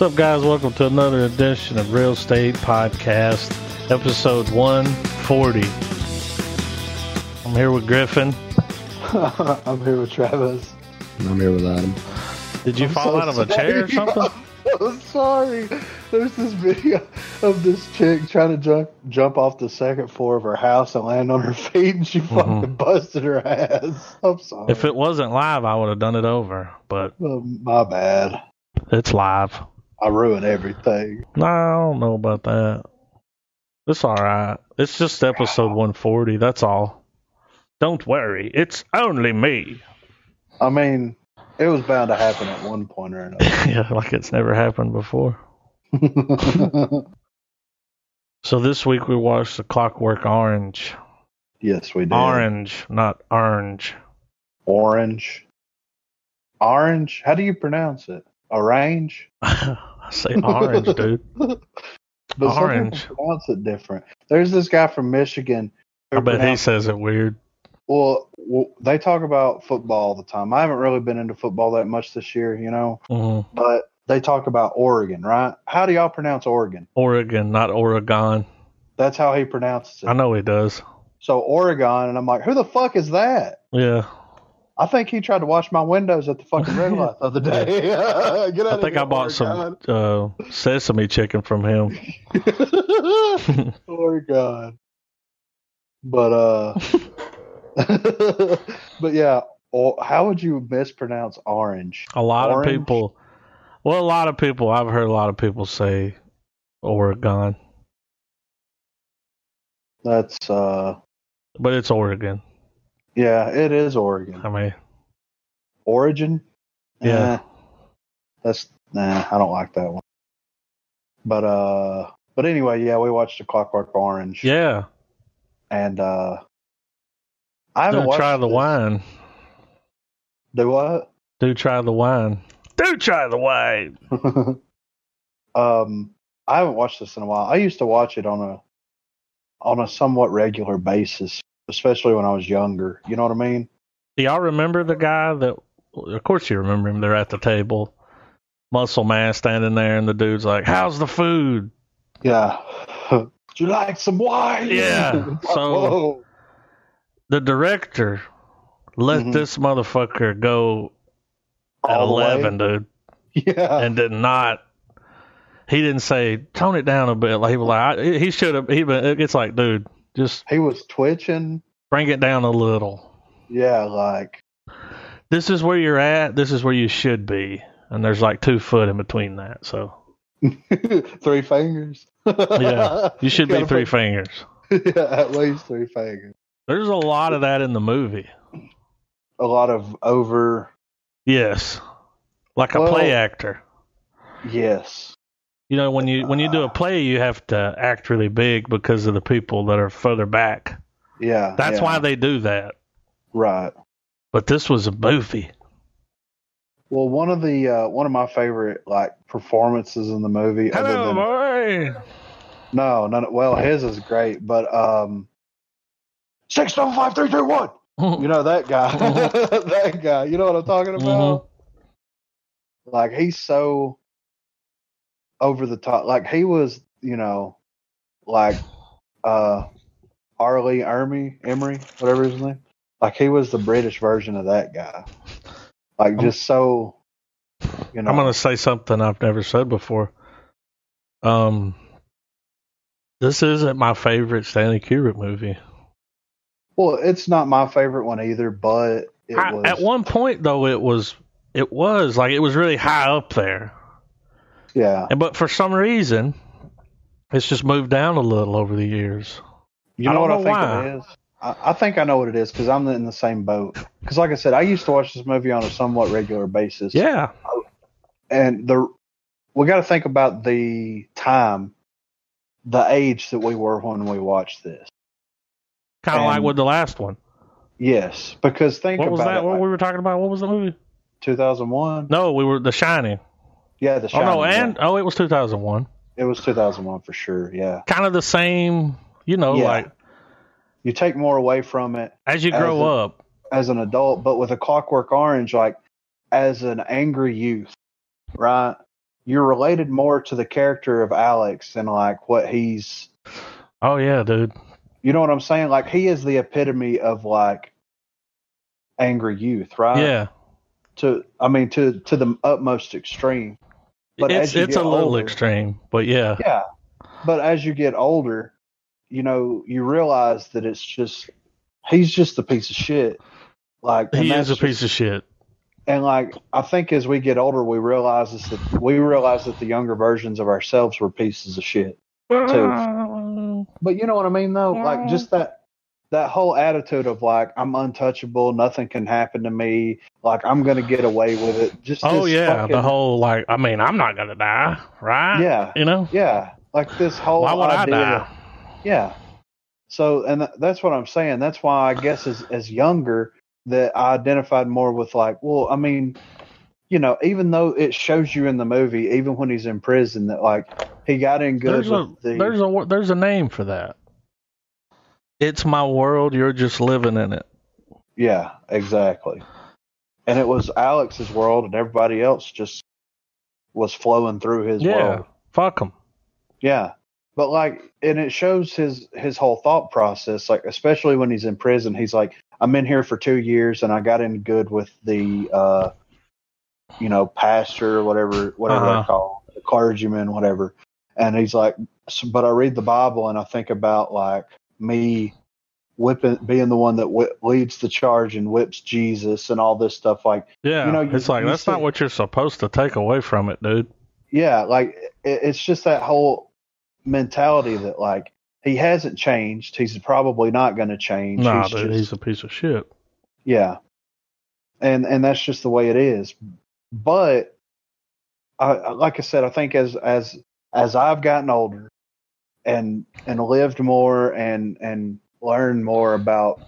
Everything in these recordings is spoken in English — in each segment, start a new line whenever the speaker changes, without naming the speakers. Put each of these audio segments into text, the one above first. What's up, guys? Welcome to another edition of Real Estate Podcast, episode 140. I'm here with Griffin.
I'm here with Travis.
I'm here with Adam.
Did you
I'm
fall
so
out of a
sorry.
chair or something?
I'm sorry. There's this video of this chick trying to jump jump off the second floor of her house and land on her feet, and she fucking busted her ass. I'm sorry.
Mm-hmm. If it wasn't live, I would have done it over, but
Oh, my bad.
it's live.
I ruin everything.
No, I don't know about that. It's all right. It's just episode 140. That's all. Don't worry. It's only me.
I mean, it was bound to happen at one point or
yeah, like it's never happened before.
another.
So this week we watched The Clockwork Orange.
yes, we did.
Orange, not orange.
Orange. Orange. How do you pronounce it? Orange.
I say orange, dude.
But some people
Orange.
pronounce it different. There's this guy from Michigan.
I bet he
Pronounce-
says it weird.
Well, w- they talk about football all the time. I haven't really been into football that much this year, you know,
Mhm.
but they talk about Oregon, right? How do y'all pronounce Oregon?
Oregon, not Oregon.
That's how he pronounces
I
it.
know he does.
So Oregon, and I'm like, who the fuck is that?
Yeah.
I think he tried to wash my windows at the fucking red light the other day. Get out of
I think
here,
I bought some uh, sesame chicken from him.
Oregon. Oregon. But uh, but yeah, or, how would you mispronounce orange?
a lot
Orange?
of people. Well, a lot of people. I've heard a lot of people say Oregon,
That's uh,
but it's Oregon.
yeah, it is Oregon.
I mean,
Origin.
Yeah.
Eh, that's nah. I don't like that one. But uh, but anyway, yeah, we watched the Clockwork Orange.
yeah.
And uh, I haven't
Do
watched
try the
this-
wine.
Do what?
Do try the wine. Do try the wine.
um, I haven't watched this in a while. I used to watch it on a on a somewhat regular basis, especially when I was younger. You know what I mean?
Do y'all remember the guy that? Of course you remember him. They're at the table, muscle man standing there, and the dude's like, "How's the food?"
Yeah. Do you like some wine?
Yeah, so-
Whoa.
The director let
Mhm.
this motherfucker go at
All the way. Ah.
eleven, dude.
Yeah.
and did not. He didn't say tone it down a bit. Like he was like I, he should have. He been, it's like dude, just
he was twitching.
bring it down a little.
Yeah, like
This is where you're at. This is where you should be. And there's like two foot in between that, so
three fingers.
Yeah. you should be
Gotta
three
put-
fingers.
yeah, at least three fingers.
There's a lot of that in the movie.
A lot of over.
Yes, like a
Well-
play actor.
Yes.
You know when you when you do a play, you have to act really big because of the people that are further back.
Yeah.
That's
yeah,
why they do that.
Right.
But this was a movie.
Well, one of the uh, one of my favorite like performances in the movie. other
Hello,
than,
boy.
no, no, no, well, his is great, but um, six seven five three three one. You know that guy, that guy. You know what I'm talking
Mm-hmm.
about? Like he's so over the top. Like he was, you know, like uh, Arlie Ermy, Emery, whatever his name. Like he was the British version of that guy. Like just so, you know.
I'm gonna say something I've never said before. Um, this isn't my favorite Stanley Kubrick movie.
Well, it's not my favorite one either, but it
I-
was.
at one point, though, it was it was like it was really high up there,
yeah,
and but for some reason, it's just moved down a little over the years.
you
I
know
don't
what I
know
think
why.
it is. I, I think I know what it is because I'm in the same boat. Because, like I said, I used to watch this movie on a somewhat regular basis.
Yeah,
and the we got to think about the time, the age that we were when we watched this.
kind of
And-
like with the last one.
Yes, because think
What
about
was that?
it,
What
like
we were talking about? What was the movie?
2001.
No, we were The Shining.
Yeah, the Shining.
oh no,
yeah.
and oh, it was 2001.
it was 2001 for sure. Yeah,
Kind of the same, you know,
Yeah.
like
you take more away from it
as you
As
grow
a-
up,
as an adult, but with a clockwork orange, like as an angry youth, right? you're related more to the character of Alex and like what he's
Oh yeah, dude.
you know what I'm saying? Like he is the epitome of like angry youth, right?
yeah.
To I mean to to the utmost extreme. but
It's
as you
it's
get
a little
older-
extreme, but yeah.
Yeah. But as you get older, you know, you realize that it's just he's just a piece of shit. Like and
he
that's
is a
just-
piece of shit.
and like I think as we get older we realize is that we realize that the younger versions of ourselves were pieces of shit.
Oh,
But you know what I mean though? Like just that that whole attitude of like I'm untouchable, nothing can happen to me, like I'm gonna get away with it. Just
Oh
this
yeah,
fucking-
the whole like I mean, I'm not gonna die, right?
Yeah.
You know?
Yeah. Like this whole
Why would I
idea-
die?
Yeah. So, and th- that's what I'm saying. That's why I guess as as younger that I identified more with like, well, I mean, you know, even though it shows you in the movie, even when he's in prison, that like he got in good
There's a
with the
there's a wo- there's a name for that. It's my world. You're just living in it.
yeah, exactly. And it was Alex's world, and everybody else just was flowing through his
yeah.
world.
Fuck him.
Yeah. But like and it shows his his whole thought process like especially when he's in prison he's like I'm in here for 2 years and I got in good with the uh you know pastor or whatever whatever
Uh-huh.
they call it, the clergyman whatever and he's like "S- but I read the Bible and I think about like me whipping being the one that whi- leads the charge and whips Jesus and all this stuff like
Yeah.
You know, you-
it's like
you
that's
said-
not what you're supposed to take away from it, dude.
yeah, like it, it's just that whole mentality that like he hasn't changed. He's probably not going to change.
Nah,
he's
dude,
just-
he's a piece of shit.
yeah, and and that's just the way it is. But I, I- like I said, I think as as as I've gotten older and and lived more and and learned more about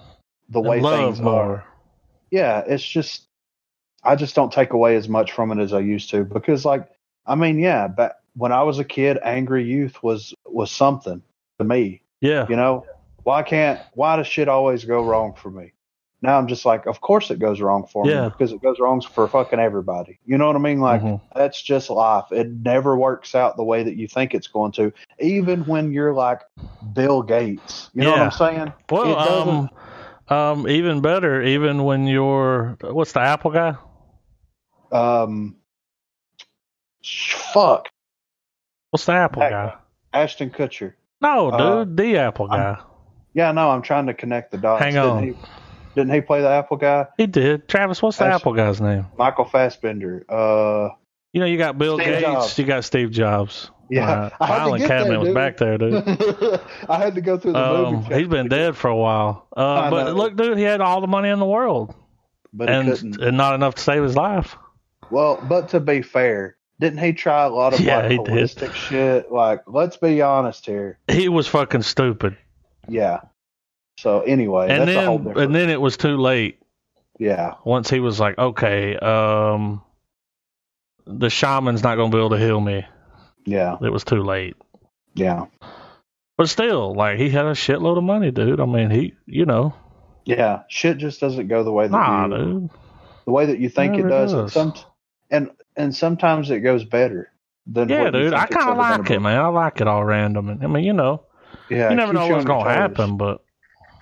the
And
way
love
things are,
more.
yeah, it's just I just don't take away as much from it as I used to because like I mean, yeah, but when I was a kid, angry youth was was something to me,
Yeah.
you know? Why can't why does shit always go wrong for me? Now I'm just like, of course it goes wrong for
Yeah.
me because it goes wrong for fucking everybody. You know what I mean? Like
Mhm.
that's just life. It never works out the way that you think it's going to, even when you're like Bill Gates. You know
Yeah.
what I'm saying? it
Well,
doesn't-
um, um, even better, even when you're what's the Apple guy?
Um sh- fuck.
What's the Apple
That
guy?
Ashton Kutcher.
No,
Uh,
dude, the Apple
I'm-
guy.
Yeah, no, I'm trying to connect the dots.
Hang
didn't
on.
He, didn't he play the Apple guy?
He did. Travis, what's the
Ash-
Apple guy's name?
Michael Fassbender. Uh,
You know, you got Bill
Steve
Gates,
Jobs.
you got Steve Jobs.
yeah.
uh,
I had to
filing
get
cabinet
there,
was
dude.
back there, dude.
I had to go through the
Um,
movie.
he's been dead for a while. Uh,
I
but
know.
look, dude, he had all the money in the world
but he
and,
couldn't.
and not enough to save his life.
well, but to be fair, didn't he try a lot of
Yeah, he
like
did.
holistic shit? Like, let's be honest here.
He was fucking stupid.
Yeah. So anyway,
and
that's a whole
then
different.
and then it was too late.
yeah,
once he was like, okay, um, the shaman's not going to be able to heal me.
yeah,
It was too late.
yeah,
But still, like, he had a shitload of money, dude. I mean, he, you know,
yeah. Shit just doesn't go the way that
nah,
you
dude.
the way that you think it
Never
does. And
does.
some and and sometimes it goes better than
Yeah,
what you
dude.
think
I
it's
kind of
ever gonna
like
be.
it, man. I like it all random. And, I mean, you know,
Yeah,
you
it
never know
keeps you
what's
on
going to
your toes.
happen, but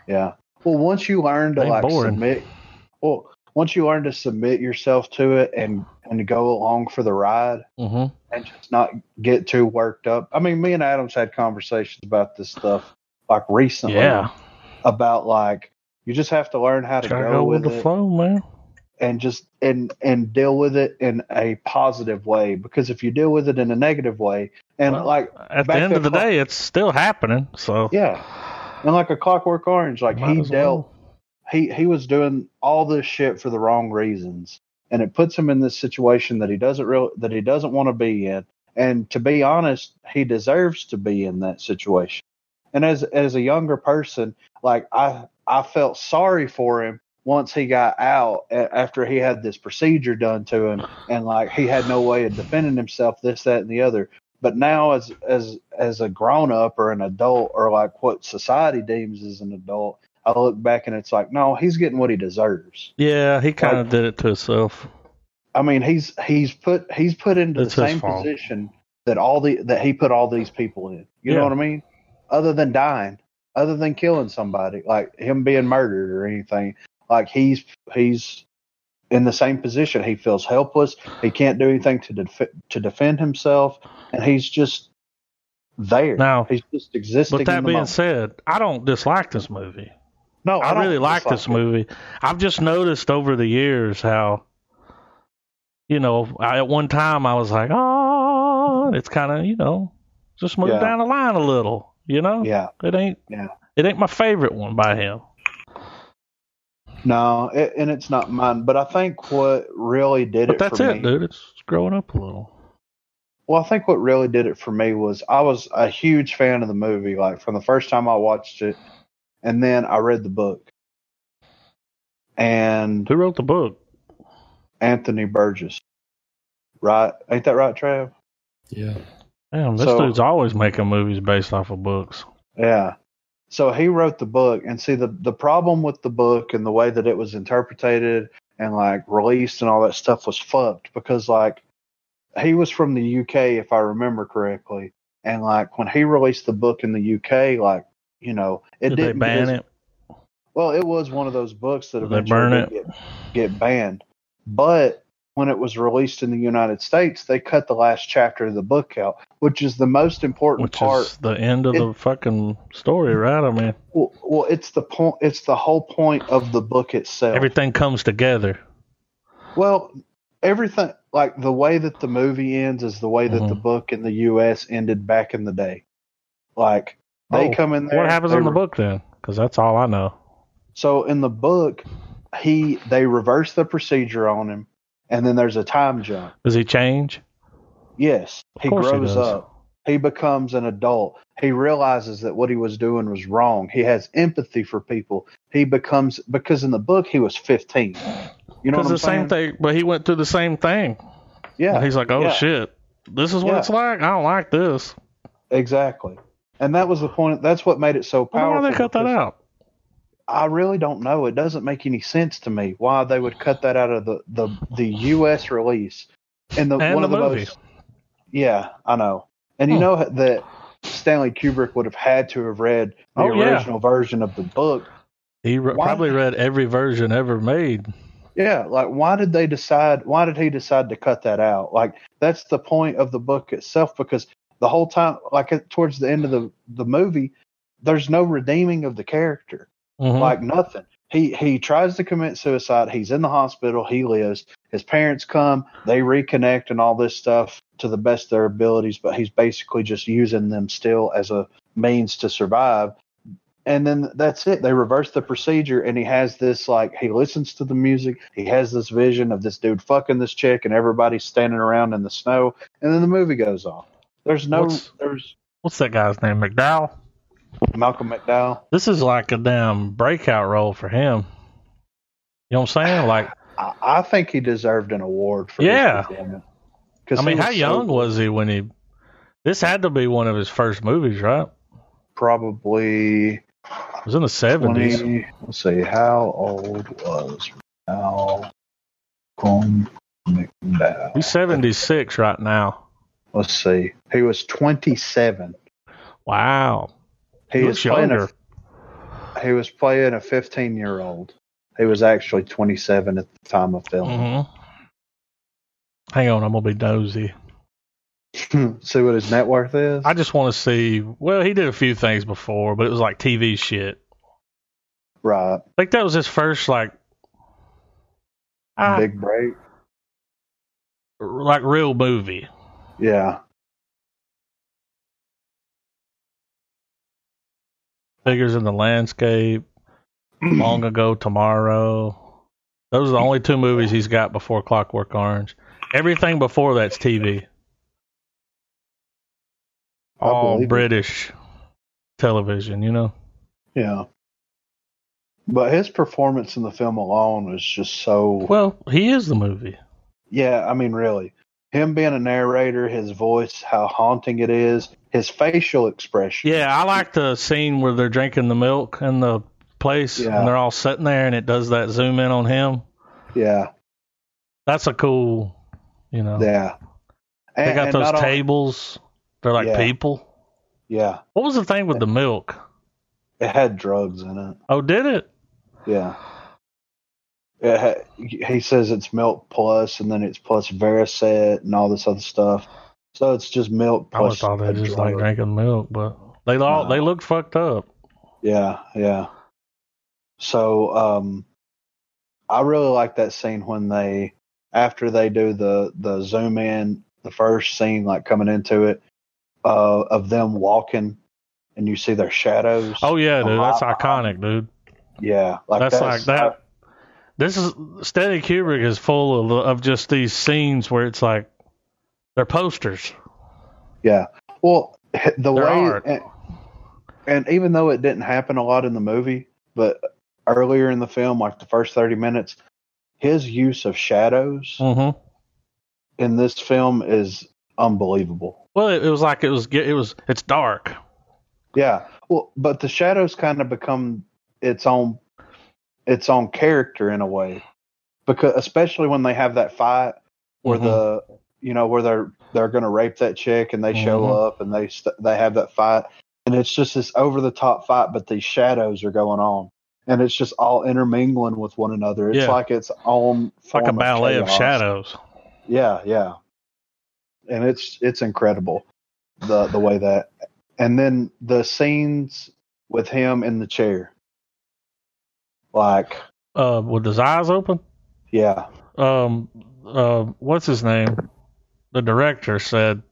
Yeah. Well, once you learn to
Ain't
like
boring.
submit, well, once you learn to submit yourself to it and and go along for the ride
mhm.
and just not get too worked up. I mean, me and Adams had conversations about this stuff like recently
yeah.
about like you just have to learn how to
Gotta
go,
go with
with,
the
it
flow, man.
and just and and deal with it in a positive way because if you deal with it in a negative way and
Well,
like
At the
back
end
to
of the
clock-
day, it's still happening. So,
yeah and like a clockwork orange like
might
he
as well.
dealt he he was doing all this shit for the wrong reasons and it puts him in this situation that he doesn't real that he doesn't want to be in and to be honest he deserves to be in that situation and as as a younger person like i i felt sorry for him once he got out a- after he had this procedure done to him and like he had no way of defending himself this that and the other but now as as as a grown up or an adult or like what society deems as an adult I look back and it's like, no, he's getting what he deserves.
Yeah, he kind of
Like-
did it to himself.
I mean, he's he's put he's put into
It's
the
his
same
fault.
position that all the that he put all these people in. You
Yeah.
know what I mean? Other than dying, other than killing somebody, like him being murdered or anything, like he's he's in the same position. He feels helpless. He can't do anything to def- to defend himself, and he's just there.
Now,
he's just existing.
But that
in the
being
moment.
said, I don't dislike this movie.
no,
I,
Oh, don't
really like this
dislike it.
movie. I've just noticed over the years how, you know, I, at one time I was like, oh, it's kind of, you know, just moved
Yeah.
down the line a little. You know,
Yeah,
it ain't,
Yeah.
it ain't my favorite one by him.
no, it, and it's not mine. But I think what really did
But
it.
that's
for
it,
me,
dude. It's growing up a little.
Well, I think what really did it for me was I was a huge fan of the movie, like from the first time I watched it, and then I read the book. And
Who wrote the book?
Anthony Burgess, right? Ain't that right, Trav?
Yeah.
Damn, this
So-
dude's always making movies based off of books.
Yeah. So he wrote the book, and see the the problem with the book and the way that it was interpreted and like released and all that stuff was fucked because like he was from the UK if I remember correctly, and like when he released the book in the UK, like you know it
Did they
didn't get
ban
as-
it?
Well, it was one of those books that
Did they
eventually
burn
did Get, get banned. But when it was released in the United States, they cut the last chapter of the book out, which is the most important
Which
part.
is the end of the fucking story, right? I mean,
well, well, it's the point. It's the whole point of the book itself.
everything comes together.
well, everything like the way that the movie ends is the way that the
Mhm.
book in the U.S. ended back in the day. Like they
Oh,
come in there.
What happens
they
in the
re-
book then? Because that's all I know.
So in the book, he they reverse the procedure on him, and then there's a time jump.
Does he change?
Yes,
Of
he
course he
grows
does.
up. He becomes an adult. He realizes that what he was doing was wrong. He has empathy for people. He becomes because in the book he was 15. You know
Because
what I'm
the
saying?
same thing, but he went through the same thing.
Yeah,
He's like, oh
Yeah.
shit, this is what
Yeah.
it's like. I don't like this.
exactly. And that was the point. That's what made it so
I wonder
powerful.
why they cut that
because
out?
I really don't know. It doesn't make any sense to me why they would cut that out of the the, the U.S. release and the
And
one
the
of the
movie.
most. Yeah, I know. And you
Hmm.
know that Stanley Kubrick would have had to have read the
Oh, yeah.
original version of the book
He re-
Why-
probably read every version ever made.
Yeah, like why did they decide? Why did he decide to cut that out? Like that's the point of the book itself, because the whole time, like at- towards the end of the the movie, there's no redeeming of the character,
Mhm.
like nothing. He he tries to commit suicide. He's in the hospital. He lives. His parents come. They reconnect and all this stuff to the best of their abilities. But he's basically just using them still as a means to survive. And then that's it. They reverse the procedure, and he has this like he listens to the music. He has this vision of this dude fucking this chick, and everybody's standing around in the snow. And then the movie goes on. There's no
What's-
there's
What's that guy's name? McDowell.
Malcolm McDowell.
This is like a damn breakout role for him. You know what I'm saying? Like,
I, I think he deserved an award for
Yeah.
Because
I mean, how young was he when he? This had to be one of his first movies, right?
probably
It was in the 70s.
20. Let's see, how old was Malcolm McDowell?
He's 76 right now.
Let's see, he was 27.
Wow.
He was
Looks
playing
younger.
a, he was playing a 15 year old. He was actually 27 at the time of filming.
hmm Hang on, I'm gonna be dozy.
see what his net worth is?
Mm-hmm. I just want to see. Well, he did a few things before, but it was like TV shit.
right,
I think that was his first like, ah,
big break.
like real movie.
Yeah,
Figures in the landscape, long ago, tomorrow. Those are the only two movies he's got before Clockwork Orange. Everything before that's TV.
I
All
believe it.
British television, you know.
yeah. But his performance in the film alone was just so
Well, he is the movie.
Yeah, I mean, really. Him being a narrator, his voice, how haunting it is, his facial expression.
Yeah, I like the scene where they're drinking the milk in the place
Yeah.
and they're all sitting there and it does that zoom in on him.
Yeah.
That's a cool, you know.
Yeah.
Oh. they
And-
got
and
those
not only-
tables. They're like
Yeah.
people.
yeah.
What was the thing with the milk?
It had drugs in it.
Oh, did it?
Yeah. It ha- he says it's milk plus, and then it's plus Verisate and all this other stuff. So it's just milk
I always
plus.
thought they
a
just like
drug.
drinking milk, but they all
No.
they looked fucked up.
Yeah, yeah. So um I really like that scene when they after they do the the zoom in, the first scene like coming into it uh of them walking and you see their shadows.
Oh yeah, dude, that's
I- I-
iconic, dude.
yeah, like
that's, like that. This is Stanley Kubrick is full of of just these scenes where it's like they're posters.
Yeah. Well, the
There
way
are.
And, and even though it didn't happen a lot in the movie, but earlier in the film, like the first thirty minutes, his use of shadows
Mm-hmm.
in this film is unbelievable.
Well, it, it was like it was ge- it was it's dark.
Yeah. Well, but the shadows kind of become its own its own character in a way, because especially when they have that fight where
Mm-hmm.
the you know where they're they're going to rape that chick and they show
Mhm.
up and they st- they have that fight and it's just this over the top fight, but these shadows are going on. And it's just all intermingling with one another. It's
Yeah.
like its own
It's like a
form
ballet of
chaos.
shadows.
Yeah, yeah. And it's it's incredible the the way that and then the scenes with him in the chair. Like,
Uh, with his eyes open.
yeah.
um, uh, what's his name? The director said,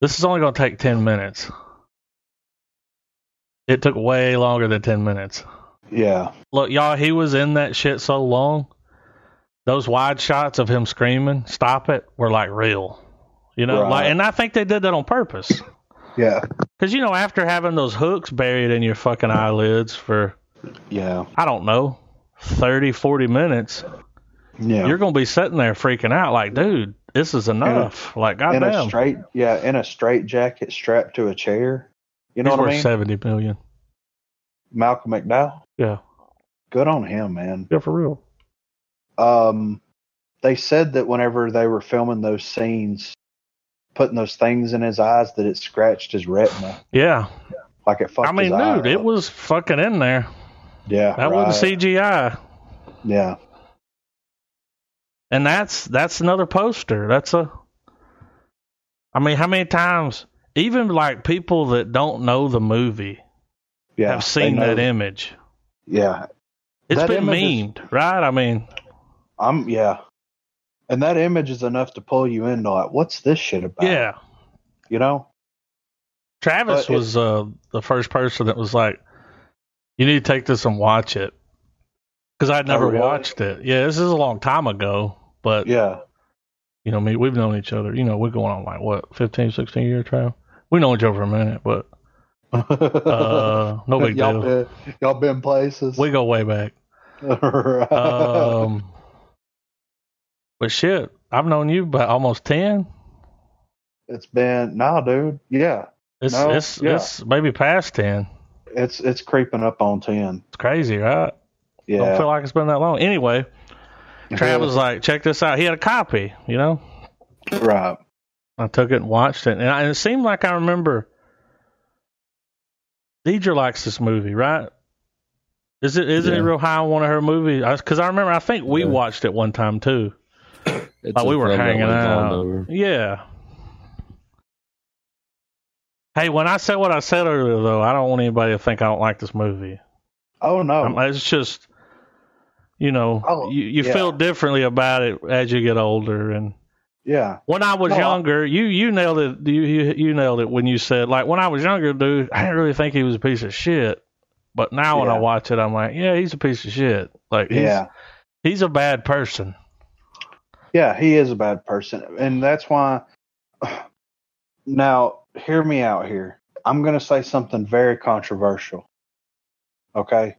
"This is only going to take ten minutes." It took way longer than ten minutes.
Yeah.
Look, y'all, he was in that shit so long. Those wide shots of him screaming, "Stop it!" were like real, you know.
Right.
Like, and I think they did that on purpose.
Yeah.
Because you know, after having those hooks buried in your fucking eyelids for
Yeah.
I don't know, 30, 40 minutes,
Yeah.
you're gonna be sitting there freaking out like, dude, this is enough. like,
in a
goddamn,
straight yeah, in a straight jacket strapped to a chair. You know
he's
what
worth
I mean?
seventy million.
Malcolm McDowell.
Yeah,
Good on him, man.
yeah, for real.
um, they said that whenever they were filming those scenes, putting those things in his eyes, that it scratched his retina,
Yeah,
like it fucked.
I mean,
his eye
dude, it
up.
was fucking in there.
yeah,
That wasn't CGI,
Yeah,
and that's that's another poster. That's a. I mean, how many times? Even like people that don't know the movie
yeah,
have seen
They know-
that image.
Yeah,
It's
That
been
image is-
memed, right? I mean,
I'm yeah, and that image is enough to pull you into like, what's this shit about?
yeah.
you know,
Travis
But it-
was uh, the first person that was like, "You need to take this and watch it," because I'd never
Oh, really?
watched it. Yeah, this is a long time ago, but
yeah,
you know, me, we've known each other. You know, we're going on like what 15, 16 year trail. We know each other for a minute, but uh, no big
y'all
deal.
been, y'all been places.
We go way back.
Right.
Um, but shit, I've known you about almost ten.
it's been nah, dude. Yeah,
It's
No,
it's
yeah.
it's maybe past ten.
it's it's creeping up on ten.
It's crazy, right? Don't
Yeah,
feel like it's been that long. Anyway, Travis was like, check this out. He had a copy, you know?
right.
I took it and watched it. And, I, and it seemed like I remember Deidre likes this movie, right? Is it isn't it
Yeah.
real high on one of her movies? Because I, remember, I think we
Yeah.
watched it one time too.
It's
Like
a
we were
film that
hanging
went on
out.
over.
Yeah. Hey, when I said what I said earlier, though, I don't want anybody to think I don't like this movie.
Oh no,
I'm- it's just, you know,
Oh,
you, you
yeah.
feel differently about it as you get older, and
Yeah.
When I was
No, I-
younger, you you nailed it. You, you you nailed it when you said like when I was younger, dude. I didn't really think he was a piece of shit, but now when I
Yeah.
watch it, I'm like, yeah, he's a piece of shit. Like, he's,
Yeah.
he's a bad person.
Yeah, he is a bad person. And that's why now hear me out here. I'm going to say something very controversial. Okay?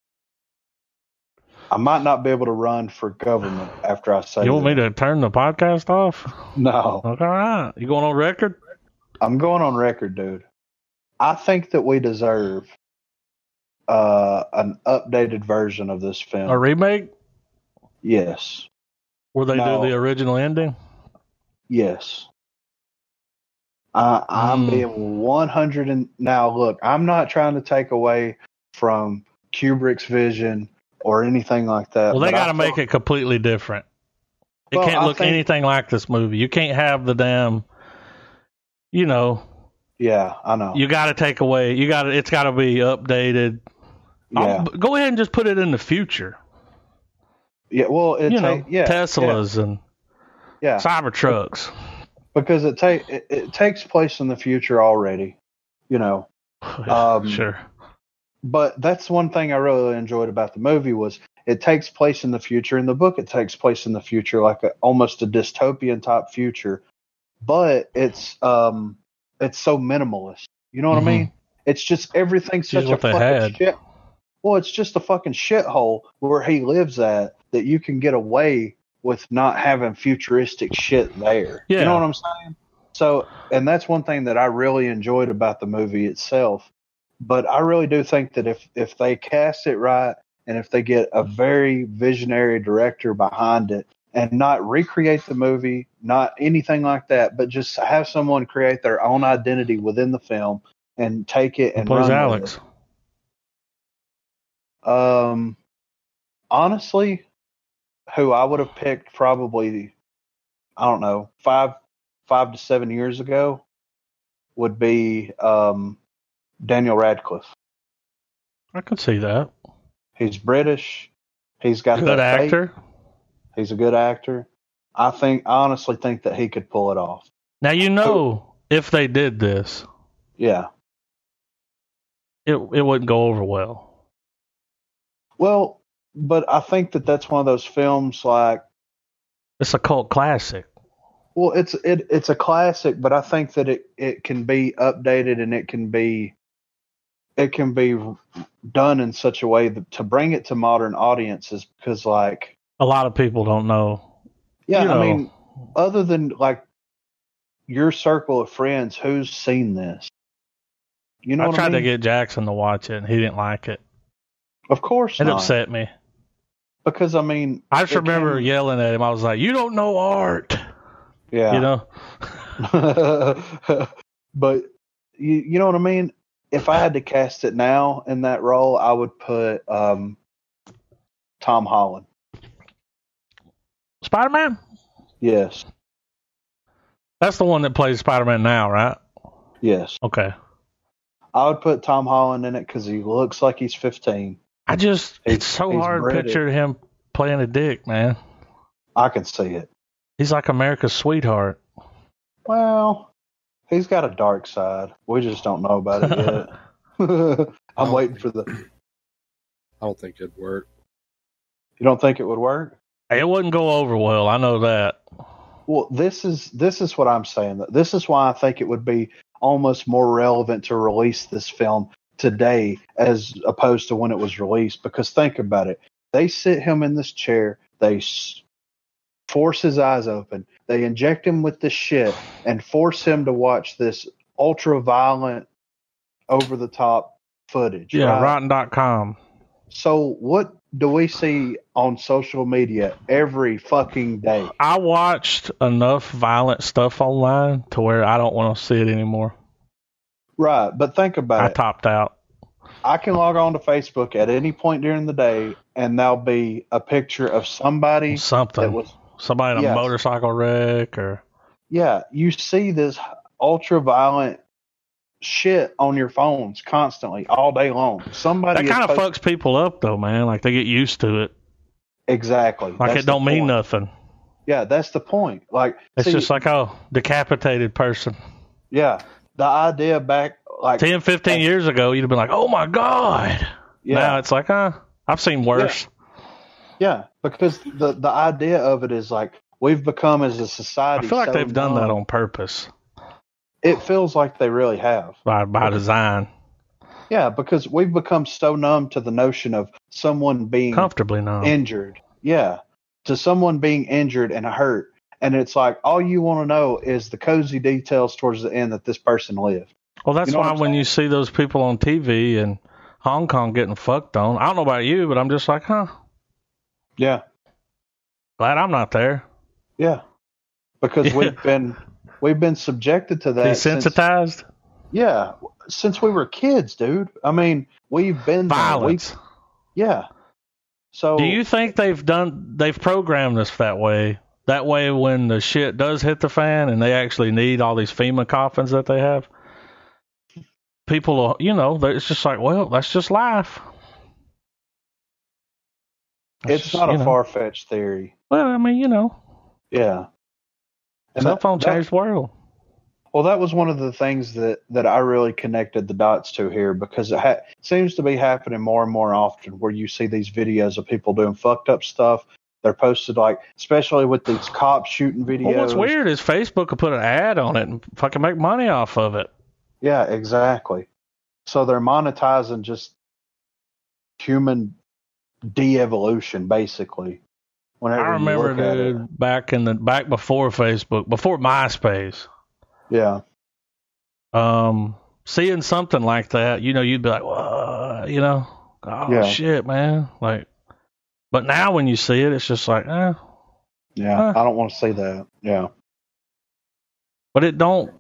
I might not be able to run for government after I say
You want me
that.
to turn the podcast off?
No.
Like, all right, you going on record?
I'm going on record, dude. I think that we deserve uh an updated version of this film.
A remake?
Yes.
Where they
No.
do the original ending?
Yes. Uh, I'm
Mm.
being 100 and now look, I'm not trying to take away from Kubrick's vision or anything like that.
Well, they
but I
got to make
feel-
it completely different. It
Well,
can't
I
look
think-
anything like this movie. You can't have the damn. You know,
Yeah, I know.
you got to take away. You got to. It's got to be updated.
yeah.
I'll- Go ahead and just put it in the future.
yeah, well, it
you
ta-
know,
yeah,
Teslas and
Yeah, yeah,
Cybertrucks.
because it, ta- it it takes place in the future already, you know. Um,
sure.
but that's one thing I really enjoyed about the movie was it takes place in the future. In the book, it takes place in the future, like a, almost a dystopian type future, but it's um it's so minimalist. You know what
Mhm.
I mean? It's just everything's
Just
such
what
a
they
fucking
had.
shit. Well, it's just a fucking shithole where he lives at that you can get away with not having futuristic shit there.
Yeah.
You know what I'm saying? So, and that's one thing that I really enjoyed about the movie itself. But I really do think that if if they cast it right and if they get a very visionary director behind it and not recreate the movie, not anything like that, but just have someone create their own identity within the film and take it
Who
and
plays
run with
Alex?
it. Um, honestly, who I would have picked probably, I don't know, five five to seven years ago would be um, Daniel Radcliffe.
I can see that.
He's British. He's got
Good
that face.
actor.
He's a good actor. I think I honestly think that he could pull it off.
Now you
Oh.
know if they did this,
Yeah.
it it wouldn't go over well.
Well, but I think that that's one of those films like
It's a cult classic.
well, it's it it's a classic, but I think that it it can be updated and it can be it can be done in such a way that to bring it to modern audiences because like
A lot of people don't know.
yeah,
you
I
know,
mean other than like your circle of friends, who's seen this? You know
I
what
tried
I
to
mean?
get Jackson to watch it, and he didn't like it.
of course
It
not.
upset me.
because I mean
I just
it
remember
can-
yelling at him. I was like, "You don't know art,"
yeah
you know.
but you you know what I mean? If I had to cast it now in that role, I would put um, Tom Holland.
Spider Man.
Yes,
That's the one that plays Spider Man now, right?
yes,
Okay.
I would put Tom Holland in it because he looks like he's fifteen.
I just
He's-
it's so
he's
hard to
British.
picture him playing a dick, man.
I can see it.
He's like America's sweetheart.
Well, he's got a dark side. We just don't know about it yet. I'm
Oh.
waiting for the.
I don't think it'd work.
You don't think it would work?
It wouldn't go over well. I know that.
Well, this is this is what I'm saying. That This is why I think it would be almost more relevant to release this film today as opposed to when it was released. Because think about it, they sit him in this chair, they s- force his eyes open, they inject him with this shit, and force him to watch this ultra violent, over the top footage.
Yeah,
right?
Rotten.com.
So what do we see on social media every fucking day?
I watched enough violent stuff online to where I don't want to see it anymore.
Right, but think about
I
it.
topped out.
I can log on to Facebook at any point during the day, and there'll be a picture of somebody that
Something.
was.
Somebody in a
Yes.
motorcycle wreck or
Yeah, you see this ultra violent shit on your phones constantly, all day long. Somebody
that
is
kind of
post-
fucks people up though, man. Like they get used to it.
exactly
Like
That's
it
the
don't mean
point.
nothing.
Yeah, that's the point. Like
It's
see,
just like oh, decapitated person.
yeah, the idea back like uh,
10, 15 years ago, you'd have been like, "Oh my god!"
yeah,
Now it's like, "Uh, I've seen worse."
yeah, because the the idea of it is like we've become as a society.
I feel like
so
they've done that
numb.
on purpose
It feels like they really have.
by by design,
Yeah, because we've become so numb to the notion of someone being
comfortably now.
injured. Yeah, to someone being injured and hurt. And it's like all you want to know is the cozy details towards the end that this person lived.
well, that's
you know what
why
I'm
when you see those people on TV and Hong Kong getting fucked on, I don't know about you, but I'm just like, huh?
Yeah.
Glad I'm not there.
Yeah, because
Yeah.
we've been we've been subjected to that. since-
Desensitized
yeah, since we were kids, dude. I mean, we've been there.
violence.
We, yeah. So
Do you think they've done they've programmed us that way? That way, when the shit does hit the fan and they actually need all these FEMA coffins that they have, people, will, you know, they- it's just like, well, that's just life. That's
it's
just,
not
you
a
know.
far fetched theory.
Well, I mean, you know,
Yeah. And
cell
that,
phone
that-
changed the world.
well, that was one of the things that, that I really connected the dots to here because it ha- seems to be happening more and more often where you see these videos of people doing fucked up stuff. They're posted like, especially with these cops shooting videos.
Well, what's weird is Facebook will put an ad on it and fucking make money off of it.
Yeah, exactly. So they're monetizing just human de-evolution, basically. Whenever
I
you
remember,
look at it.
dude, back in the back before Facebook, before MySpace,
Yeah,
um, seeing something like that, you know, you'd be like, "Whoa," you know, oh
Yeah.
shit, man, like. But now when you see it, it's just like, eh.
yeah.
Huh.
I don't want to see that. Yeah,
But it don't.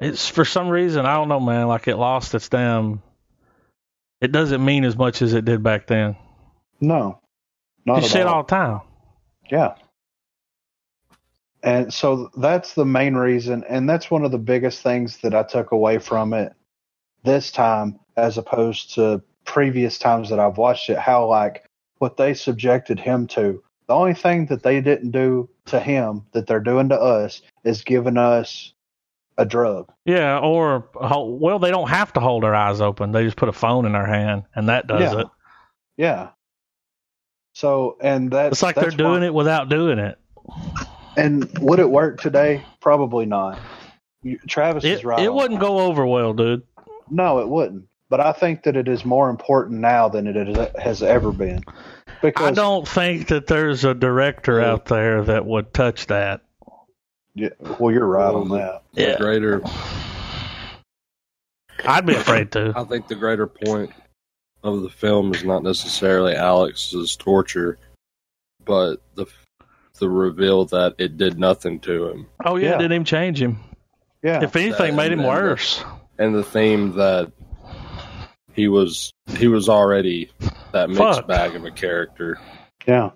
It's for some reason I don't know, man. Like it lost its damn. It doesn't mean as much as it did back then.
no, not
You
at
see it
all.
all the time.
Yeah. And so that's the main reason. And that's one of the biggest things that I took away from it this time, as opposed to previous times that I've watched it, how like what they subjected him to. The only thing that they didn't do to him that they're doing to us is giving us a drug.
Yeah, or ho- well, they don't have to hold their eyes open. They just put a phone in their hand, and that does
Yeah.
it.
Yeah. So, and that's
It's like they're doing it without doing it.
And would it work today? Probably not. You, Travis is
It,
right.
it
on
wouldn't
that.
go over well, dude.
No, it wouldn't. But I think that it is more important now than it is, has ever been.
I
Because
don't think that there's a director out there that would touch that.
yeah, well, you're right on that.
The greater,
I'd be afraid to.
I think the greater point of the film is not necessarily Alex's torture, but the the reveal that it did nothing to him,
Oh yeah,
Yeah.
it didn't even change him.
Yeah,
If anything, made him worse.
and the theme that he was he was already that mixed
Fuck.
bag of a character.
yeah.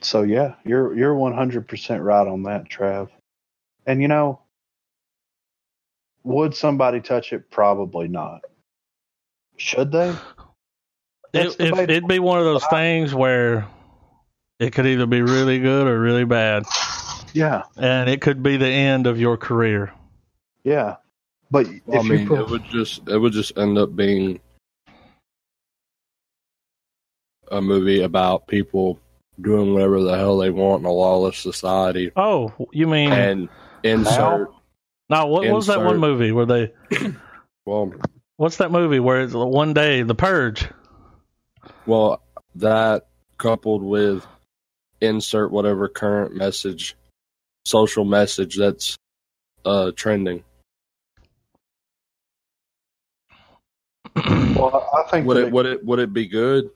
So yeah, you're you're 100% right on that, Trav. And you know, would somebody touch it? Probably not. Should they?
It,
That's
it,
debatable.
it'd be one of those things where it could either be really good or really bad,
Yeah,
and it could be the end of your career.
yeah. But
I
if you
mean,
pro-
it would just it would just end up being a movie about people doing whatever the hell they want in a lawless society,
Oh, you mean
and insert
no? What, what was that one
insert-
movie where they?
well,
What's that movie where it's one day the purge?
well that coupled with insert whatever current message, social message that's uh trending.
well, I think
Would
that
it would it would it be good?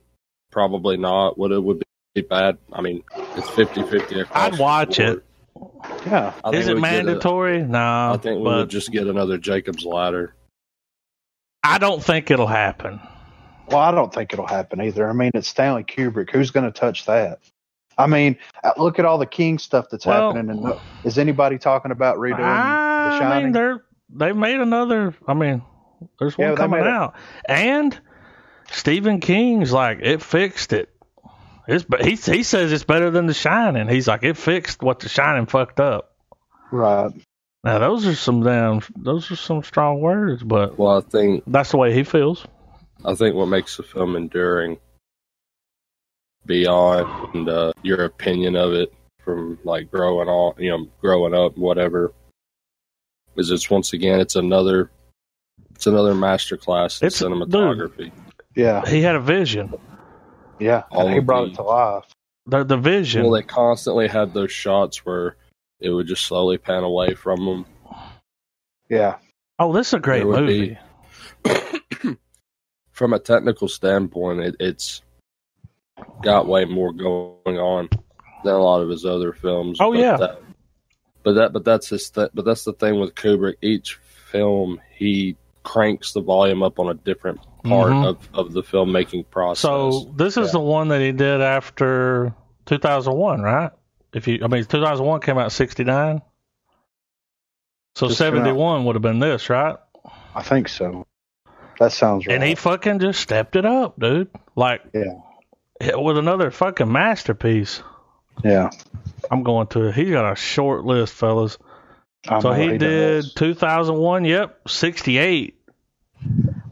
Probably not. Would it would be bad? I mean, it's 50-50 across
I'd watch
the
it.
board.
yeah,
I think
Is
we
it
would get a-
mandatory?
I
no,
think we
Uh, but
would just get another Jacob's ladder.
I don't think it'll happen.
Well, I don't think it'll happen either. I mean, it's Stanley Kubrick. Who's going to touch that? I mean, uh, look at all the King stuff that's
Well-
happening. And uh, is anybody talking about redoing The
I
Shining?
mean, they're they made another. I mean, there's one
Yeah, they
coming
made a-
out, and Stephen King's like it fixed it. It's but he he says it's better than The Shining. He's like it fixed what The Shining fucked up.
right?
Now those are some damn those are some strong words, but
Well, I think
that's the way he feels.
I think what makes the film enduring beyond uh, your opinion of it from like growing on, you know, growing up, whatever, is it's once again it's another it's another masterclass in
It's- dude.
cinematography.
Yeah,
He had a vision.
yeah.
All
And he
of
brought
the-
it to life.
The the vision.
Well, they constantly had those shots where it would just slowly pan away from them.
Yeah,
oh, this is a great
There would be-
movie.
from a technical standpoint, it, it's got way more going on than a lot of his other films.
Oh,
but
yeah.
that, but that but that's his th- but that's the thing with Kubrick. Each film he cranks the volume up on a different part
Mhm.
of, of the filmmaking process.
So this is
Yeah.
the one that he did after 2001, right? If you, I mean, 2001 came out in 69. So
Just came out.
71 would have been this, right?
I think so. That sounds right.
And he fucking just stepped it up, dude. Like,
Yeah.
it was another fucking masterpiece.
yeah.
I'm going to. He's got a short list, fellas.
I
so
know
he, did
does.
2001. Yep, 68.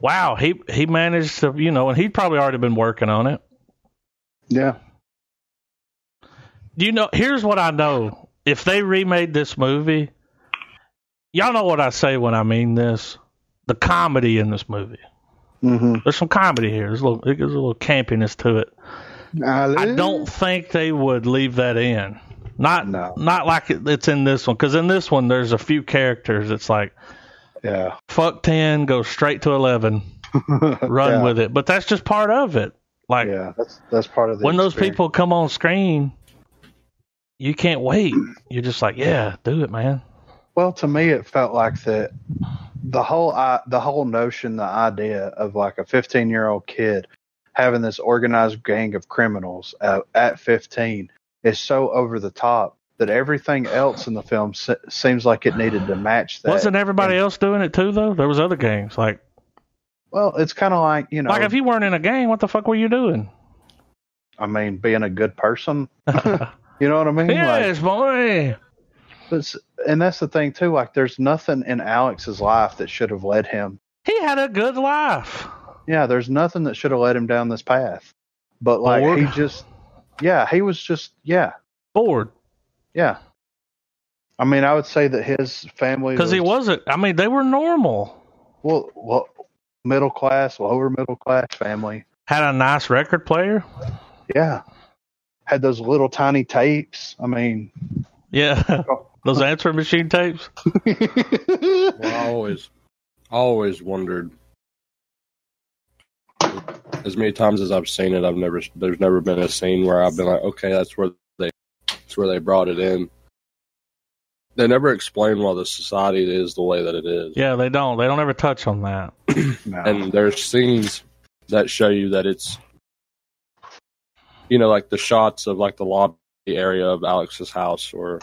Wow, he he managed to, you know, and he'd probably already been working on it.
Yeah.
You know, here's what I know. If they remade this movie, y'all know what I say when I mean this. The comedy in this movie.
hmm
There's some comedy here. There's a little, there's a little campiness to it. I don't think they would leave that in. Not
No.
not like it, it's in this one, because in this one there's a few characters. It's like
Yeah.
fuck ten, go straight to eleven, run
yeah.
with it. But that's just part of it. Like
Yeah. That's that's part of the
when those
experience.
people come on screen, you can't wait. You're just like, yeah, do it, man.
Well, to me, it felt like that the whole I, the whole notion, the idea of like a 15 year old kid having this organized gang of criminals at, at 15 is so over the top that everything else in the film se- seems like it needed to match that.
Wasn't everybody else doing it too though? There was other games like
well, it's kind of like you know,
like if you weren't in a game, what the fuck were you doing?
I mean, being a good person. you know what I mean? Like,
yes, boy.
That's, and that's the thing too. Like, there's nothing in Alex's life that should have led him.
He had a good life.
Yeah, there's nothing that should have led him down this path. But like,
Bored.
he just, yeah, he was just, yeah,
Bored.
yeah. I mean, I would say that his family
Because he wasn't I mean, they were normal.
well, well, middle class, lower middle class family.
Had a nice record player.
Yeah, had those little tiny tapes. I mean,
Yeah. Those answering machine tapes.
Well, I always, I always wondered. As many times as I've seen it, I've never there's never been a scene where I've been like, okay, that's where they that's where they brought it in. They never explain why the society is the way that it is,
Yeah, they don't. They don't ever touch on that.
no.
and there's scenes that show you that it's, you know, like the shots of like the lobby area of Alex's house or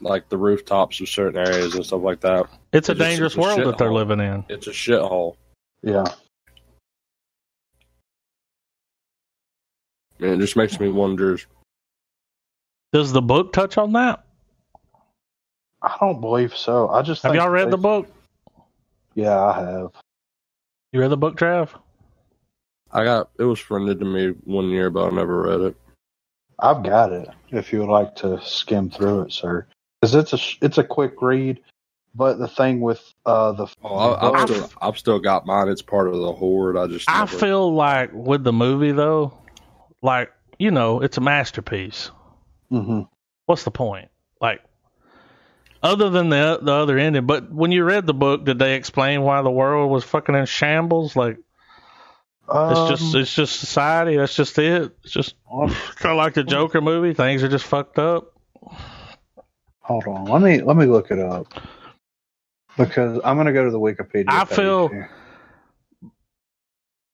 like the rooftops of certain areas and stuff like that.
It's a
It's a-
dangerous
it's a
world that they're
shithole.
living in.
It's a shithole.
yeah,
And it just makes me wonder.
Does the book touch on that?
I don't believe so. I just
Have
think
y'all
they-
read the book?
Yeah, I have.
You read the book, Trav?
I got it was friended to me one year, but I never read it.
I've got it. If you would like to skim through it, sir, because it's a sh- it's a quick read. But the thing with uh the
Oh, I, I've,
I've-
still, I've still got mine. It's part of the horde. I just
I
never-
feel like with the movie though, like you know, it's a masterpiece.
Mhm.
What's the point? Like, other than the the other ending. But when you read the book, did they explain why the world was fucking in shambles? Like, it's
Um, oh,
just it's just society. That's just it. It's just kind of like the Joker movie. Things are just fucked up.
hold on. Let me let me look it up because I'm gonna go to the Wikipedia.
I
page
feel-
here.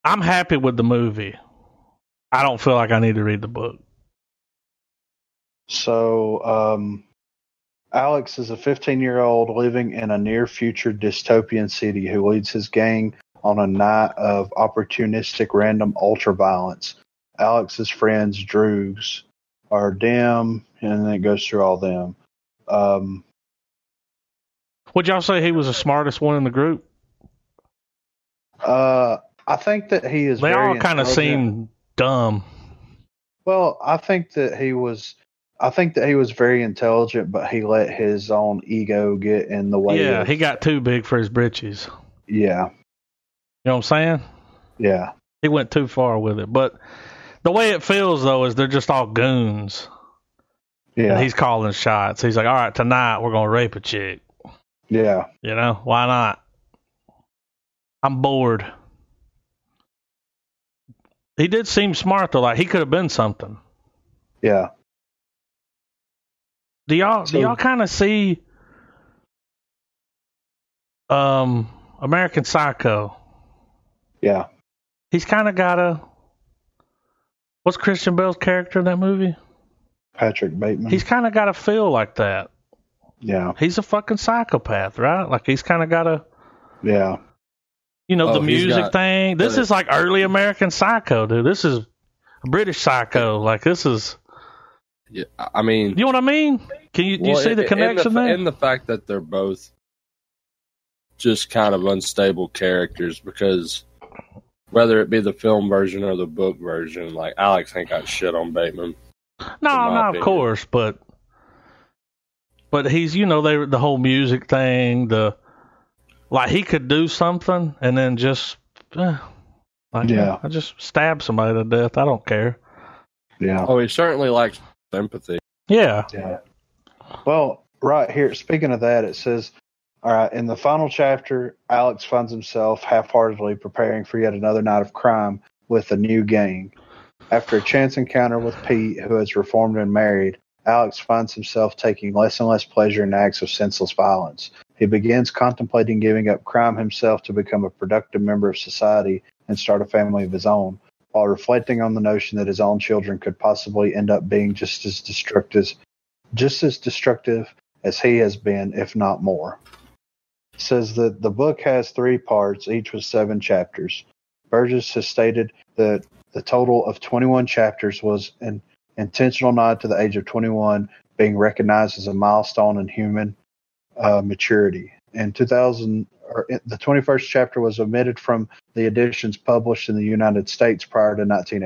I'm happy with the movie. I don't feel like I need to read the book.
so. um Alex is a 15 year old living in a near future dystopian city who leads his gang on a night of opportunistic random ultra violence. Alex's friends, Droogs, are dim, and then it goes through all them. Um,
Would y'all say he was the smartest one in the group?
uh, I think that he is.
They all
very
kind of
intelligent.
seem dumb.
Well, I think that he was. I think that he was very intelligent, but he let his own ego get in the way.
yeah,
of-
he got too big for his britches. You
yeah,
know what I'm saying?
yeah,
He went too far with it. But the way it feels though is they're just all goons. And
yeah,
he's calling shots. He's like, All right, tonight we're gonna rape a chick.
yeah.
You know, why not? I'm bored. he did seem smart though. Like he could have been something.
Yeah.
Do y'all
So-
do y'all kind of see um American Psycho?
Yeah.
He's kind of got a what's Christian Bale's character in that movie?
Mm-hmm. Patrick Bateman.
He's kind of got a feel like that.
yeah.
He's a fucking psychopath, right? Like he's kind of got a
Yeah.
you know
Oh,
the
he's
music
got-
thing. This
uh,
is like early American Psycho, dude. This is British Psycho. Like this is
Yeah, I I mean,
you know what I mean? Can you do you
Well,
see the
and- and
connection
the-
there?
And the fact that they're both just kind of unstable characters because whether it be the film version or the book version, like Alex ain't got shit on Bateman.
No,
my
no, of
opinion.
course, but but he's you know they the whole music thing, the like he could do something and then just eh, like
Yeah.
I just stab somebody to death. I don't care.
Yeah.
Oh, he certainly lacks sympathy.
Yeah,
Yeah. Well, right here, speaking of that, it says, all right, in the final chapter, Alex finds himself half heartedly preparing for yet another night of crime with a new gang. After a chance encounter with Pete, who has reformed and married, Alex finds himself taking less and less pleasure in acts of senseless violence. He begins contemplating giving up crime himself to become a productive member of society and start a family of his own, while reflecting on the notion that his own children could possibly end up being just as destructive just as destructive as he has been, if not more. It says that the book has three parts, each with seven chapters. Burgess has stated that the total of 21 chapters was an intentional nod to the age of 21 being recognized as a milestone in human uh, maturity. In 2000, or in- the 21st chapter was omitted from the editions published in the United States prior to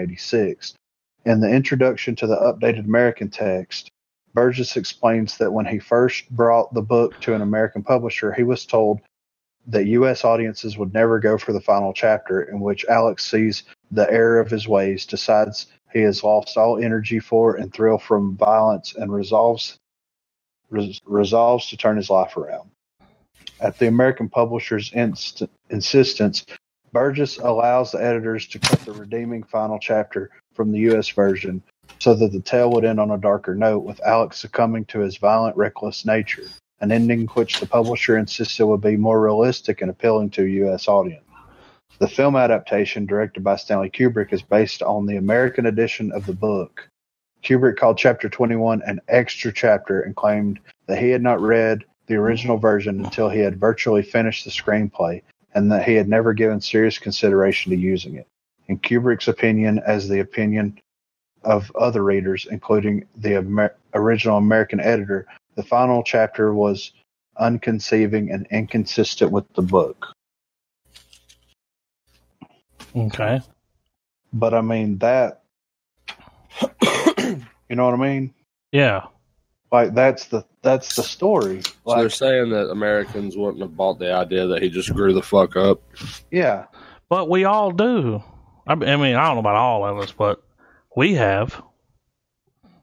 1986. In the introduction to the updated American text, Burgess explains that when he first brought the book to an American publisher, he was told that U.S. audiences would never go for the final chapter, in which Alex sees the error of his ways, decides he has lost all energy for and thrill from violence, and resolves res- resolves to turn his life around. At the American publisher's inst- insistence, Burgess allows the editors to cut the redeeming final chapter from the U.S. version so that the tale would end on a darker note, with Alex succumbing to his violent, reckless nature, an ending which the publisher insisted would be more realistic and appealing to a U.S. audience. The film adaptation, directed by Stanley Kubrick, is based on the American edition of the book. Kubrick called Chapter 21 an extra chapter and claimed that he had not read the original version until he had virtually finished the screenplay and that he had never given serious consideration to using it. In Kubrick's opinion, as the opinion of other readers, including the Amer- original American editor, the final chapter was unconceiving and inconsistent with the book.
okay,
But I mean, that, you know what I mean?
yeah,
Like that's the that's the story.
So they're
Like,
saying that Americans wouldn't have bought the idea that he just grew the fuck up.
yeah,
but we all do. I mean, I mean, I don't know about all of us, but we have,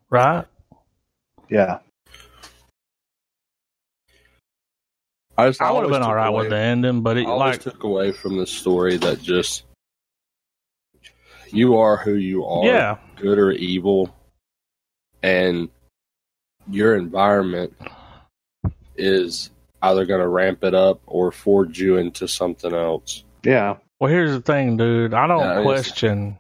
right?
yeah,
I, just,
I would have
always
been all
took
right
away-
with the ending, but it,
I always
like,
took away from this story that just you are who you are.
yeah,
good or evil and your environment is either going to ramp it up or forge you into something else.
yeah,
Well, here's the thing, dude. I don't
Yeah, it's-
question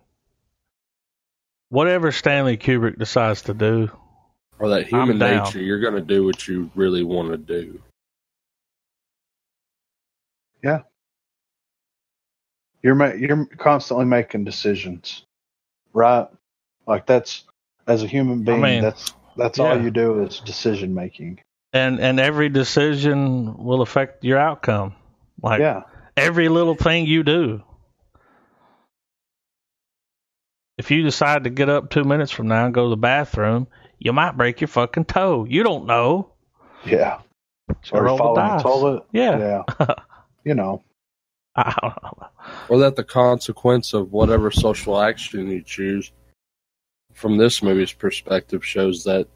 whatever Stanley Kubrick decides to do.
Or that
I'm
human
down.
nature, you're going to do what you really want to do.
you're ma- you're constantly making decisions, right? Like that's as a human being,
mean,
that's that's
yeah.
all you do is decision making.
And and every decision will affect your outcome. Like
Yeah,
every little thing you do. If you decide to get up two minutes from now and go to the bathroom, you might break your fucking toe. You don't know.
yeah.
It's a
Or
roll of
fall in the
dice.
toilet.
Yeah.
yeah. you know.
I don't know.
Or that the consequence of whatever social action you choose from this movie's perspective shows that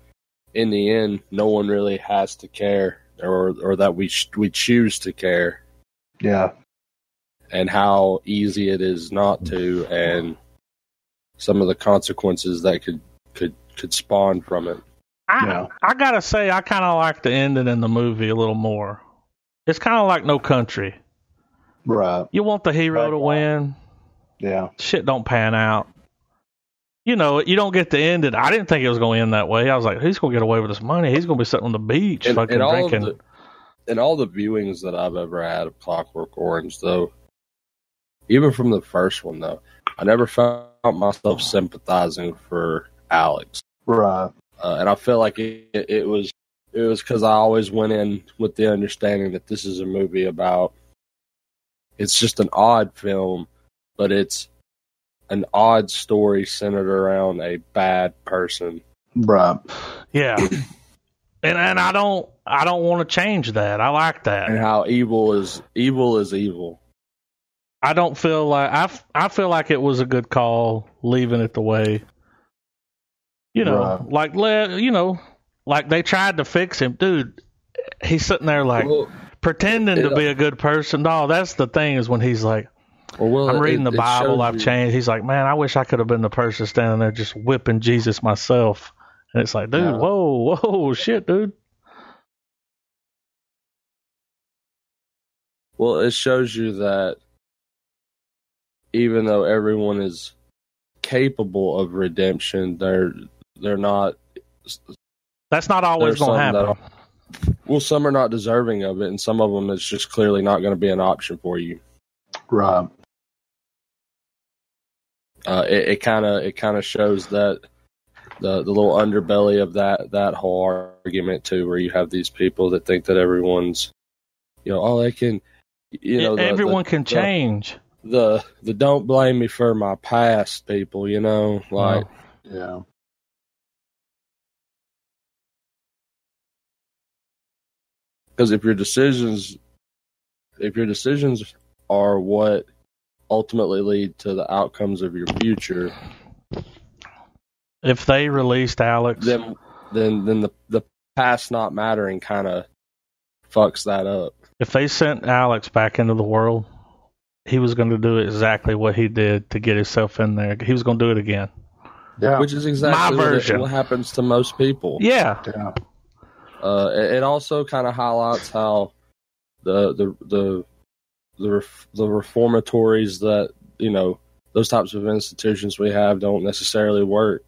in the end, no one really has to care or, or that we, sh- we choose to care.
Yeah,
and how easy it is not to and some of the consequences that could could could spawn from it.
I,
Yeah.
I gotta say, I kind of like the ending in the movie a little more. It's kind of like No Country.
Right.
You want the hero
Right.
to win.
Yeah.
Shit don't pan out. You know, you don't get to end it. I didn't think it was going to end that way. I was like, he's going to get away with his money. He's going to be sitting on the beach,
And,
fucking
and all of
drinking.
the and all the viewings that I've ever had of Clockwork Orange, though, even from the first one, though, I never found myself sympathizing for Alex.
Right.
uh, and I feel like it, it, it was it was because I always went in with the understanding that this is a movie about. It's just an odd film, but it's an odd story centered around a bad person.
Right.
yeah, and and I don't I don't want to change that. I like that.
and how evil is evil is evil.
I don't feel like I, f- I feel like it was a good call leaving it the way. You know,
Right.
like le- you know, like they tried to fix him, dude. He's sitting there like
Well,
pretending to
it- uh,
be a good person. No, that's the thing is when he's like,
well, Will,
I'm
it-
reading
it
the Bible,
shows
I've
you-
changed. He's like, man, I wish I could have been the person standing there just whipping Jesus myself. And it's like, dude,
Yeah.
whoa, whoa, shit, dude.
Well, it shows you that even though everyone is capable of redemption, they're they're not
That's not always
There's
gonna
some
happen.
Well, some are not deserving of it, and some of them it's just clearly not going to be an option for you.
Right.
Uh, it kind of it kind of shows that the the little underbelly of that that whole argument too, where you have these people that think that everyone's, you know, oh they can, you know, the, the-
E, Everyone can
the-
change.
The, the don't blame me for my past, people. You know, like
Yeah.
because if your decisions if your decisions are what ultimately lead to the outcomes of your future
If they released Alex,
then then then the the past not mattering kind of fucks that up.
if they sent Alex back into the world, he was going to do exactly what he did to get himself in there. He was going to do it again.
Yeah.
Which is
My
exactly what, it-
version.
what happens to most people.
Yeah,
yeah.
Uh, it, it also kind of highlights how the the the the, ref, the reformatories that you know those types of institutions we have don't necessarily work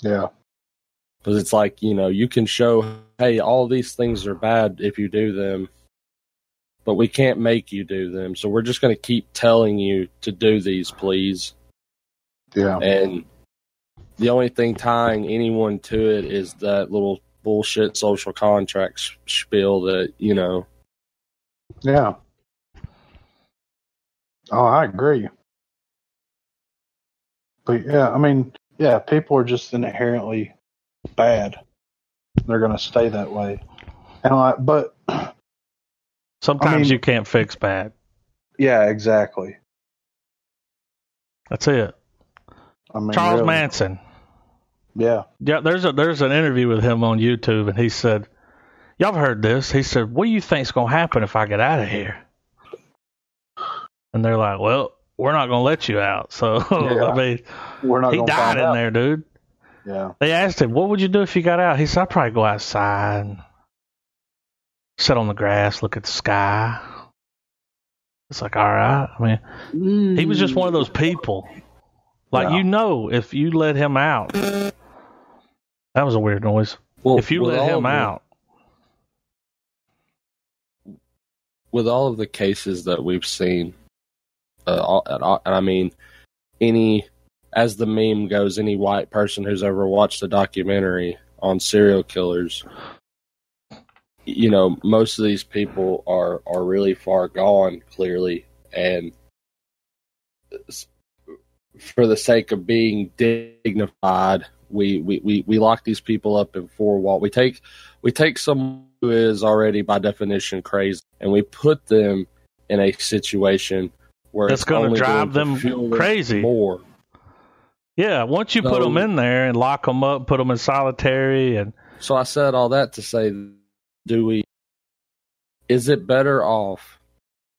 Yeah.
because it's like you know you can show hey all these things are bad if you do them but we can't make you do them so we're just going to keep telling you to do these please
Yeah.
and the only thing tying anyone to it is that little bullshit social contract s- spiel that you know
Yeah. Oh, I agree. But yeah, I mean, yeah, people are just inherently bad. They're gonna stay that way. And like but
sometimes
I mean-
you can't fix bad.
yeah, exactly.
That's it.
I mean
Charles
really.
Manson.
Yeah.
Yeah, there's a there's an interview with him on YouTube, and he said, "Y'all have heard this." He said, "What do you think's going to happen if I get out of here?" And they're like, "Well, we're not going to let you out." So
Yeah.
I mean,
We're not
he
gonna
died
find
in
out.
there, dude.
Yeah.
They asked him, "What would you do if you got out?" He said, "I'd probably go outside, and sit on the grass, look at the sky." It's like, all right. I mean, he was just one of those people. Like
Yeah.
you know, if you let him out, that was a weird noise.
well,
if you
with all
let him
of the-
out,
with all of the cases that we've seen uh, all, and, all, and i mean any as the meme goes any white person who's ever watched a documentary on serial killers you know most of these people are are really far gone clearly and s- for the sake of being dignified we we we, we lock these people up in four walls we take we take someone who is already by definition crazy and we put them in a situation where
that's
it's
going to
only
drive
to
them
fuel
crazy.
more
Yeah, once you put 'em put
So-
them in there and lock them up, put them in solitary, and
So I said all that to say, do we? Is it better off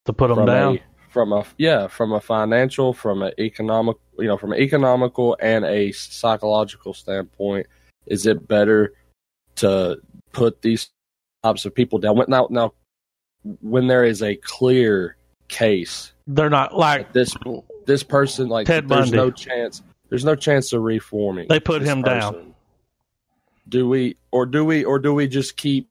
to put them
from
down.
a from a yeah from a financial from an economic you know from an economical and a psychological standpoint is it better to put these types of people down When- now now when there is a clear case
They're not like
that this this person like
Ted
there's
Bundy.
no chance there's no chance of reforming
They put
this
him down.
person. do we or do we or do we just keep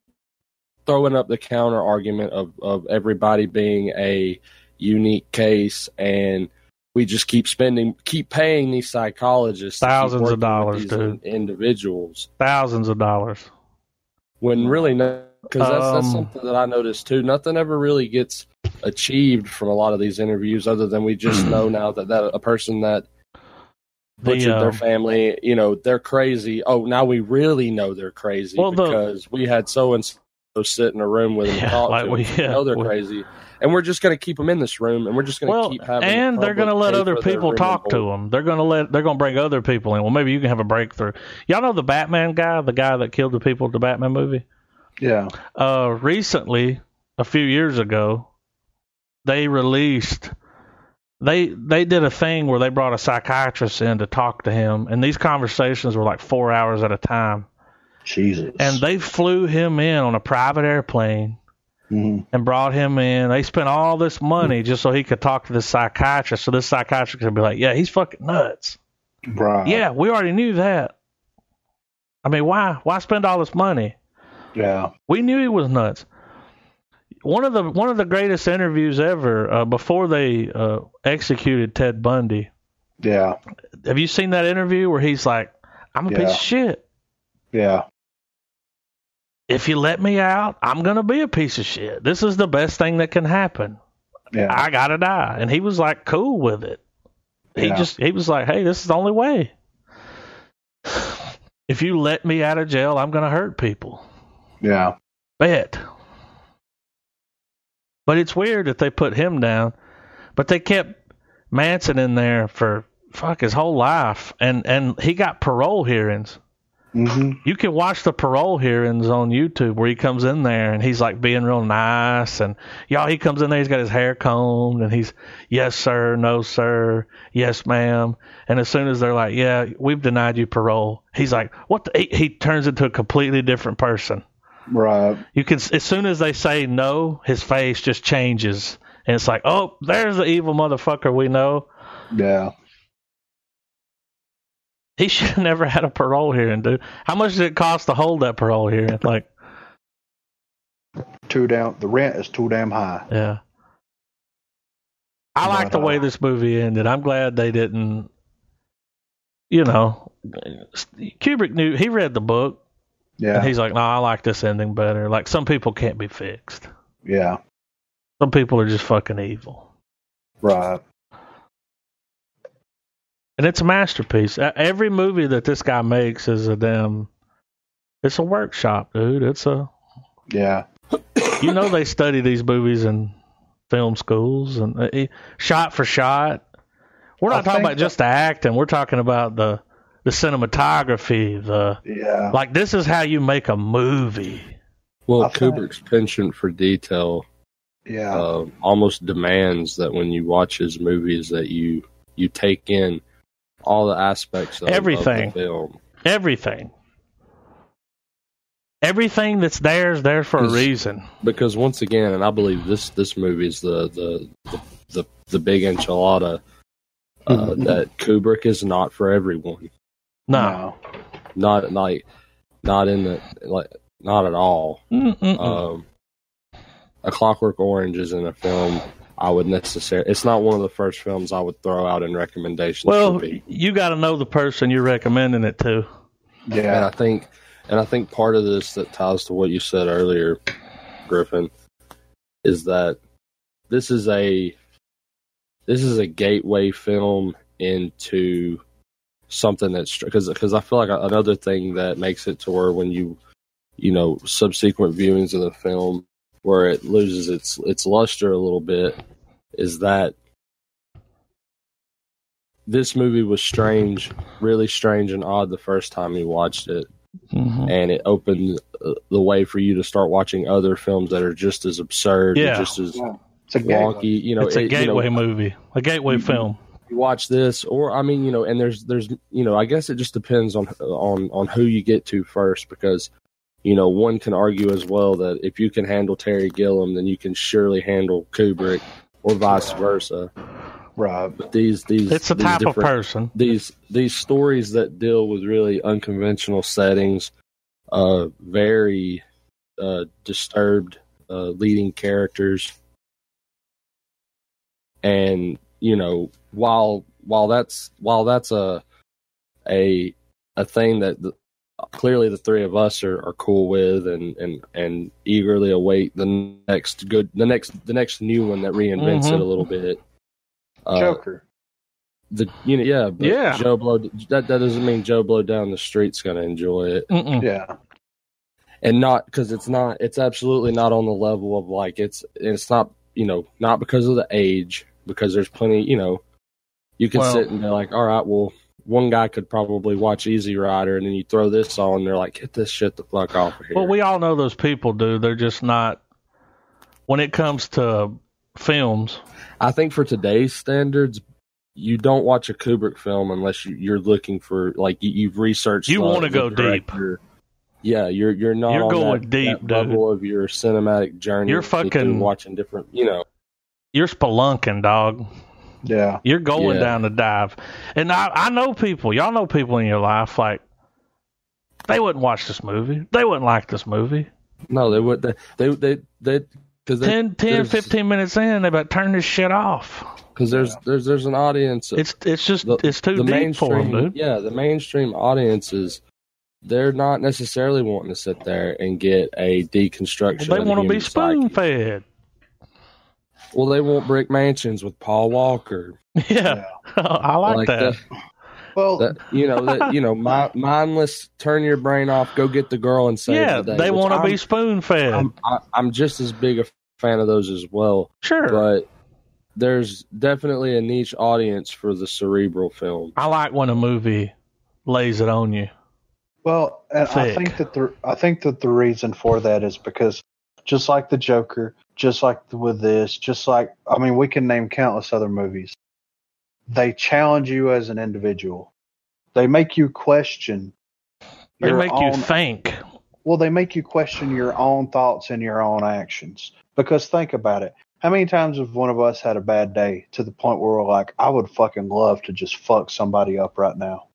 throwing up the counter argument of of everybody being a unique case and we just keep spending keep paying these psychologists to keep
Thousands of
working with
dollars,
these
dude.
in- individuals
thousands of dollars.
when really no because that's,
Mm. Um,
that's something that i noticed too nothing ever really gets achieved from a lot of these interviews other than we just know now that, that a person that
Mm. The,
butchered
um,
their family you know they're crazy oh now we really know they're crazy
Well, the-
because we had so and so sit in a room with them and
Yeah,
talk
like
to
we-
them.
yeah,
know they're
we-
crazy and we're just going to keep them in this room and we're just going to
Well,
keep having the
and they're
public
going to let
pay
other
for their
people
room
talk
and board.
to them. They're going to let they're going to bring other people in. Well, maybe you can have a breakthrough. Y'all know the Batman guy, the guy that killed the people at the Batman movie.
Yeah.
Uh, recently, a few years ago, they released they they did a thing where they brought a psychiatrist in to talk to him, and these conversations were like four hours at a time.
Jesus.
And they flew him in on a private airplane
Mhm.
and brought him in. They spent all this money just so he could talk to this psychiatrist. So this psychiatrist could be like, "Yeah, he's fucking nuts."
Right.
Yeah, we already knew that. I mean, why why spend all this money?
Yeah.
We knew he was nuts. One of the one of the greatest interviews ever uh, before they uh, executed Ted Bundy.
Yeah.
Have you seen that interview where he's like, "I'm a
Yeah.
piece of shit.
Yeah.
If you let me out, I'm gonna be a piece of shit. This is the best thing that can happen.
Yeah.
I gotta die." And he was like, cool with it. He
Yeah.
just he was like, "Hey, this is the only way. If you let me out of jail, I'm gonna hurt people."
Yeah.
bet. But it's weird that they put him down, but they kept Manson in there for fuck his whole life, and and he got parole hearings.
hmm
You can watch the parole hearings on YouTube where he comes in there and he's like being real nice and y'all he comes in there he's got his hair combed and he's yes sir no sir yes ma'am and as soon as they're like yeah we've denied you parole he's like what the, he, he turns into a completely different person
Right.
you can as soon as they say no, his face just changes, and it's like, oh, there's the evil motherfucker we know.
Yeah.
He should have never had a parole hearing, dude. How much did it cost to hold that parole hearing? Like,
Too damn. The rent is too damn high.
yeah. I like the way this movie ended. I'm glad they didn't. You know, Kubrick knew he read the book, and
Yeah.
he's like, "No, I like this ending better." Like some people can't be fixed.
Yeah.
Some people are just fucking evil.
Right.
and it's a masterpiece. E- Every movie that this guy makes is a damn. It's a workshop, dude. It's a
Yeah.
you know they study these movies in film schools and uh, e- shot for shot. We're not
I
talking
think
about just the acting. We're talking about the the cinematography. The
Yeah.
like this is how you make a movie.
well
I think-
kubrick's penchant for detail
Yeah.
Oh.
uh, almost demands that when you watch his movies that you you take in all the aspects of of
Everything.
the film.
Everything. Everything that's there is there for a
Cause-
reason.
Because once again, and I believe this this movie is the the the, the, the big enchilada uh,
Mm-hmm.
Mhm.
that Kubrick is not for everyone.
No.
Not like not in the like not at all.
Mm-mm-mm.
Um, a Clockwork Orange isn't a film I would necessarily. It's not one of the first films I would throw out in recommendations.
well,
for people.
you got to know the person you're recommending it to.
no.
And I
Yeah.
think, and I think part of this that ties to what you said earlier, Griffin, is that this is a this is a gateway film into something that's because because I feel like another thing that makes it to where when you you know subsequent viewings of the film where it loses its its luster a little bit is that this movie was strange really strange and odd the first time you watched it
Mhm.
and it opened uh, the way for you to start watching other films that are just as absurd and
Yeah.
just as
It's a gateway.
wonky. You know,
it's a
it- you know,
gateway movie, a gateway
Mhm.
film.
you watch this or i mean you know and there's there's you know i guess it just depends on on on who you get to first because you know one can argue as well that if you can handle terry gilliam then you can surely handle kubrick or vice versa
Right.
but these these
It's a
these
type of
different-
person.
these these stories that deal with really unconventional settings, uh, very uh, disturbed uh, leading characters, and you know while while that's while that's a a a thing that the, clearly the three of us are, are cool with and, and and eagerly await the next good the next the next new one that reinvents
Mhm.
it a little bit. Uh,
Joker.
the you know yeah but
Yeah.
Joe Blow that that doesn't mean Joe Blow down the street's gonna enjoy it
Mm-mm.
Yeah.
and not because it's not it's absolutely not on the level of like it's it's not you know not because of the age because there's plenty you know you can
Well-
sit and be like all right well one guy could probably watch Easy Rider and then you throw this on they're like get this shit the fuck off of here
Well, we all know those people do. They're just not. When it comes to films,
I think for today's standards. You don't watch a Kubrick film unless you, you're looking for like you, you've researched.
You
the-
wanna
the
go deep.
director. Yeah, you're you're not
You're
on
going
that,
deep,
that
dude.
level of your cinematic journey.
You're
that you're
fucking-
watching different. You know,
you're spelunking, dog.
Yeah.
You're going
Yeah.
down the dive. And I, I know people, y'all know people in your life, like, they wouldn't watch this movie. They wouldn't like this movie.
no, they would they they they they because
Ten, ten, fifteen
there's-
15 minutes in, they about turn this shit off.
because there's there's there's an audience.
It's it's just
The-
it's too deep for them, dude.
Yeah, the mainstream audiences, they're not necessarily wanting to sit there and get a deconstruction.
They
of the
want to be
human psyche.
spoon fed.
Well, they want brick mansions with Paul Walker.
Yeah, I like, that.
Well,
the- that- you know, that, you know, my, mindless. Turn your brain off. Go get the girl and save
yeah,
the day.
they
which
want to
I'm-
be spoon fed.
I'm, I, I'm just as big a fan of those as well,
Sure,
but there's definitely a niche audience for the cerebral film.
I like when a movie lays it on you.
Well, and I
Thick.
think that the I think that the reason for that is because just like the Joker, just like with this, just like I mean, we can name countless other movies. They challenge you as an individual. They make you question.
They
your
make
own-
you think.
well, they make you question your own thoughts and your own actions. Because think about it. How many times have one of us had a bad day to the point where we're like, I would fucking love to just fuck somebody up right now?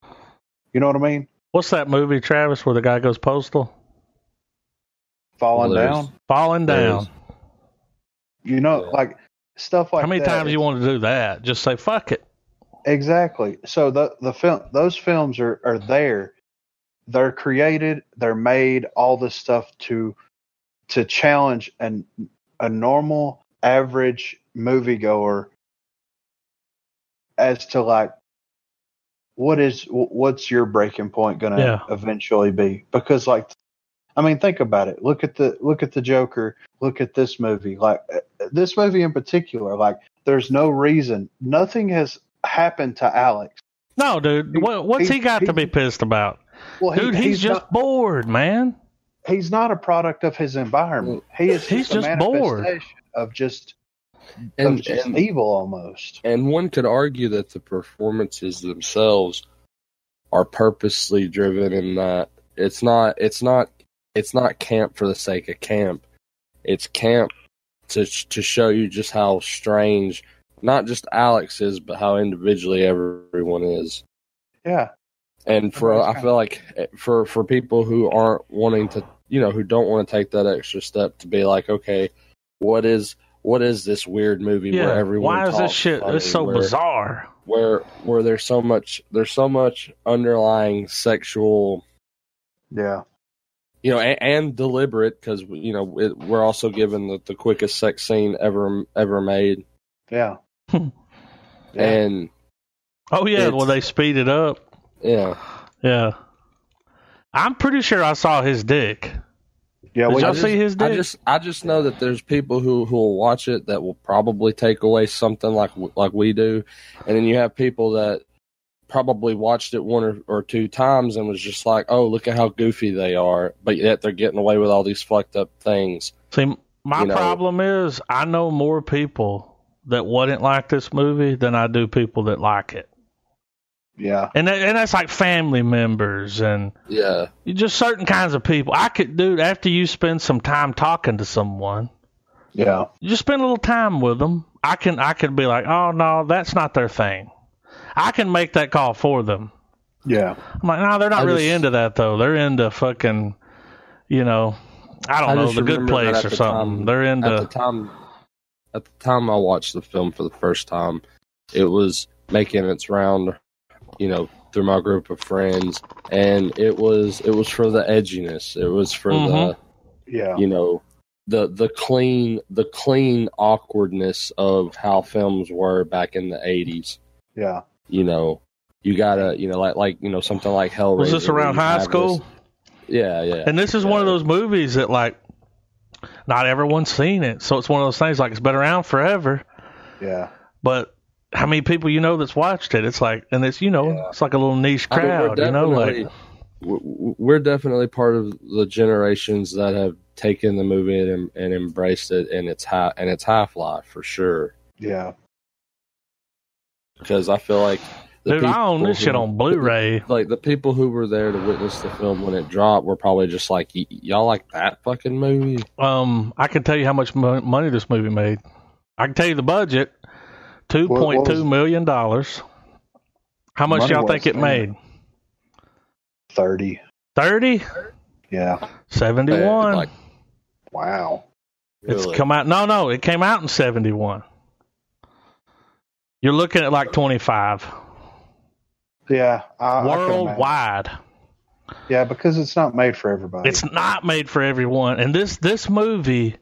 You know what I mean?
What's that movie, Travis, where the guy goes postal?
Falling
Well, there's-
down.
Falling down.
You know,
Yeah.
like stuff like
How many
that.
times you want to do that? Just say fuck it.
Exactly. So the the film, those films are are there. They're created. They're made. All this stuff to to challenge an a normal average moviegoer as to like what is what's your breaking point going to
Yeah.
eventually be because like i mean think about it look at the look at the joker look at this movie like uh, this movie in particular like there's no reason nothing has happened to alex
No, dude.
He-
What, what's he
he-
got to
he-
be pissed about?
well he-
Dude, he's, just
not,
bored, man.
he's not a product of his environment he is
He's
just, a
just bored.
manifestation of just
And,
of just
and,
evil almost
and one could argue that the performances themselves are purposely driven in that it's not it's not it's not camp for the sake of camp. It's camp to to show you just how strange not just Alex is, but how individually everyone is.
yeah
and for
Everybody's
I feel like for for people who aren't wanting to, you know, who don't want to take that extra step to be like, okay, what is what is this weird movie where
Yeah.
everyone?
Why is this
talks
shit?
funny,
It's so
where,
bizarre.
Where where there's so much there's so much underlying sexual,
yeah
you know, and, and deliberate because you know it, we're also given the, the quickest sex scene ever ever made,
yeah Yeah.
and
Oh yeah,
It's-
well they speed it up.
yeah,
Yeah, I'm pretty sure I saw his dick.
yeah
Did
we
y'all
just-
see his dick?
I just I just know that there's people who who will watch it that will probably take away something like w- like we do, and then you have people that probably watched it one or, or two times and was just like, oh, look at how goofy they are, but yet they're getting away with all these fucked up things.
See, my
you know-
problem is I know more people that wouldn't like this movie than I do people that like it.
Yeah.
And that, and that's like family members and
Yeah,
just certain kinds of people. I could dude after you spend some time talking to someone,
Yeah.
you just spend a little time with them. I can I could be like, "Oh no, that's not their thing." I can make that call for them.
Yeah.
I'm like, "No, they're not
I
really
just-
into that though. They're into fucking you know, I don't
I
know,
just
the good
remember that
place
at
or
the
something.
time-
they're
at the
into
time, at the time I watched the film for the first time, it was making its round, you know, through my group of friends, and it was it was for the edginess. It was for
Mhm.
Yeah.
the you know the the clean the clean awkwardness of how films were back in the eighties.
Yeah.
You know, you gotta you know like like you know something like Hellraiser.
Was this
where
around
you
high
have
school?
this- yeah, yeah.
And this is one of
Yeah.
those movies that like not everyone's seen it. So it's one of those things like it's been around forever,
Yeah.
but how many people you know that's watched it? It's like and it's you know,
Yeah.
it's like a little niche
I mean, we're
crowd, you know, like
definitely- w- we're definitely part of the generations that have taken the movie and, and embraced it in its high and its half life for sure.
Yeah.
Because I feel like the
dude, I own
people
this shit
who-
on Blu-ray.
Like the people who were there to witness the film when it dropped were probably just like, y- y'all like that fucking movie?
Um I can tell you how much mo- money this movie made. I can tell you the budget. two
what
point
was-
two million dollars. How much
Money
y'all
was,
think it
man.
made?
30.
30?
Yeah.
71.
Like,
Wow.
It's
really?
come out. No, no, it came out in '71. You're looking at like 25
Yeah. I, I can imagine.
worldwide.
yeah, because it's not made for everybody.
It's not made for everyone, and this this movie.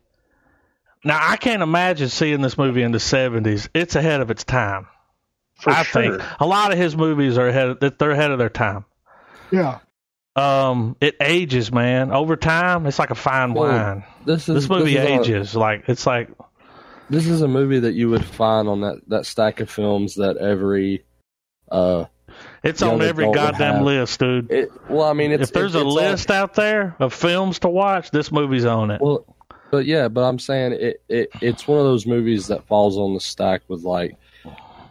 Now I can't imagine seeing this movie in the '70s. It's ahead of its time.
for
I
sure.
think a lot of his movies are ahead. Of, they're ahead of their time.
Yeah.
Um, it ages, man. Over time, it's like a fine
Well,
wine.
this is
This movie
is a-
ages. like it's like
this is a movie that you would find on that, that stack of films that every uh
it's
Young
on every
adult would
goddamn
have-
list, dude.
it well I mean it's
if there's
it-
a
it's all-
list out there of films to watch, this movie's on it.
Well, but yeah, but I'm saying it, it it's one of those movies that falls on the stack with like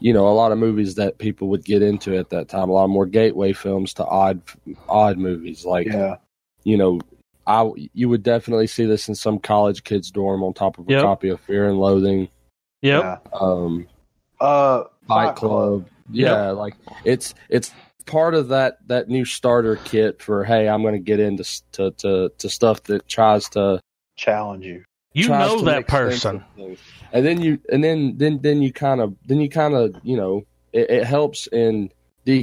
you know a lot of movies that people would get into at that time. A lot more gateway films to odd odd movies like
Yeah.
you know I you would definitely see this in some college kid's dorm on top of a
Yep.
copy of Fear and Loathing,
yep.
Yeah.
um,
Uh,
Fight Club. Yeah, like it's it's part of that that new starter kit for hey I'm going to get into s- to to to stuff that tries to
Challenge you.
You
tries
know
to
that
make sense
person.
of things. and then you and then then then you kind of then you kind of you know it, it helps in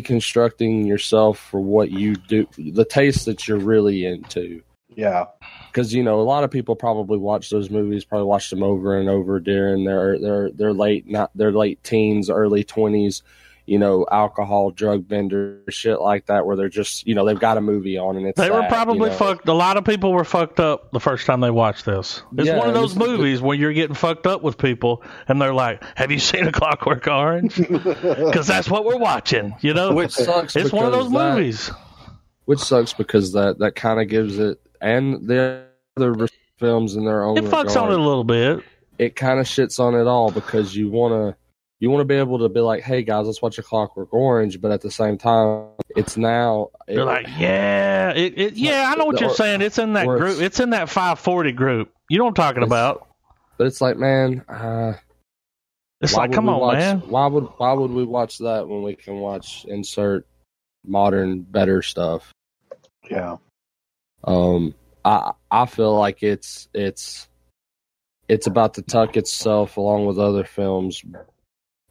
deconstructing yourself for what you do the taste that you're really into
Yeah.
because you know a lot of people probably watch those movies probably watch them over and over during their their their late not their late teens early 20s you know alcohol drug vendor shit like that where they're just you know they've got a movie on and it's
They were
sad, you
probably
know?
fucked. A lot of people were fucked up the first time they watched this. It's
Yeah,
one of
and
those
this is the-
movies where you're getting fucked up with people, and they're like, "Have you seen A Clockwork Orange?" Because that's what we're watching. You know,
which sucks
it's one of
because
those
that-
movies.
which sucks because that that kind of gives it and the other films in their own
It fucks on it a
regard,
little bit.
it kind of shits on it all because you want to you want to be able to be like hey guys let's watch a clockwork orange but at the same time it's now it-
They're like, "Yeah, it, it, yeah, I know what you're
Or-
saying. It's in that
or it's-
group. It's in that 540 group. You know what I'm talking
It's-
about?
but it's like man uh,
It's
why
like,
would
come
we
on,
watch-
man.
why would why would we watch that when we can watch insert modern better stuff
yeah.
Um, I I feel like it's it's it's about to tuck itself along with other films,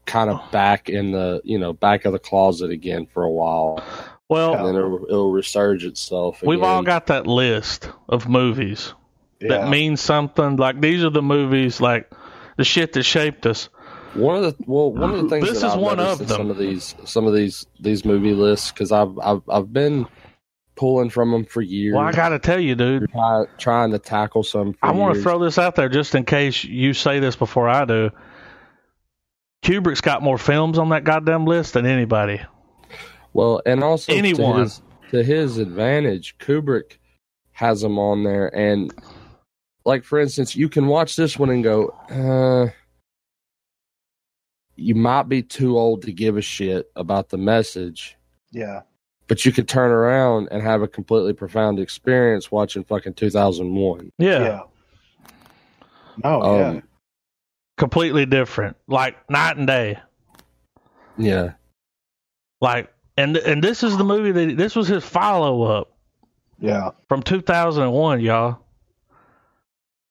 kind of back in the you know back of the closet again for a while,
Well,
and then it'll, it'll resurge itself.
We've all
again.
got that list of movies
Yeah.
that mean something. Like these are the movies, like the shit that shaped us.
one of the well one of the things
This
that
is
I've
one of
noticed in
them.
some of these some of these these movie lists because I've I've I've been pulling from them for years.
Well, I gotta tell you, dude.
try, trying to tackle some. For
I want to
years.
throw this out there just in case you say this before I do. Kubrick's got more films on that goddamn list than anybody.
Well, and also
Anyone.
to his, to his advantage, Kubrick has him on there, and like for instance, you can watch this one and go, uh, you might be too old to give a shit about the message,
Yeah.
but you could turn around and have a completely profound experience watching fucking 2001.
Yeah.
Yeah.
No,
Um,
yeah.
Completely different. Like night and day.
Yeah.
Like and and this is the movie that this was his follow up
Yeah.
from 2001, y'all.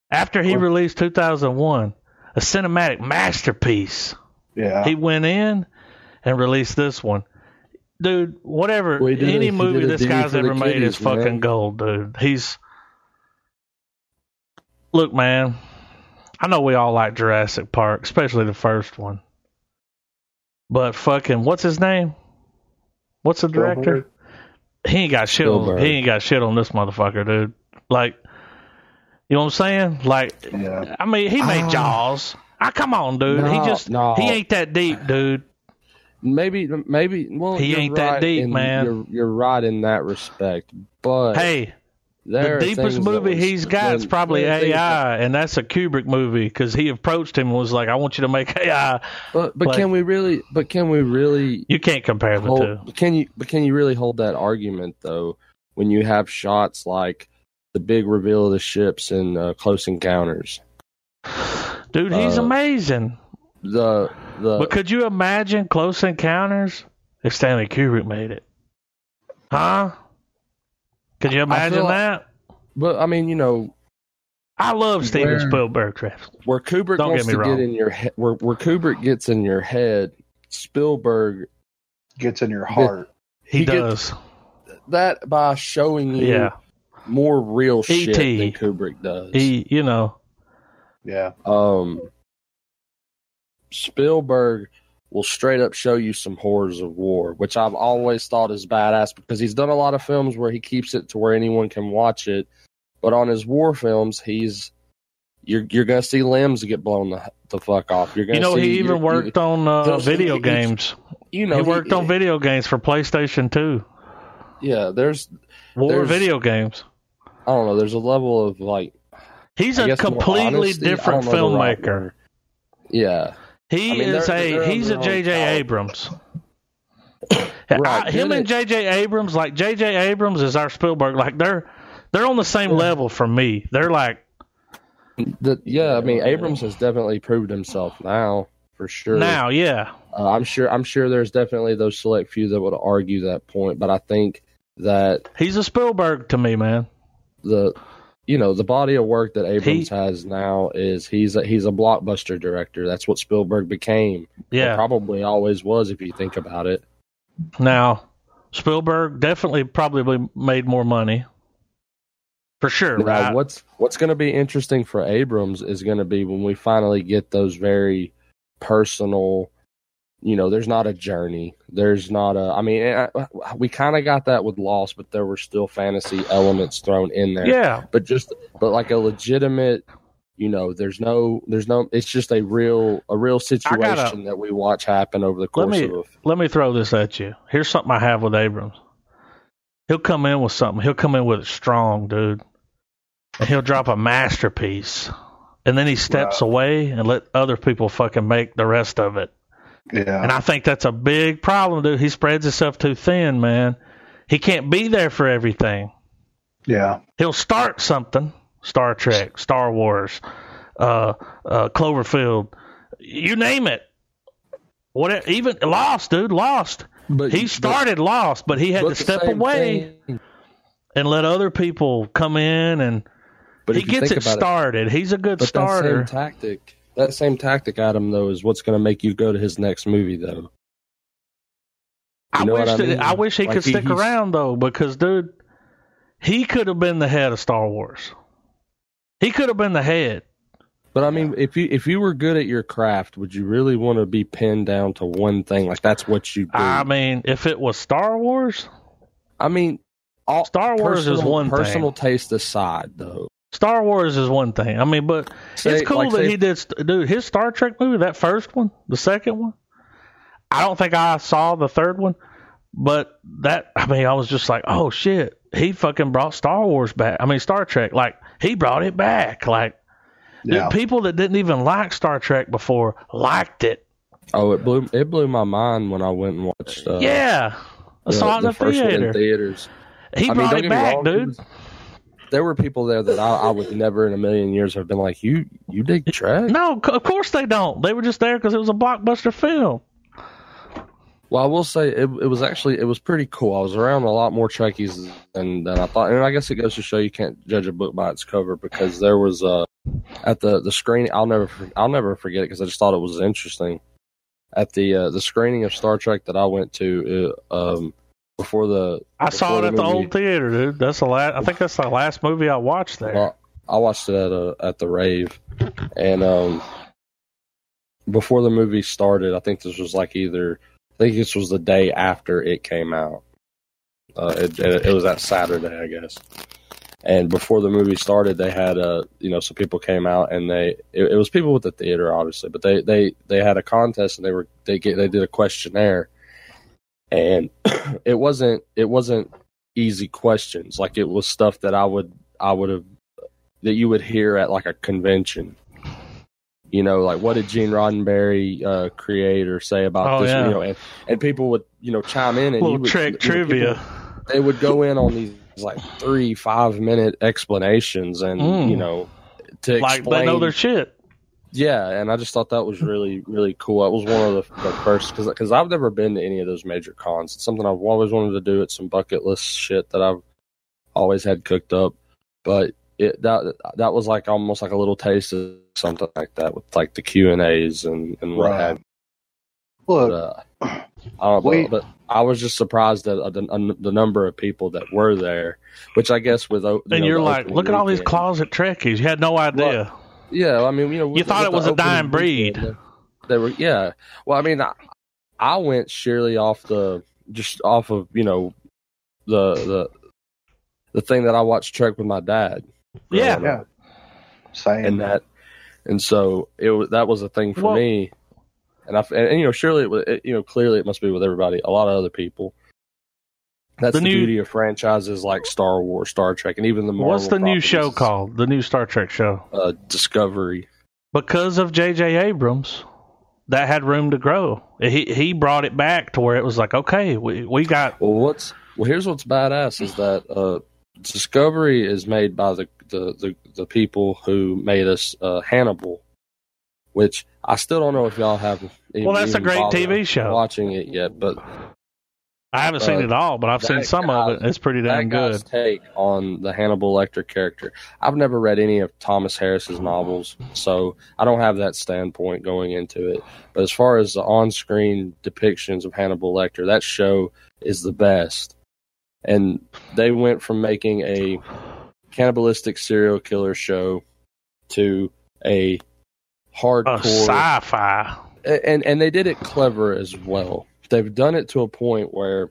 After he
Cool.
released 2001, a cinematic masterpiece.
Yeah.
He went in and released this one. Dude, whatever
Well, he did a-
any
he
movie
did a
this
ditty
guy's
for the
ever made is
kiddies, man.
fucking gold, dude. He's Look, man. I know we all like Jurassic Park, especially the first one. But fucking what's his name? What's the director? He ain't got shit on
Spielberg.
he ain't got shit on this motherfucker, dude. Like you know what I'm saying? Like
Yeah.
I mean, he made
Ah.
Jaws. Ah, come on, dude. he
No,
just
no.
he ain't that deep, dude.
Maybe, maybe, well,
He
you're
ain't that
right
deep,
in-
man.
You're, you're right in that respect, but
Hey,
there are
the deepest
things that
movie
was-
he's got is
there-
probably
there are things that-
AI, and that's a Kubrick movie because he approached him and was like, "I want you to make AI."
But but
Like-
can we really? But can we really?
You can't compare the two.
Hold, can you? But can you really hold that argument though? When you have shots like the big reveal of the ships in uh, Close Encounters,
Dude, he's
Uh,
amazing.
the the
but could you imagine Close Encounters if Stanley Kubrick made it? Huh? Could you imagine
feel like-
that?
but I mean you know
I love Steven
Where-
Spielberg, Travis.
where Kubrick
Don't
wants
get me
to
wrong.
get in your head where where Kubrick gets in your head, Spielberg
Gets in your heart.
He,
He gets-
does.
that by showing you
yeah. E
more real shit
E.T..
than Kubrick does.
He, you know,
Yeah.
um Spielberg will straight up show you some horrors of war, which I've always thought is badass because he's done a lot of films where he keeps it to where anyone can watch it, but on his war films, he's you're you're gonna see limbs get blown the, the fuck off. You're gonna
you know,
see,
he
you're-
even worked on uh,
Those-
video
he-
games.
You, you know,
he worked on video games for PlayStation 2.
Yeah, there's
War
There's-
video games.
I don't know. There's a level of like
He's
I
a
guess more
completely
honesty. I don't
different
know the right
filmmaker.
word. Yeah,
He
I mean,
is
they're-
a
they're on
he's a
their own
J.J.
caliber.
Abrams.
Right,
I- him
get
and
it.
J.J. Abrams, like J.J. Abrams is our Spielberg. Like they're they're on the same
Yeah.
level for me. They're like
the, yeah. I mean, Abrams has definitely proved himself now for sure.
now, yeah,
Uh, I'm sure. I'm sure there's definitely those select few that would argue that point, but I think that
he's a Spielberg to me, man.
the you know the body of work that Abrams has now is he's a, he's a blockbuster director. That's what Spielberg became. Or
Yeah.
probably always was if you think about it.
Now, Spielberg definitely probably made more money. For sure,
Now,
right?
what's what's going to be interesting for Abrams is going to be when we finally get those very personal. You know, there's not a journey. There's not a. I mean, I, I- we kind of got that with Lost, but there were still fantasy elements thrown in there.
yeah,
but just but like a legitimate you know there's no there's no it's just a real a real situation that we watch happen over the course
me-
of a,
let me throw this at you. Here's something I have with Abrams. He'll come in with something. He'll come in with it strong, dude. And he'll drop a masterpiece. And then he steps away and let other people fucking make the rest of it.
Yeah.
And I think that's a big problem, dude. He spreads himself too thin, man. He can't be there for everything.
yeah.
He'll start something Star Trek, Star Wars, uh, uh, Cloverfield, you name it. What even Lost, dude, Lost
but
he started lost, but he had
but
to
the
step
same
away
thing-
and let other people come in, and
but
he
if you
gets
think
it
about
started. He's a good
but
starter.
that same tactic that same tactic adam though is what's going to make you go to his next movie though
I
you know
wish
what I
that
mean?
I wish he
Like,
could
he-
stick
he's-
around though, because dude, he could have been the head of Star Wars. He could have been the head.
but i mean if you if you were good at your craft would you really want to be pinned down to one thing like that's what you do
I mean, if it was Star Wars,
i mean all
Star Wars is
personal-
one thing.
personal taste aside though
Star Wars is one thing. I mean, but
Say-
it's cool
like,
that
say-
he did, st- dude. His Star Trek movie, that first one, the second one. I don't think I saw the third one, but that I mean, I was just like, oh shit, he fucking brought Star Wars back. I mean, Star Trek. Like he brought it back. Like the
Yeah.
people that didn't even like Star Trek before liked it.
Oh, it blew it blew my mind when I went and watched. Uh,
yeah, I
the,
saw it in the,
the first one
theater.
in theaters.
he
I mean,
brought
don't
it
get me
back,
wrong,
dude.
was- There were people there that I, I would never in a million years have been like, you you dig track?
No, c- of course they don't. They were just there because it was a blockbuster film.
Well, I will say it, it was actually it was pretty cool. I was around a lot more Trekkies than, than I thought, and I guess it goes to show you can't judge a book by its cover because there was uh, at the the screening. I'll never for- I'll never forget it because I just thought it was interesting. At the uh, the screening of Star Trek that I went to uh, um, before the
I saw
Before
it
the
at the
movie.
old theater, dude. That's the last. I think that's the last movie I watched there.
Well, I watched it at a, at the rave, and um, before the movie started, I think this was like either I think this was the day after it came out. Uh, it, it, it was that Saturday, I guess. And before the movie started, they had uh, you know some people came out and they it, it was people with the theater obviously, but they they they had a contest and they were they get they did a questionnaire, and it wasn't it wasn't easy questions like it was stuff that I would I would have that you would hear at like a convention. You know, like what did Gene Roddenberry uh, create or say about
Oh,
this?
yeah.
You know, and, and people would you know chime in and you
Little
would, you know,
trick
people-
trivia.
they would go in on these like three five minute explanations and
Mm.
you know to
Like
explain
they know their shit.
yeah and i just thought that was really really cool that was one of the, the first because because i've never been to any of those major cons it's something i've always wanted to do it's some bucket list shit that i've always had cooked up but it that that was like almost like a little taste of something like that with like the q and a's and and what have
Right.
but,
Look,
uh, I don't know,
We-
but I was just surprised at uh, the, uh, the number of people that were there, which I guess with o- you
And
know,
you're
the
like,
opening
look at all these
weekend-
closet trekkies. You had no idea.
Yeah, I mean, you know,
You thought it was a
opening
dying breed.
weekend, They were, yeah. Well, I mean, I, I went sheerly off the just off of you know the the the thing that I watched Trek with my dad. growing
Yeah.
up
Yeah. same.
and that and so it was that was a thing for
Well-
me and i f- and, and, you know surely it, wa- it you know clearly it must be with everybody a lot of other people that's
The
the,
new-
beauty of franchises like star wars star trek and even the Marvel
What's the new
properties,
show called? The new Star Trek show.
uh discovery
Because of J.J. Abrams, that had room to grow. He he brought it back to where it was like, okay, we we got
well what's well here's what's badass is that uh discovery is made by the the the, the people who made us uh hannibal which i still don't know if y'all have
Well, that's a
even
great
bothered
TV show.
watching it yet but
I haven't seen
Uh,
it all, but I've seen
that
some
guy-
of it. It's pretty damn
that
good.
guy's take on the Hannibal Lecter character. I've never read any of Thomas Harris's novels, so I don't have that standpoint going into it. But as far as the on-screen depictions of Hannibal Lecter, that show is the best. And they went from making a cannibalistic serial killer show to a
A
hardcore
Uh, sci-fi.
and and they did it clever as well. They've done it to a point where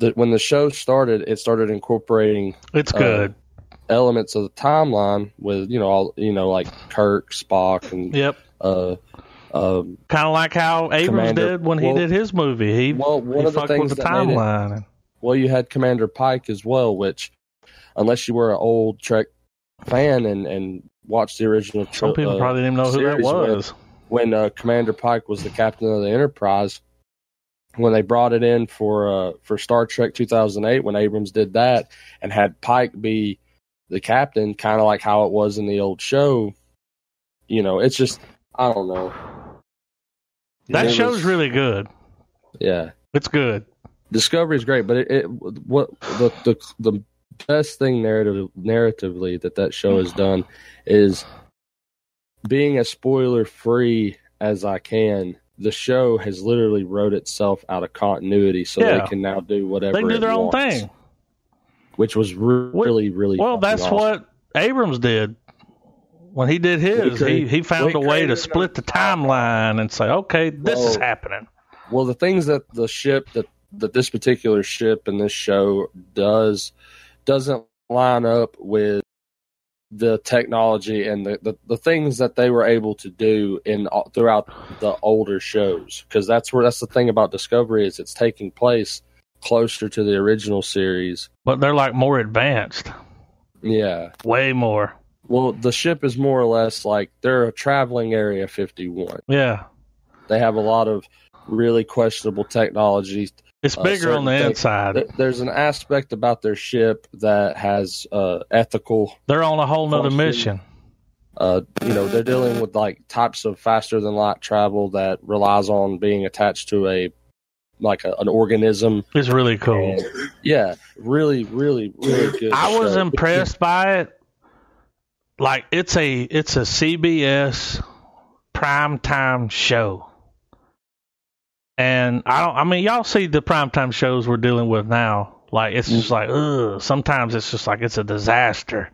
the, when the show started, it started incorporating
It's
Uh,
good.
elements of the timeline with you know all you know like Kirk, Spock, and
Yep.
uh, um,
Kind of like how Abrams
Commander-
did when he
well-
did his movie. He,
well one
he
of the
fucked
things
with the
that made it-
timeline.
well you had Commander Pike as well, which unless you were an old Trek fan and and watched the original,
Some
tri-
people
uh,
probably didn't even know who that
series where-
was.
when uh, Commander Pike was the captain of the Enterprise, when they brought it in for uh, for Star Trek 2008, when Abrams did that and had Pike be the captain, kind of like how it was in the old show. You know, it's just I don't know.
That
It
show's
was-
really good.
yeah.
It's good.
Discovery is great, but it, it what the the the best thing narrative narratively that that show has done is being as spoiler free as I can. The show has literally wrote itself out of continuity, so
Yeah.
they can now do whatever
They can do
it
their own
wants,
thing.
which was re- really really
Well,
fucking
that's
awesome.
what Abrams did when he did his.
We
He
create-
he found
we
a way to
created
split the timeline and say, okay, this is
Well,
happening.
Well, the things that the ship that that this particular ship in this show does doesn't line up with the technology and the, the, the things that they were able to do in all- throughout the older shows because that's where that's the thing about discovery is it's taking place closer to the original series
But they're like more advanced.
Yeah.
Way more.
Well, the ship is more or less like they're a traveling Area 51.
Yeah.
They have a lot of really questionable technology.
It's
Uh,
bigger on the
certain things-
inside.
Th- There's an aspect about their ship that has uh, ethical.
They're on a whole nother
function.
mission.
Uh, you know, they're dealing with like types of faster than light travel that relies on being attached to a like a, an organism.
It's really cool.
And, yeah, really, really, really good.
I was
show.
impressed by it. Like it's a it's a CBS primetime show. And I don't I mean y'all see the primetime shows we're dealing with now. Like it's
Mm.
just like ugh, sometimes it's just like it's a disaster.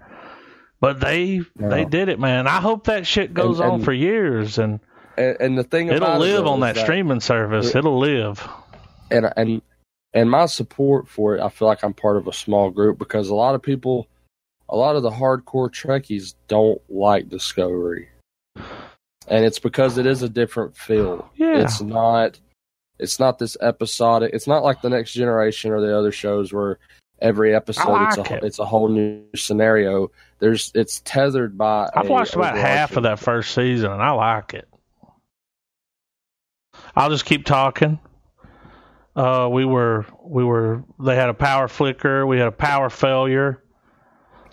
But they they
Yeah.
did it, man. I hope that shit goes
And-
on
and-
for years and
And, and the thing
it'll
about it,
live
though,
on
is
that, streaming service.
Yeah.
It'll live.
and and and my support for it, I feel like I'm part of a small group because a lot of people, a lot of the hardcore Trekkies don't like Discovery, and it's because it is a different feel.
Yeah.
It's not, it's not this episodic. It's not like the Next Generation or the other shows where every episode
like
it's a
it.
it's a whole new scenario. There's it's tethered by.
I've
a
watched about half of
overarching-
that first season, and I like it. I'll just keep talking. Uh, we were, we were. They had a power flicker. We had a power failure.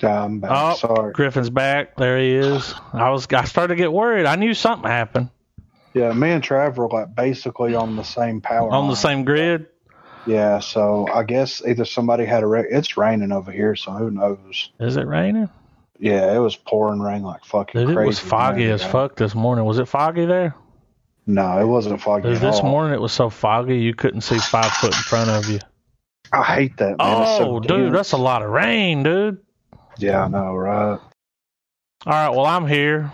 I'm back.
Oh,
Sorry.
Griffin's back. There he is. I was. I started to get worried. I knew something happened
Yeah, me and Trav were like basically on the same power.
on the
line.
same grid.
Yeah, so I guess either somebody had a. Re- it's raining over here, so who knows?
Is it raining?
Yeah, it was pouring rain like fucking
Dude, it
crazy.
was foggy
man.
as fuck this morning. Was it foggy there?
No, it wasn't foggy.
Dude,
At
this
all.
morning it was so foggy you couldn't see five foot in front of you.
I hate that. Man. It's so
Oh, dude,
dense.
that's a lot of rain, dude.
yeah, I know, right?
All right. Well, I'm here.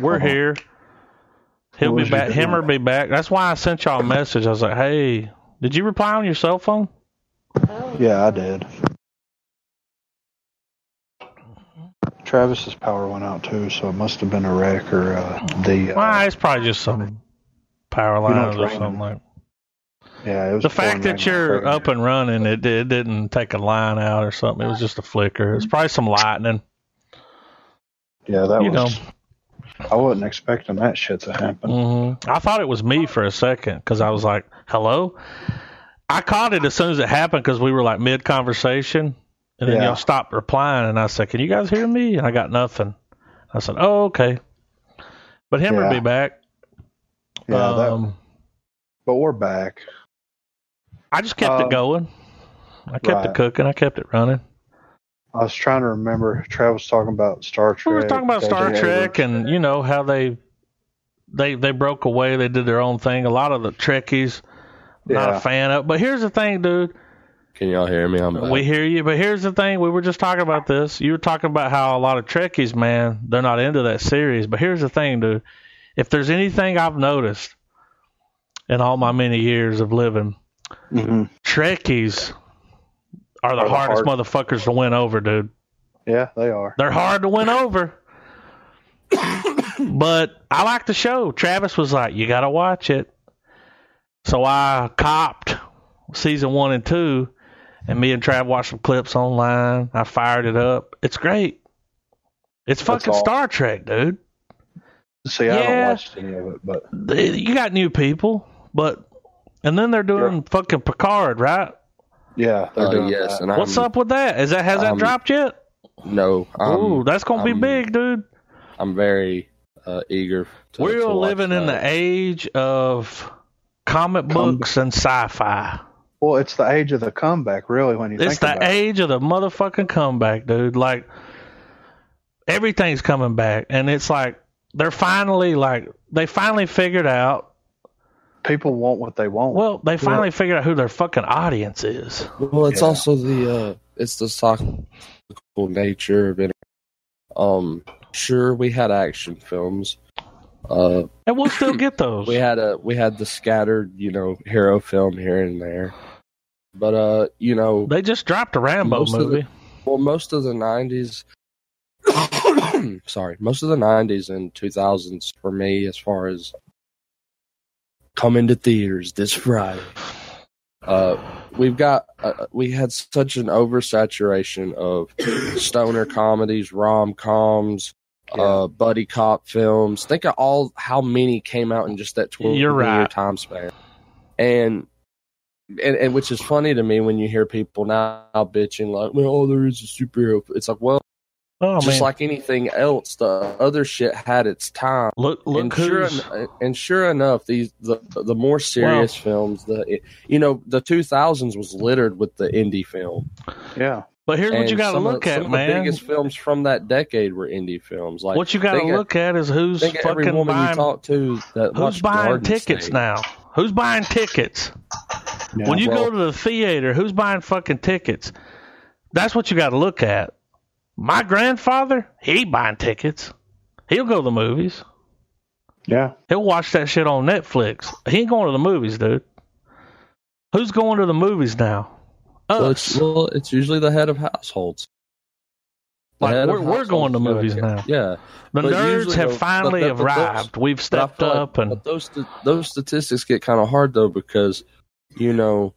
We're
Uh-huh.
here. He'll
What
be
was you
back. Him or
doing?
be back. That's why I sent y'all a message. I was like, "Hey, did you reply on your cell phone?"
Yeah, I did. Travis's power went out too, so it must have been a wreck or uh, the. Uh,
Well, it's probably just some power
You know,
lines
it's
or
raining.
something like.
Yeah, it was
The fact
pouring
that
rain like
you're
crazy.
up and running, it, di- it didn't take a line out or something. It was just a flicker. It's probably some lightning.
Yeah, that
you
was. I wasn't expecting that shit to happen.
hmm I thought it was me for a second because I was like, "Hello." I caught it as soon as it happened because we were like mid conversation, and then
Yeah.
y'all stopped replying, and I said, "Can you guys hear me?" And I got nothing. I said, "Oh, okay." But him will
Yeah.
be back.
Yeah, that,
um,
but we're back.
I just kept
um,
it going. I kept it
right.
cooking. I kept it running.
I was trying to remember. Travis talking about Star Trek.
We were talking about
J.J.
Star Trek
Abrams.
and you know how they they they broke away. They did their own thing. A lot of the Trekkies, not
Yeah.
a fan of. But here's the thing, dude.
Can y'all hear me? I'm back.
We hear you, but here's the thing. We were just talking about this. You were talking about how a lot of Trekkies, man, they're not into that series. But here's the thing, dude. If there's anything I've noticed in all my many years of living,
Mhm.
Trekkies are the
Are the
hardest
hard-
motherfuckers to win over, dude.
Yeah, they are.
They're hard to win over. but I like the show. Travis was like, you got to watch it. So I copped season one and two, and me and Trav watched some clips online. I fired it up. It's great. It's fucking
all.
Star Trek, dude.
See, I haven't
Yeah.
watched any of it, but
They- You got new people, but. And then they're doing fucking Picard, right?
yeah, they're
Uh,
doing
yes,
that.
and I'm,
What's up with that? Is that has that
I'm-
dropped yet?
No, I'm,
Ooh, that's gonna be
I'm-
big, dude.
I'm very uh, eager. To,
We're
to watch
living in
that.
the age of comic
Com-
books and sci-fi.
Well, it's the age of the comeback, really. When you
It's
think
the
about it.
age of the motherfucking comeback, dude. Like everything's coming back, and it's like they're finally like they finally figured out.
people want what they want.
Well, they finally figured out who their fucking audience is.
Well, it's
Yeah.
also the uh, it's the cyclical nature of it. Um, sure, we had action films. Uh,
And we'll still get those.
we had a we had the scattered, you know, hero film here and there. But uh, you know,
they just dropped a Rambo
Most of the-
movie.
well, most of the '90s. sorry, most of the '90s and 2000s for me, as far as coming to theaters this Friday. Uh, we've got uh, we had such an oversaturation of stoner comedies, rom coms, uh, buddy cop films. Think of all how many came out in just that twenty
You're
year
right.
time span, and. And, and which is funny to me when you hear people now bitching like, "Well, oh, there is a superhero." It's like, well,
Oh
just
man,
like anything else, the other shit had its time.
look look
and sure,
who's
en- and sure enough, these the the more serious films, the you know the two thousands was littered with the indie film.
Yeah.
But here's what
And
you got to
some of-
look
some
at,
of
man.
The biggest films from that decade were indie films. Like
what you got to
think of-
look at is who's
think of every
fucking
woman you
buying
talk to that
who's
watched
buying
Garden
tickets
State.
now. Who's buying tickets?
Yeah.
when you go
well-
to the theater, who's buying fucking tickets? That's what you got to look at. My grandfather, he ain't buying tickets. He'll go to the movies.
yeah.
He'll watch that shit on Netflix. He ain't going to the movies, dude. Who's going to the movies now?
Well,
Us.
it's, well, it's usually the head of households. The
Like,
head of
we're- we're going to
households doing
movies
it. Yeah.
the
but
nerds
usually
have
the- but
finally
the- but those-
arrived. We've
But I
stepped
feel like-
up and
uh, but those st- those statistics get kind of hard though because you know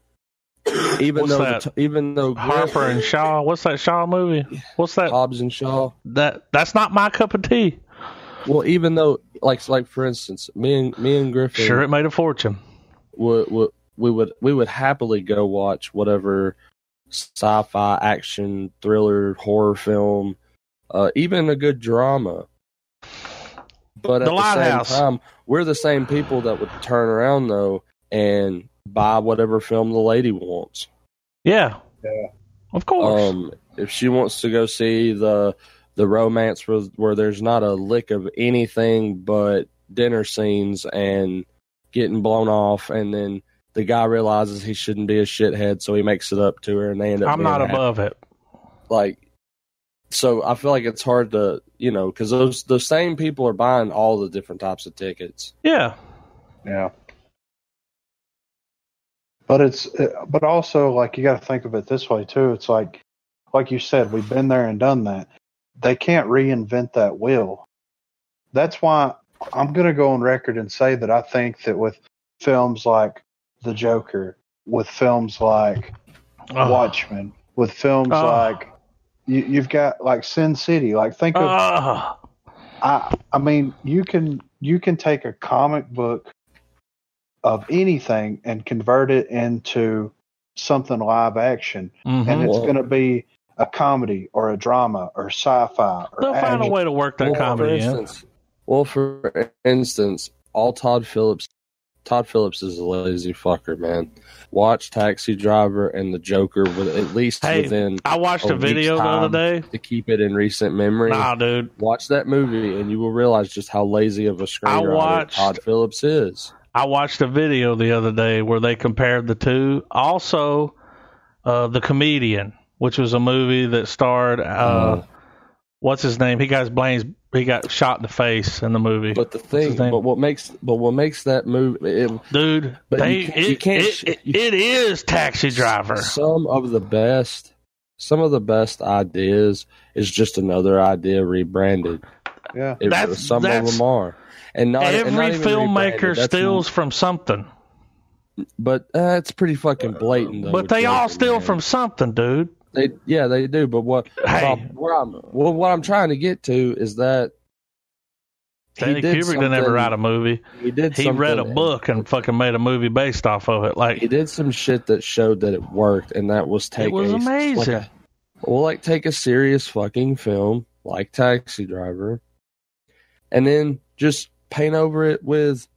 even
What's
though
that?
the Uh, t- even though
Harper and Shaw. What's that Shaw movie? What's that?
Hobbs and Shaw
That that's not my cup of tea.
well even though like like for instance me and me and Griffin
Sure, it made a fortune.
would, would we would we would happily go watch whatever sci-fi action thriller horror film uh, even a good drama but at
The
the,
Lighthouse.
same time we're the same people that would turn around though and buy whatever film the lady wants
Yeah.
Yeah.
Of course.
um if she wants to go see the the romance where, where there's not a lick of anything but dinner scenes and getting blown off and then the guy realizes he shouldn't be a shithead so he makes it up to her and they end up
I'm
being
not
happy.
above it.
like so i feel like it's hard to you know because those the same people are buying all the different types of tickets
Yeah.
Yeah. But it's, uh, but also like you got to think of it this way too. It's like, like you said, we've been there and done that. They can't reinvent that wheel. That's why I'm going to go on record and say that I think that with films like The Joker, with films like
Ugh.
Watchmen, with films
Oh.
like you, you've got like Sin City. Like think
Uh-huh.
of
Ugh.
I I mean, you can you can take a comic book of anything and convert it into something live action,
Mhm.
and it's
Well-
going to be a comedy or a drama or sci-fi or
They'll find a
action.
way to work that
Well,
comedy
For
in.
instance, well, for instance, all Todd Phillips. Todd Phillips is a lazy fucker, man. Watch Taxi Driver and The Joker with at least
Hey,
within
I watched a
week's
video the
Oh, time
other day.
to keep it in recent memory.
Nah, dude.
Watch that movie, and you will realize just how lazy of a screenwriter
watched-
Todd Phillips is.
I watched a video the other day where they compared the two. Also, uh, The Comedian, which was a movie that starred uh,
Uh.
what's his name? He got blames. He got shot in the face in the movie.
But the
his
thing,
name?
but what makes, but what makes that movie, it,
Dude,
But
they,
you can't-
it,
you can't
it-
sh-
it-
you-
it is Taxi Driver.
some of the best, some of the best ideas is just another idea rebranded.
Yeah,
It,
That's-
some
that's-
of them are, and not and not
Every
even
filmmaker
rebranded. That's-
steals from something,
but uh, it's pretty fucking blatant. Though,
but
with
they all
Joker,
steal
man.
from something, dude.
They, yeah, they do. But what?
Hey.
Bob, where I'm, well, what I'm trying to get to is that he
Stanley
did
Kubrick didn't ever
something-
write a movie.
He did.
He read a
something-
book and fucking made a movie based off of it. Like
He did some shit that showed that it worked, and that was take.
it was
a- like
amazing.
a- well, like take a serious fucking film like Taxi Driver, and then just paint over it with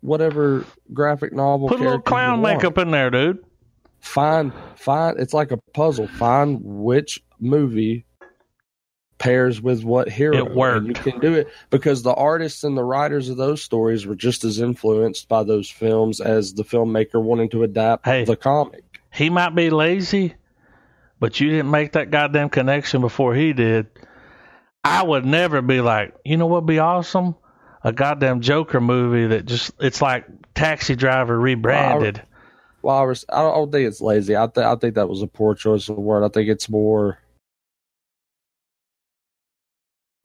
whatever graphic novel.
Put a little
character you
clown
want.
makeup in there, dude.
find find it's like a puzzle find which movie pairs with what hero
It worked.
And you can do it because the artists and the writers of those stories were just as influenced by those films as the filmmaker wanting to adapt
Hey.
the comic
He might be lazy, but you didn't make that goddamn connection before he did. I would never be like, you know what would be awesome? A goddamn Joker movie that just, it's like Taxi Driver rebranded.
well i, was, I, don't, I don't think it's lazy I, th- I think that was a poor choice of word i think it's more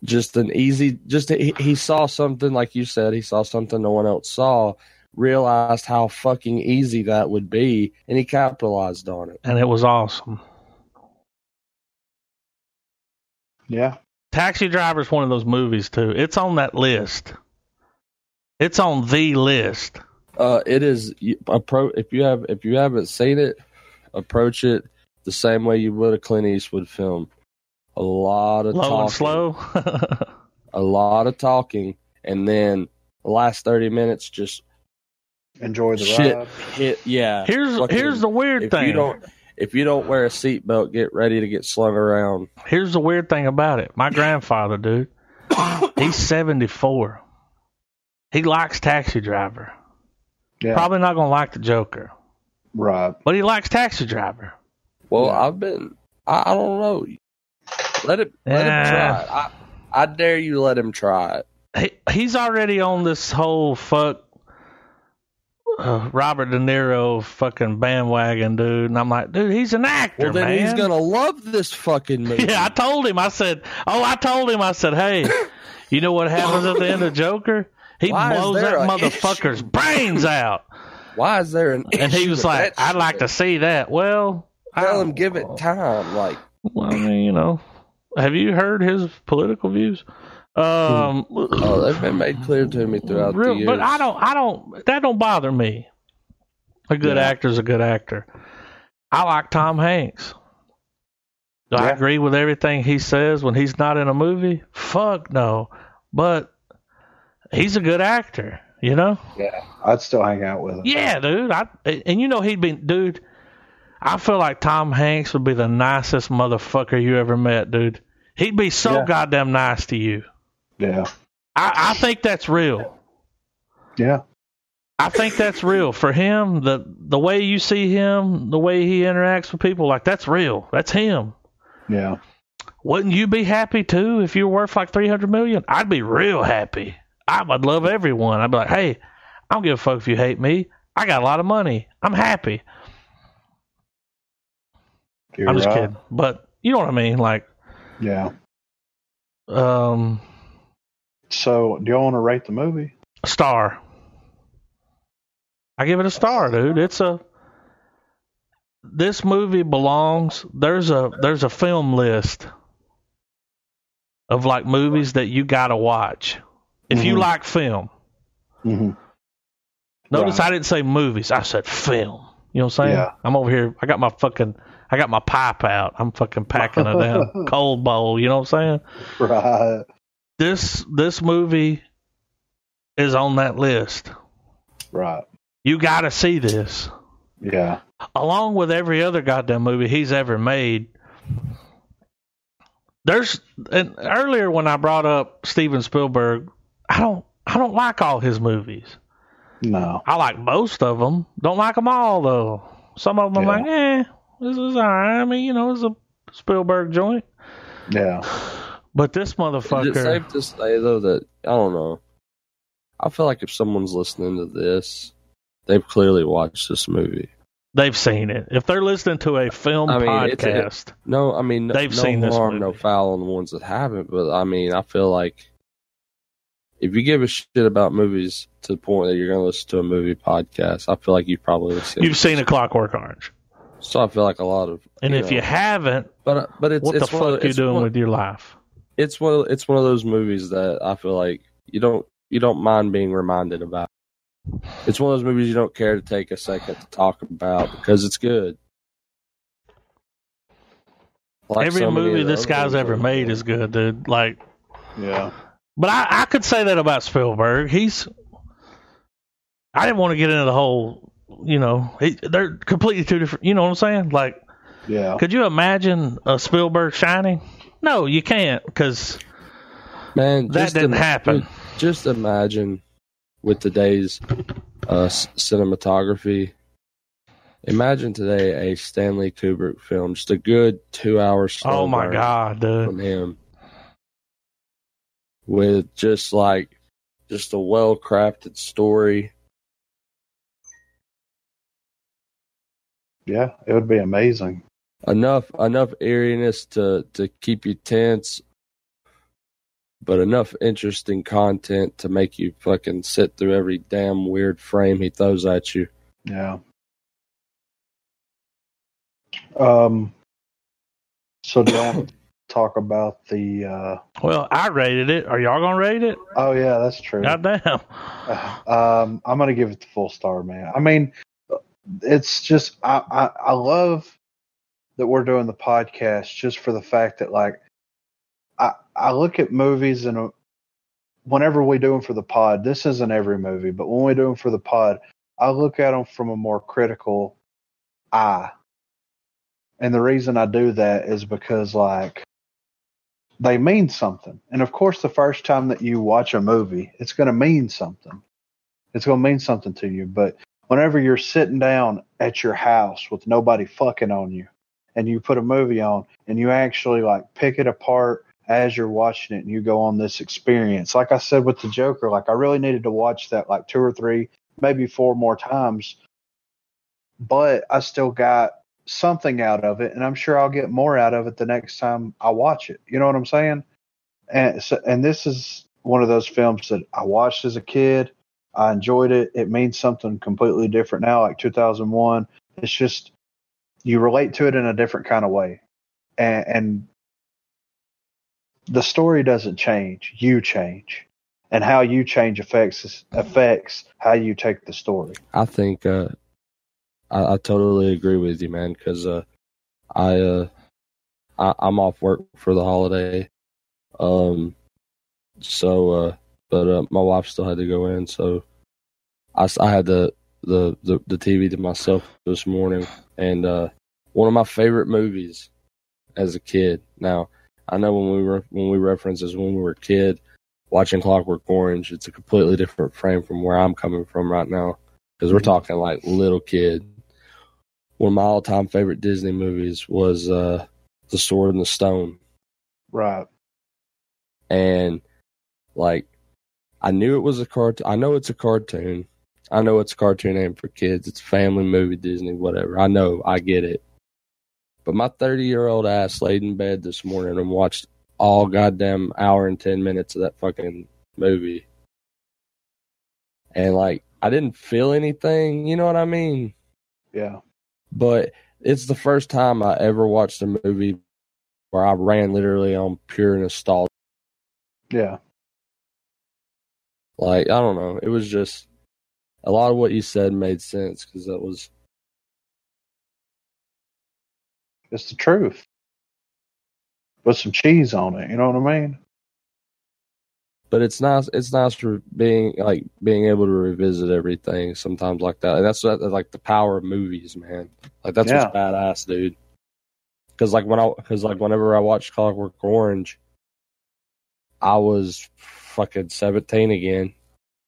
just an easy just he, he saw something like you said he saw something no one else saw realized how fucking easy that would be, and he capitalized on it.
and it was awesome.
Yeah.
Taxi Driver is one of those movies too. It's on that list. It's on the list.
Uh, it is appro. If you have if you haven't seen it, approach it the same way you would a Clint Eastwood film. A lot of
Low
talking,
and slow.
a lot of talking, and then the last thirty minutes just
Enjoy the
Shit.
ride.
hit. Yeah,
here's
Fucking-
here's the weird
if
thing.
you don't if you don't wear a seatbelt, get ready to get slung around.
Here's the weird thing about it. My grandfather, dude, he's 74. He likes Taxi Driver.
Yeah.
Probably not going to like the Joker,
Right.
but he likes Taxi Driver.
Well,
Yeah.
I've been. I, I don't know. Let it. Let him try it. I, I dare you. Let him try it.
He, he's already on this whole fuck uh, Robert De Niro fucking bandwagon, dude. And I'm like, dude, he's an actor,
Well, then
man.
he's gonna love this fucking movie.
yeah, I told him. I said, oh, I told him. I said, hey, you know what happens at the end of Joker? He
Why is
blows
there
that
a
motherfucker's brains out.
Why is there an?
And he
issue
was
with
like,
that
I'd
shit?
like to Oh. see that. Well,
Tell
I-
him, give it time. Like,
Well, I mean, you know, have you heard his political views? Um,
Hmm. oh, they've been made clear to me throughout the
real-
years.
but I don't, I don't, that don't bother me. A good
Yeah.
actor's a good actor. I like Tom Hanks. Do I
Yeah.
agree with everything he says when he's not in a movie? Fuck no. But he's a good actor, you know?
Yeah. I'd still hang out with him.
Yeah, dude. I and you know he'd be dude. I feel like Tom Hanks would be the nicest motherfucker you ever met, dude. He'd be so
Yeah.
goddamn nice to you.
Yeah.
I, I think that's real.
Yeah.
I think that's real for him. The the way you see him, the way he interacts with people, like that's real. That's him.
Yeah.
Wouldn't you be happy too if you were worth like three hundred million? I'd be real happy. I would love everyone. I'd be like, hey, I don't give a fuck if you hate me. I got a lot of money. I'm happy.
You're
I'm just
right.
kidding. But you know what I mean? Like,
Yeah.
um,
So, do y'all want to rate the movie?
star. I give it a star, dude. It's a. This movie belongs. There's a there's a film list of like movies that you gotta watch if you
Mhm.
like film.
Mm-hmm.
Notice
Right.
I didn't say movies. I said film. You know what I'm saying?
Yeah.
I'm over here. I got my fucking. I got my pipe out. I'm fucking packing it down. Cold bowl. You know what I'm saying?
Right.
this this movie is on that list.
Right.
You got to see this,
Yeah.
along with every other goddamn movie he's ever made. There's and earlier when I brought up Steven Spielberg, I don't I don't like all his movies.
No.
I like most of them. Don't like them all though. Some of them
Yeah.
I'm like, eh, this is alright. I mean, you know, it's a Spielberg joint.
Yeah.
But this
Is it
motherfucker,
safe to say though that I don't know? I feel like if someone's listening to this, they've clearly watched this movie.
they've seen it. If they're listening to a film
I mean, it's a-
podcast,
No, I mean no-
They've
no
seen this
harm,
movie.
no foul on the ones that haven't. But I mean, I feel like if you give a shit about movies to the point that you're going to listen to a movie podcast, I feel like you've probably seen.
You've seen a Clockwork Orange,
so I feel like a lot of,
and
You
if
know.
you haven't,
but but it's
what
it's
the
one of-
fuck you
it's
doing
one-
with your life?
It's one of, it's one of those movies that I feel like you don't you don't mind being reminded about. It's one of those movies you don't care to take a second to talk about because it's good. Like
Every
so many
movie
of the
this
other
guy's
ones
ever
I've
made
done.
is good, dude. Like,
Yeah.
but I, I could say that about Spielberg. He's, I didn't want to get into the whole, you know, he, they're completely two different. You know what I'm saying? Like,
Yeah.
could you imagine a Spielberg shining? No, you can't, because
Man,
that
just
didn't
im-
happen.
dude, Just imagine with today's uh, s- cinematography. Imagine today a Stanley Kubrick film, just a good two-hour. slow
Oh my
burn
god, dude.
from him, with just like just a well-crafted story.
Yeah. It would be amazing.
enough enough eeriness to to keep you tense but enough interesting content to make you fucking sit through every damn weird frame he throws at you.
Yeah. Um. So do you talk about the? Uh,
Well, I rated it. Are y'all gonna rate it?
oh yeah, that's true.
Goddamn.
Um, I'm gonna give it the full star, man. I mean, it's just I, I I love that we're doing the podcast just for the fact that like I I look at movies and uh, whenever we do them for the pod, this isn't every movie, but when we do them for the pod, I look at them from a more critical eye. And the reason I do that is because like they mean something. And of course, the first time that you watch a movie, it's going to mean something. It's going to mean something to you. But whenever you're sitting down at your house with nobody fucking on you and you put a movie on and you actually like pick it apart as you're watching it and you go on this experience, like I said with the Joker, like I really needed to watch that like two or three, maybe four more times. But I still got something out of it, and I'm sure I'll get more out of it the next time I watch it. You know what I'm saying? And so, and this is one of those films that I watched as a kid. I enjoyed it. It means something completely different now, like 2001. It's just you relate to it in a different kind of way, and, and the story doesn't change. You change, and how you change affects affects how you take the story.
I think uh, I, I totally agree with you, man. Because uh, I, uh, I I'm off work for the holiday, um, so uh, but uh, my wife still had to go in, so I, s- I had the, the the the TV to myself this morning, and uh, one of my favorite movies as a kid. Now I know when we were when we reference this when we were a kid watching Clockwork Orange, it's a completely different frame from where I'm coming from right now because we're talking like little kid. One of my all-time favorite Disney movies was uh, The Sword and the Stone,
Right.
and like I knew it was a cartoon. I know it's a cartoon. I know it's a cartoon aimed for kids. It's a family movie, Disney, whatever. I know, I get it. But my thirty-year-old ass laid in bed this morning and watched all goddamn hour and ten minutes of that fucking movie, and like I didn't feel anything. You know what I mean?
Yeah.
but it's the first time I ever watched a movie where I ran literally on pure nostalgia.
Yeah.
Like I don't know, it was just a lot of what you said made sense because that was
It's the truth. With some cheese on it, you know what I mean?
but it's nice it's nice for being like being able to revisit everything sometimes like that and that's what, like the power of movies man like that's what's badass dude because like when i because like whenever i watched clockwork orange i was fucking 17 again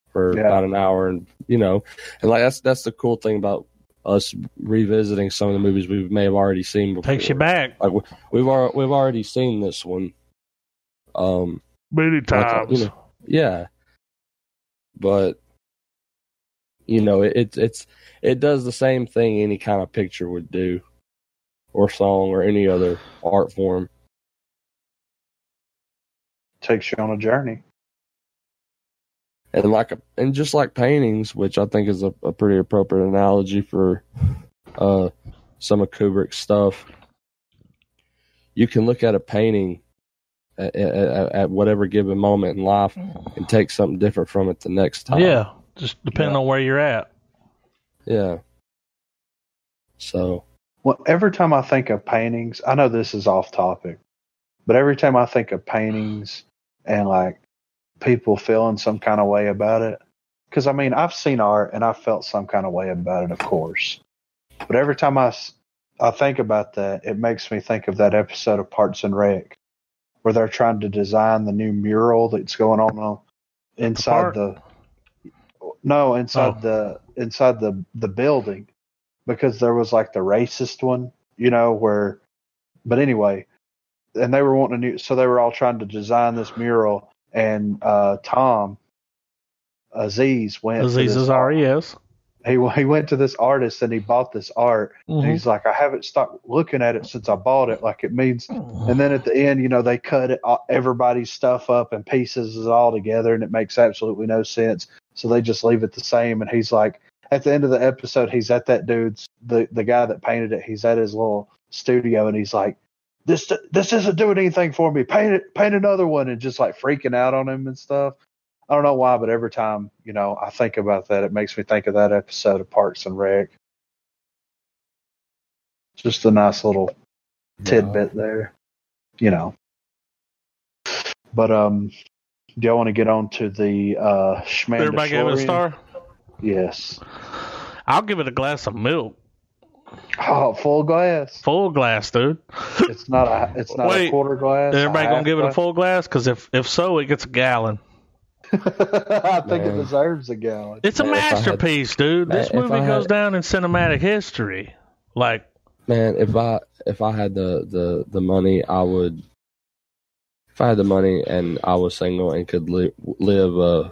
for
Yeah.
about an hour and you know and like that's that's the cool thing about us revisiting some of the movies we may have already seen before
Takes you back
like we- we've al- we've already seen this one um
many
Like,
times.
you know, yeah, but you know, it, it's it's it does the same thing any kind of picture would do, or song, or any other art form.
Takes you on a journey.
And like, a, and just like paintings, which I think is a, a pretty appropriate analogy for uh, some of Kubrick's stuff. You can look at a painting at, at, at whatever given moment in life and take something different from it the next time.
Yeah, just depending on where you're at.
Yeah. So
Well, every time I think of paintings, I know this is off topic, but every time I think of paintings and like people feeling some kind of way about it, because I mean, I've seen art and I felt some kind of way about it, of course. But every time I, s- I think about that, it makes me think of that episode of Parts and Rec where they're trying to design the new mural that's going on on-
park?
inside the, no, inside
Oh.
the inside the the building because there was like the racist one, you know, where but anyway, and they were wanting to new so they were all trying to design this mural and uh Tom Aziz went to
Aziz E
this-
Ansari, yes.
he he went to this artist and he bought this art.
Mm-hmm.
And he's like, I haven't stopped looking at it since I bought it. Like it means. And then at the end, you know, they cut it, all- everybody's stuff up and pieces it all together, and it makes absolutely no sense. So they just leave it the same. And he's like, at the end of the episode, he's at that dude's the the guy that painted it. He's at his little studio, and he's like, this this isn't doing anything for me. Paint it, paint another one, and just like freaking out on him and stuff. I don't know why, but every time you know I think about that, it makes me think of that episode of Parks and Rec. Just a nice little tidbit there, you know. But um, do y'all want to get on to the uh,
Everybody gave it a
Schmandachlorian?
star.
Yes.
I'll give it a glass of milk,
Oh, full glass.
full glass, dude.
It's not a. It's not
Wait.
a quarter glass.
Is everybody
a
gonna
half
give it a
glass?
full glass? Because if if so, it gets a gallon.
I think it
Man.
deserves a gallon.
It's a
Man, if I had-
masterpiece, dude.
Man,
This
if I
movie
had-
goes down in cinematic history. Like,
Man, if I if I had the the the money, I would. If I had the money and I was single and could li- live, uh,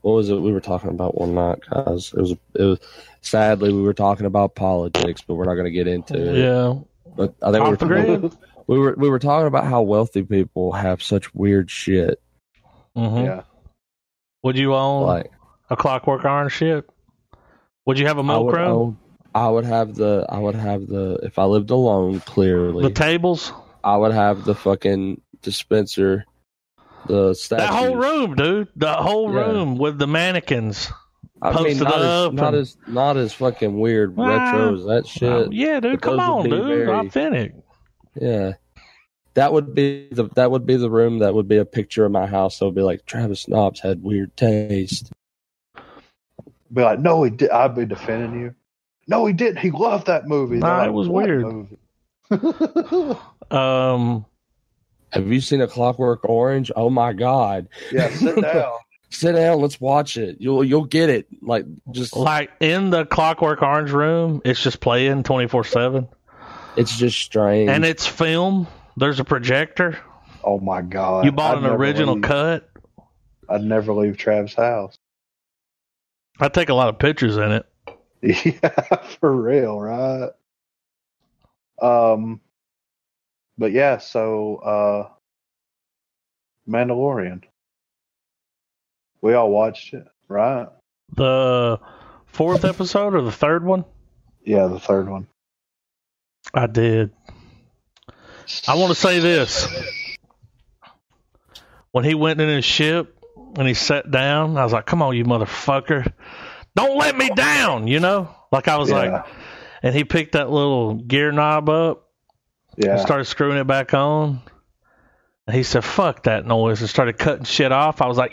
what was it we were talking about one night, guys? It was it was sadly we were talking about politics, but we're not going to get into it.
yeah,
But I think we were,
off the grid.
talking, we were we were talking about how wealthy people have such weird shit.
Mhm.
Yeah.
Would you own
Like
a Clockwork Orange ship? Would you have a
I
milk
would
room?
own, I would have the I would have the if I lived alone clearly
The tables?
I would have the fucking dispenser, the statue.
That whole room, dude. The whole
Yeah.
room with the mannequins.
I mean,
posted
not
up
as, not
and-
as not as fucking weird
Ah.
retro as that shit.
Uh, yeah, dude.
But
Come
those would
on,
be
dude.
very-
Authentic.
Yeah, that would be the that would be the room that would be a picture of my house. That would be like Travis Knobs had weird taste.
Be like, no, he did. I'd be defending you. No, he didn't. He loved that movie.
Nah,
They're like,
it was
"What
weird."
movie?"
Um,
Have you seen a Clockwork Orange? Oh my god!
yeah, sit down.
Sit down, let's watch it. You'll you'll get it. Like just
like in the Clockwork Orange room, it's just playing twenty four seven,
it's just strange.
and it's film. There's a projector.
Oh my god!
You bought an
never
original
leave-
cut.
I'd never leave Trav's house.
I take a lot of pictures in it.
Yeah, for real, right? Um, but yeah, so uh, Mandalorian. We all watched it, right?
The fourth episode or the third one?
Yeah, the third one.
I did. I want to say this. When he went in his ship and he sat down, I was like, come on, you motherfucker. Don't let me down, you know? Like, I was like,
Yeah.
and he picked that little gear knob up and
yeah,
started screwing it back on. And he said, fuck that noise and started cutting shit off. I was like,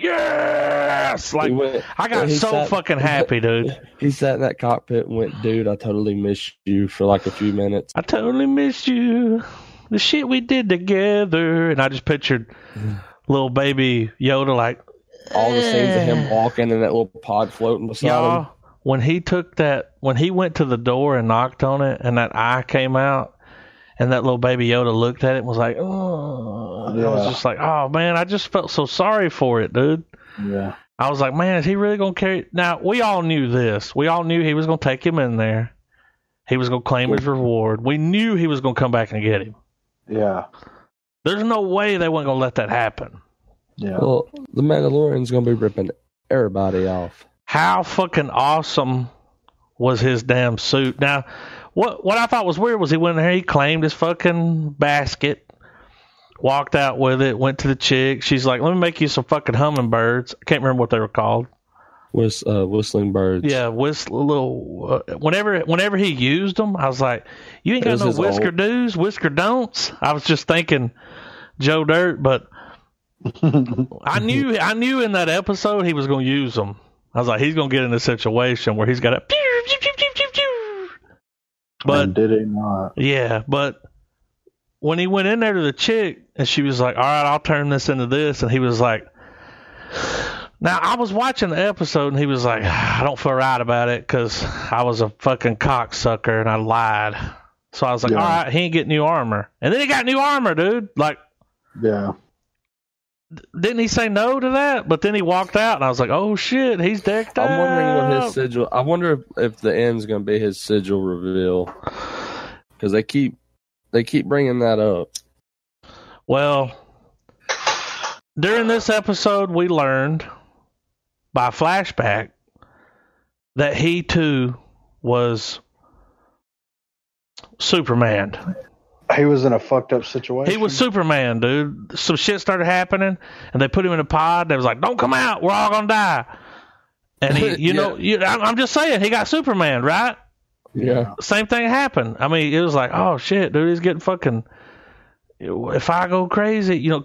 yes!
He
Like,
went-
I got
he
so
sat-
fucking happy, dude.
He sat in that cockpit and went, dude, I totally missed you for like a few minutes.
I totally missed you. The shit we did together. And I just pictured little baby Yoda like,
Mm-hmm. All the scenes of him walking and that little pod floating beside him.
y'all, when he took that, when he went to the door and knocked on it and that eye came out and that little baby Yoda looked at it and was like, oh. And I was
Yeah.
just like, oh man, I just felt so sorry for it, dude.
yeah,
I was like, man, is he really going to carry? Now, we all knew this. We all knew he was going to take him in there. He was going to claim his reward. We knew he was going to come back and get him.
yeah,
There's no way they weren't gonna let that happen.
yeah.
Well, the Mandalorian's gonna be ripping everybody off.
How fucking awesome was his damn suit? Now, what what I thought was weird was he went in there, he claimed his fucking basket, walked out with it, went to the chick. She's like, "Let me make you some fucking hummingbirds." I can't remember what they were called.
Whis- uh, whistling birds.
Yeah, whistle little. Uh, whenever whenever he used them, I was like, "You ain't got
This
no
is
whisker
old.
do's, whisker don'ts." I was just thinking Joe Dirt, but I knew I knew in that episode he was going to use them. I was like, he's going to get in a situation where he's got a. pew, pew, pew, pew, pew, pew. But
And did he not?
yeah, but when he went in there to the chick and she was like, "All right, I'll turn this into this," and he was like, "Now I was watching the episode and he was like, I don't feel right about it because I was a fucking cocksucker and I lied." So I was like,
Yeah.
"All right, he ain't getting new armor," and then he got new armor, dude. Like
Yeah,
didn't he say no to that? But then he walked out, and I was like, "Oh shit, he's decked
I'm wondering
out."
what his sigil. I wonder if, if the end's gonna be his sigil reveal because they keep they keep bringing that up.
Well, during this episode, we learned by flashback that he too was Superman.
He was in a fucked up situation.
He was Superman, dude. Some shit started happening, and they put him in a pod. They was like, "Don't come out. We're all gonna die." And he, you
Yeah.
know, you, I'm, I'm just saying, he got Superman, right?
Yeah,
Same thing happened. I mean, it was like, "Oh shit, dude, he's getting fucking." If I go crazy, you know,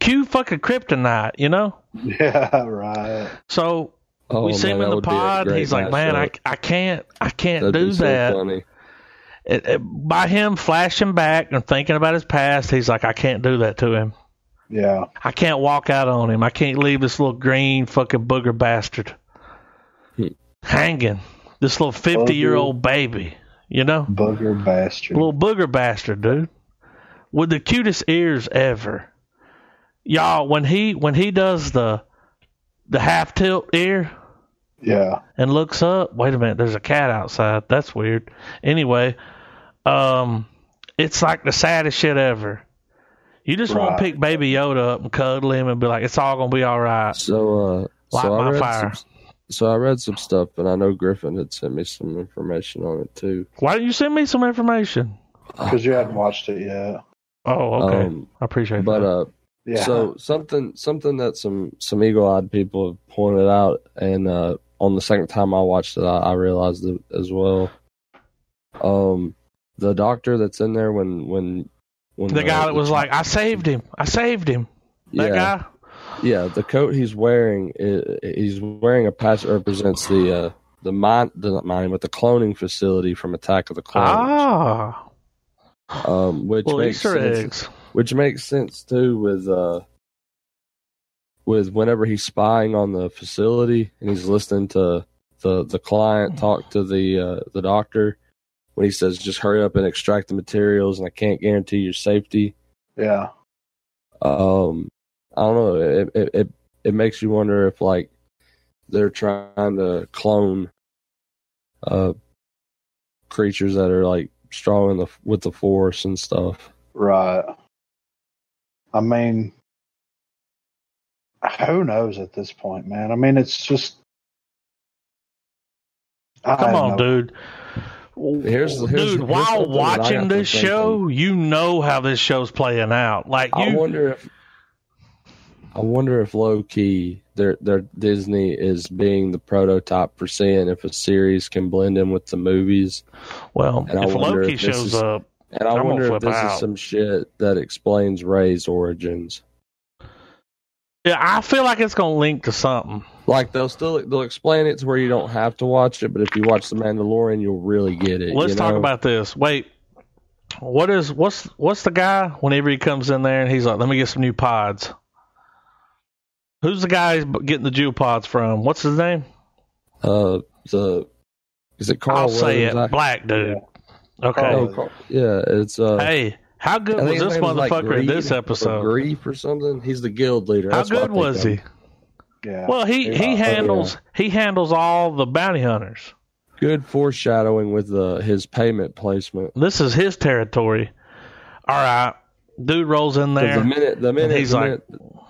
cue fucking kryptonite, you know.
Yeah, right.
So
oh,
we see
man,
him in
that
the
would be a
pod.
great
He's like, "Man, I,
mashup.
I can't, I can't
That'd be
do
so
that."
funny.
It- it- by him flashing back and thinking about his past, he's like, "I can't do that to him."
Yeah.
I can't walk out on him. I can't leave this little green fucking booger bastard
Hmm.
hanging. This little 50 year old baby, you know?
Booger bastard.
Little booger bastard, dude. With the cutest ears ever. Y'all, when he when he does the the half tilt ear
Yeah.
and looks up, wait a minute, there's a cat outside. That's weird. Anyway, um it's like the saddest shit ever. You just want
Right.
to pick baby Yoda up and cuddle him and be like, it's all gonna be all right.
So, uh,
Light
so
my
I read
fire.
Some, so I read some stuff, and I know Griffin had sent me some information on it too.
Why don't you send me some information?
Because you hadn't watched it yet.
Oh, okay.
Um,
I appreciate
but
that.
uh,
Yeah.
So something something that some some eagle-eyed people have pointed out, and uh, on the second time I watched it, I, I realized it as well. Um, the doctor that's in there when when when
the guy that was
the-
like, I saved him. I saved him.
yeah,
That guy.
yeah, the coat he's wearing i he's wearing a patch that represents the uh, the mine the not mine but the cloning facility from Attack of the Clones,
Ah.
um, which
Little
makes
Easter
sense
eggs.
which makes sense too with uh with whenever he's spying on the facility and he's listening to the the client talk to the uh, the doctor when he says just hurry up and extract the materials and I can't guarantee your safety
yeah.
um I don't know it it it, it makes you wonder if like they're trying to clone uh creatures that are like strong in the with the force and stuff
Right. I mean, who knows at this point, man? I mean, it's just. I
Come
have
on,
no-
dude.
Here's-
dude,
here's- here's
while
something that I got
watching
to
this
thinking.
show, you know how this show's playing out. Like
I
you
wonder if I wonder if low key their their Disney is being the prototype for seeing if a series can blend in with the movies.
well,
and I
if
wonder
Loki
if this
shows
is-
up,
And I
I'm gonna
wonder if
flip
this
out.
is some shit that explains Ray's origins.
yeah, I feel like it's gonna link to something.
Like they'll still they'll explain it to where you don't have to watch it, but if you watch The Mandalorian, you'll really get it.
Let's
you
talk
know?
about this. Wait, what is what's what's the guy whenever he comes in there and he's like, "Let me get some new pods." Who's the guy he's getting the jewel pods from? What's his name?
uh the is it Carl
I'll say it.
Weathers? I- Oh,
Black dude.
no,
Okay.
Carl- yeah, it's uh
hey, how good
I
was
think his
this
name is, like,
motherfucker in
Greed
this
or
episode?
Grief or something. He's the guild leader.
How
That's what I
good
think
was
of.
he?
Yeah.
Well, he,
Yeah.
he handles he handles all the bounty hunters.
good foreshadowing with uh, his payment placement.
This is his territory. All right, dude rolls in
'Cause The
there.
minute, the minute,
he's
the,
like-
minute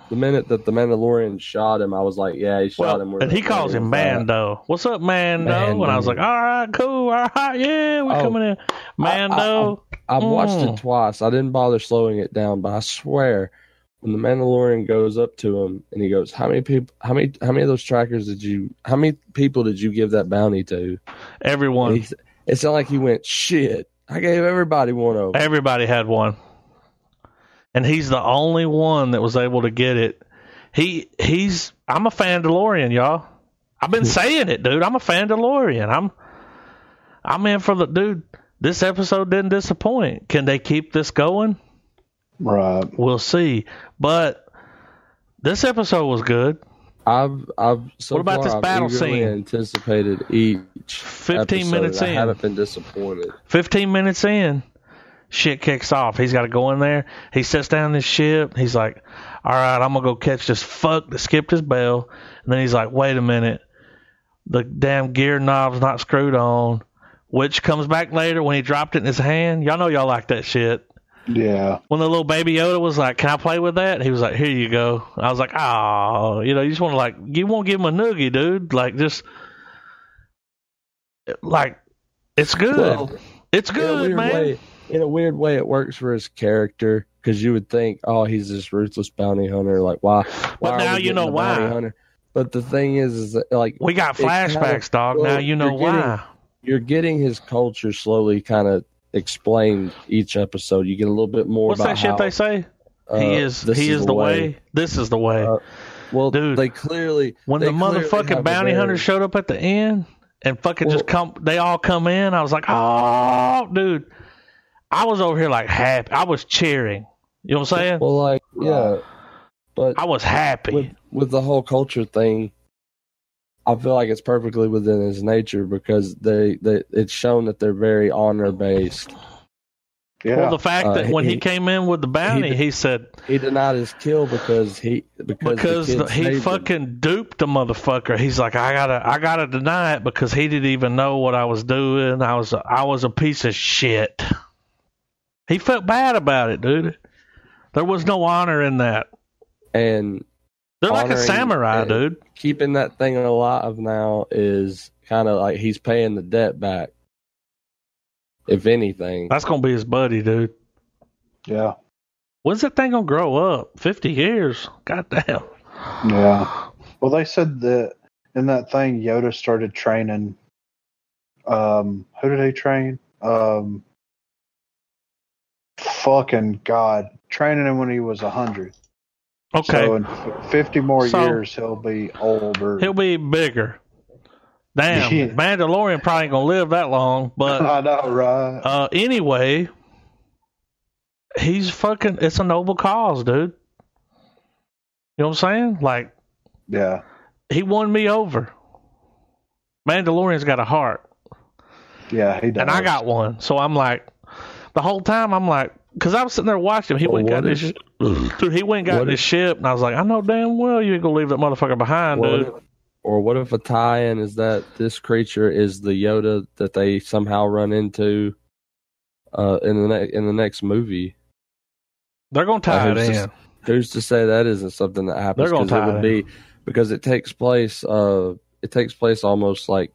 the minute that the Mandalorian shot him, I was like, yeah, he shot
Well,
him.
and he calls him Mando. What's up, Mando?
Mando.
And I was like, all right, cool, all right, yeah, we're
Oh,
coming in, Mando.
I've watched
Mm.
it twice. I didn't bother slowing it down, but I swear, when the Mandalorian goes up to him and he goes, "How many people? How many? How many of those trackers did you? How many people did you give that bounty to?" And
Everyone,
he- It sounded like he went, "Shit, I gave everybody one over."
everybody had one, and he's the only one that was able to get it. He he's I'm a Fandalorian, y'all. I've been saying it, dude. I'm a Fandalorian. I'm I'm in for the dude. This episode didn't disappoint. Can they keep this going?
right.
We'll see. But this episode was good.
I've I've so
What about
far,
this
I've
battle
eagerly
scene?
Anticipated each
15
episode,
minutes
and I
in.
haven't been disappointed.
15 minutes in, shit kicks off. He's got to go in there. He sets down his ship. He's like, all right, I'm going to go catch this fuck that skipped his bell. And then he's like, wait a minute. The damn gear knob's not screwed on, which comes back later when he dropped it in his hand. Y'all know y'all like that shit.
Yeah.
When the little baby Yoda was like, can I play with that? He was like, here you go. I was like, oh, you know, you just want to like, you won't give him a noogie, dude. Like, just, like, it's good.
Well,
it's
in a
good,
weird
man.
way, in a weird way, it works for his character because you would think, oh, he's this ruthless bounty hunter. Like, why? why
But
are
now
we
you know
getting a bounty
why.
hunter? But the thing is, is that, like
We got
It kinda-
flashbacks, dog.
well,
now you know
you're getting-
why.
you're getting his culture slowly kind of explained each episode. You get a little bit more
What's
about
that shit
how,
they say? he
uh,
is. He
this
is, the way. This is the way.
Uh, Well,
Dude.
they clearly
when
they
the
clearly have a
motherfucking bounty
very-
hunter showed up at the end and fucking just come, they all come in. I was like, oh, dude. I was over here like happy. I was cheering. You know what I'm saying?
Well, like yeah, but
I was happy.
with with the whole culture thing, I feel like it's perfectly within his nature because they, they it's shown that they're very honor based.
Yeah.
Well, the fact
Uh,
that when he,
he-
came in with the bounty, he,
he-
said
He denied his kill because he because,
because
the kid
the- he
saved him.
fucking duped the motherfucker. He's like, I gotta, I gotta deny it because he didn't even know what I was doing. I was, I was a piece of shit. He felt bad about it, dude. There was no honor in that.
and
They're like a
Honoring-
samurai,
eh.
dude.
keeping that thing alive now is kind of like he's paying the debt back. If anything,
That's gonna be his buddy, dude.
yeah.
When's that thing gonna grow up? Fifty years? Goddamn.
Yeah. Well, they said that in that thing, Yoda started training. Um, who did he train? Um, fucking God, training him when he was a hundred.
Okay,
So in f- fifty more
So-
years, he'll be older.
he'll be bigger. Damn,
Yeah. Oh,
Mandalorian probably ain't gonna live that long, but.
I know, right?
Uh, anyway, he's fucking. It's a noble cause, dude. You know what I'm saying? Like
yeah.
he won me over. Mandalorian's got a heart,
Yeah, he does.
and I got one. So I'm like, the whole time I'm like, because I was sitting there watching him. He
Well,
went and got
what
his, sh- dude. He went and got
what
his ship, and I was like, I know damn well you ain't gonna leave that motherfucker behind,
What
dude.
if- or what if a tie-in is that this creature is the Yoda that they somehow run into uh, in the ne- in the next movie?
They're gonna tie it
Like, who's
in.
this- Who's to say that isn't something that happens?
They're gonna
'Cause
tie
it would
it
be because it takes place. Uh, it takes place almost like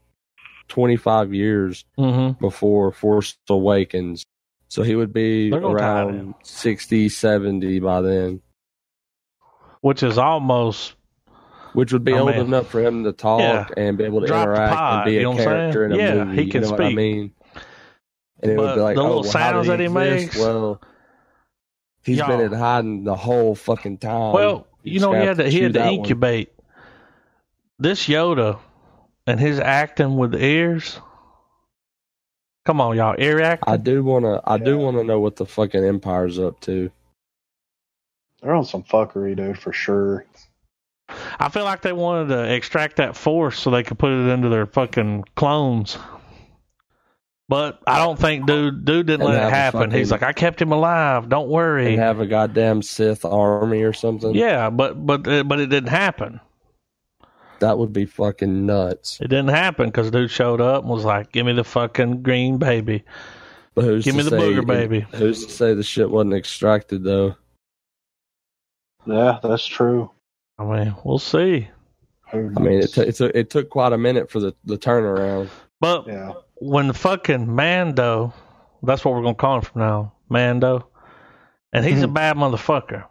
twenty-five years
hmm
before Force Awakens, so he would be
They're gonna tie it in.
around 60, 70 by then,
Which is almost
which would be
I
old
mean,
enough for him to talk
yeah.
and be able to
Drop the
interact
pod,
and be
you know
a
what I'm saying?
character in a
Yeah,
movie.
he can
you know What I
speak.
mean, and it would
But
be like
the
oh,
little
well, how
sounds
did
that he
exist?
makes-
Well, he's
Y'all.
been in hiding the whole fucking time.
Well, you
just
know, he had
gonna have
to, he had
chew
to
that one.
incubate this Yoda and his acting with the ears. Come on, y'all, ear acting.
I do wanna, I do wanna know what the fucking empire's up to.
They're on some fuckery, dude, for sure.
I, feel like they wanted to extract that force so they could put it into their fucking clones. But I don't think dude dude didn't
And
let it
have a
happen. He's like,
fucking-
I kept him alive. Don't worry.
And have a goddamn Sith army or something.
yeah, but but uh, but it didn't happen.
that would be fucking nuts.
It didn't happen because dude showed up and was like, "Give me the fucking green baby.
But who's
Give
to
me the
say-
booger baby."
Who's to say the shit wasn't extracted though?
Yeah, that's true.
I mean, we'll see.
Who
I mean,
knows?
it, t- it, took it took quite a minute for the, the turnaround.
But
yeah,
when fucking Mando, that's what we're gonna call him from now, Mando, and he's
Mm-hmm.
a bad motherfucker.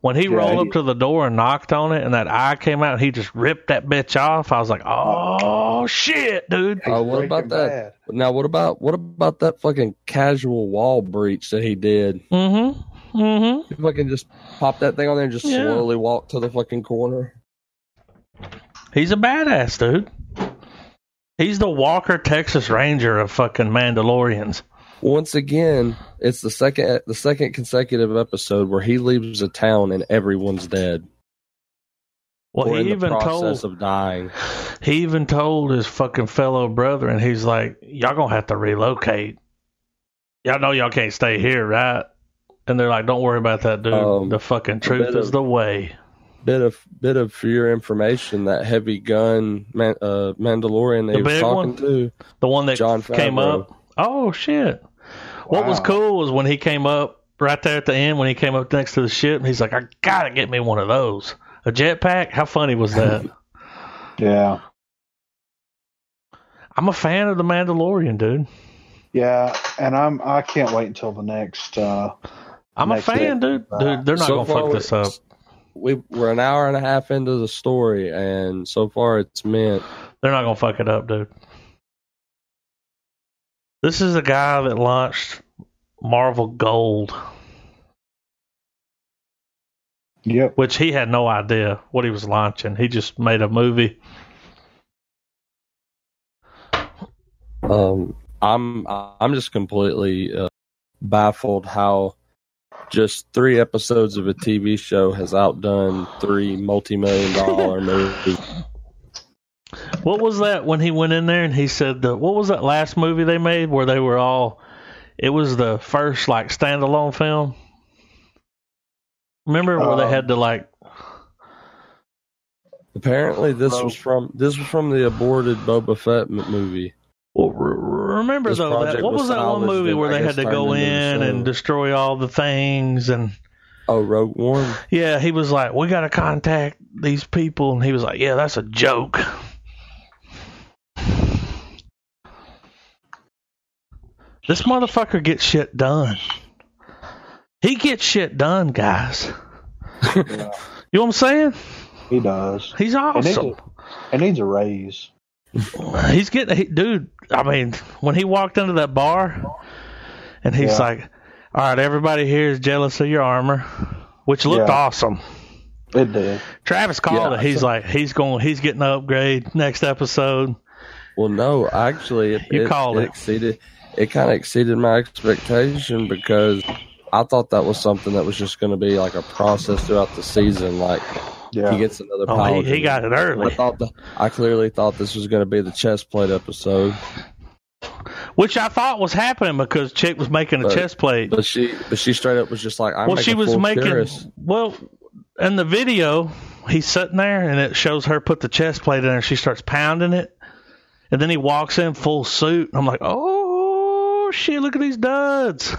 When he
Yeah,
rolled
he-
up to the door and knocked on it, and that eye came out, and he just ripped that bitch off. I was like, "Oh shit, dude!"
Oh, what about
Breaking
that?
Bad.
Now, what about what about that fucking casual wall breach that he did?
Mm-hmm. Mm-hmm.
He fucking just popped that thing on there and just
Yeah.
slowly walked to the fucking corner.
He's a badass, dude. He's the Walker Texas Ranger of fucking Mandalorians.
Once again, it's the second the second consecutive episode where he leaves a town and everyone's dead
Well,
or in
he
the
even
process
told
of dying.
he even told his fucking fellow brother, and he's like, "Y'all gonna have to relocate. y'all know y'all can't stay here, right? And they're like, don't worry about that, dude.
Um,
the fucking
bit
truth is
of-
the way.
Bit of bit of for your information, that heavy gun man, uh, Mandalorian
The
they was
big
talking
one?
to.
The one that
John
came
Favreau.
up. Oh shit! What was
Wow.
cool was when he came up right there at the end when he came up next to the ship. He's like, I gotta get me one of those. A jetpack? How funny was that?
Yeah.
I'm a fan of the Mandalorian, dude.
Yeah. And I'm I can't wait until the next uh
I'm a
Next
fan,
it.
dude. Dude, they're not
So
gonna
far,
fuck this up.
it's- We we're an hour and a half into the story, and so far it's meant
They're not gonna fuck it up, dude. This is the guy that launched Marvel Gold,
Yep.
which he had no idea what he was launching. He just made a movie.
Um, I'm I'm just completely uh, baffled how just three episodes of a TV show has outdone three multi-million dollar movies.
What was that when he went in there and he said the what was that last movie they made where they were all it was the first like standalone film? Remember where they
Um,
had to like
Apparently, this was from this was from the aborted Boba Fett m- movie.
Well, re- remember
This
though that
project
what
was
was that one
salvaged
movie
and
where
I
they had to
guess
go
turned into
in
the
and
show.
destroy all the things and
Oh, Rogue One.
yeah, he was like, "We got to contact these people," and he was like, "Yeah, that's a joke." This motherfucker gets shit done. He gets shit done, guys.
Yeah,
You know what I'm saying?
he does.
He's awesome.
It needs a raise.
He's getting, he, dude. I mean, when he walked into that bar, and he's
Yeah.
like, "All right, everybody here is jealous of your armor," which looked
Yeah.
awesome.
It did.
Travis called
Yeah,
it. He's
so-
like, he's going, he's getting an upgrade next episode.
Well, no, actually, it,
You
it,
called
it
it.
exceeded. It kind of exceeded my expectation because I thought that was something that was just going to be like a process throughout the season. Like
Yeah.
he gets another.
Oh, he, he
paladin.
got it
I
early,
thought the, I clearly thought this was going to be the chest plate episode,
which I thought was happening because Chick was making a
But-
chest plate.
but she but she straight up was just like, "I'm
well, she was making
Purist.
well. In the video, he's sitting there, and it shows her put the chest plate in there. She starts pounding it, and then he walks in full suit. I'm like, oh shit! Look at these duds.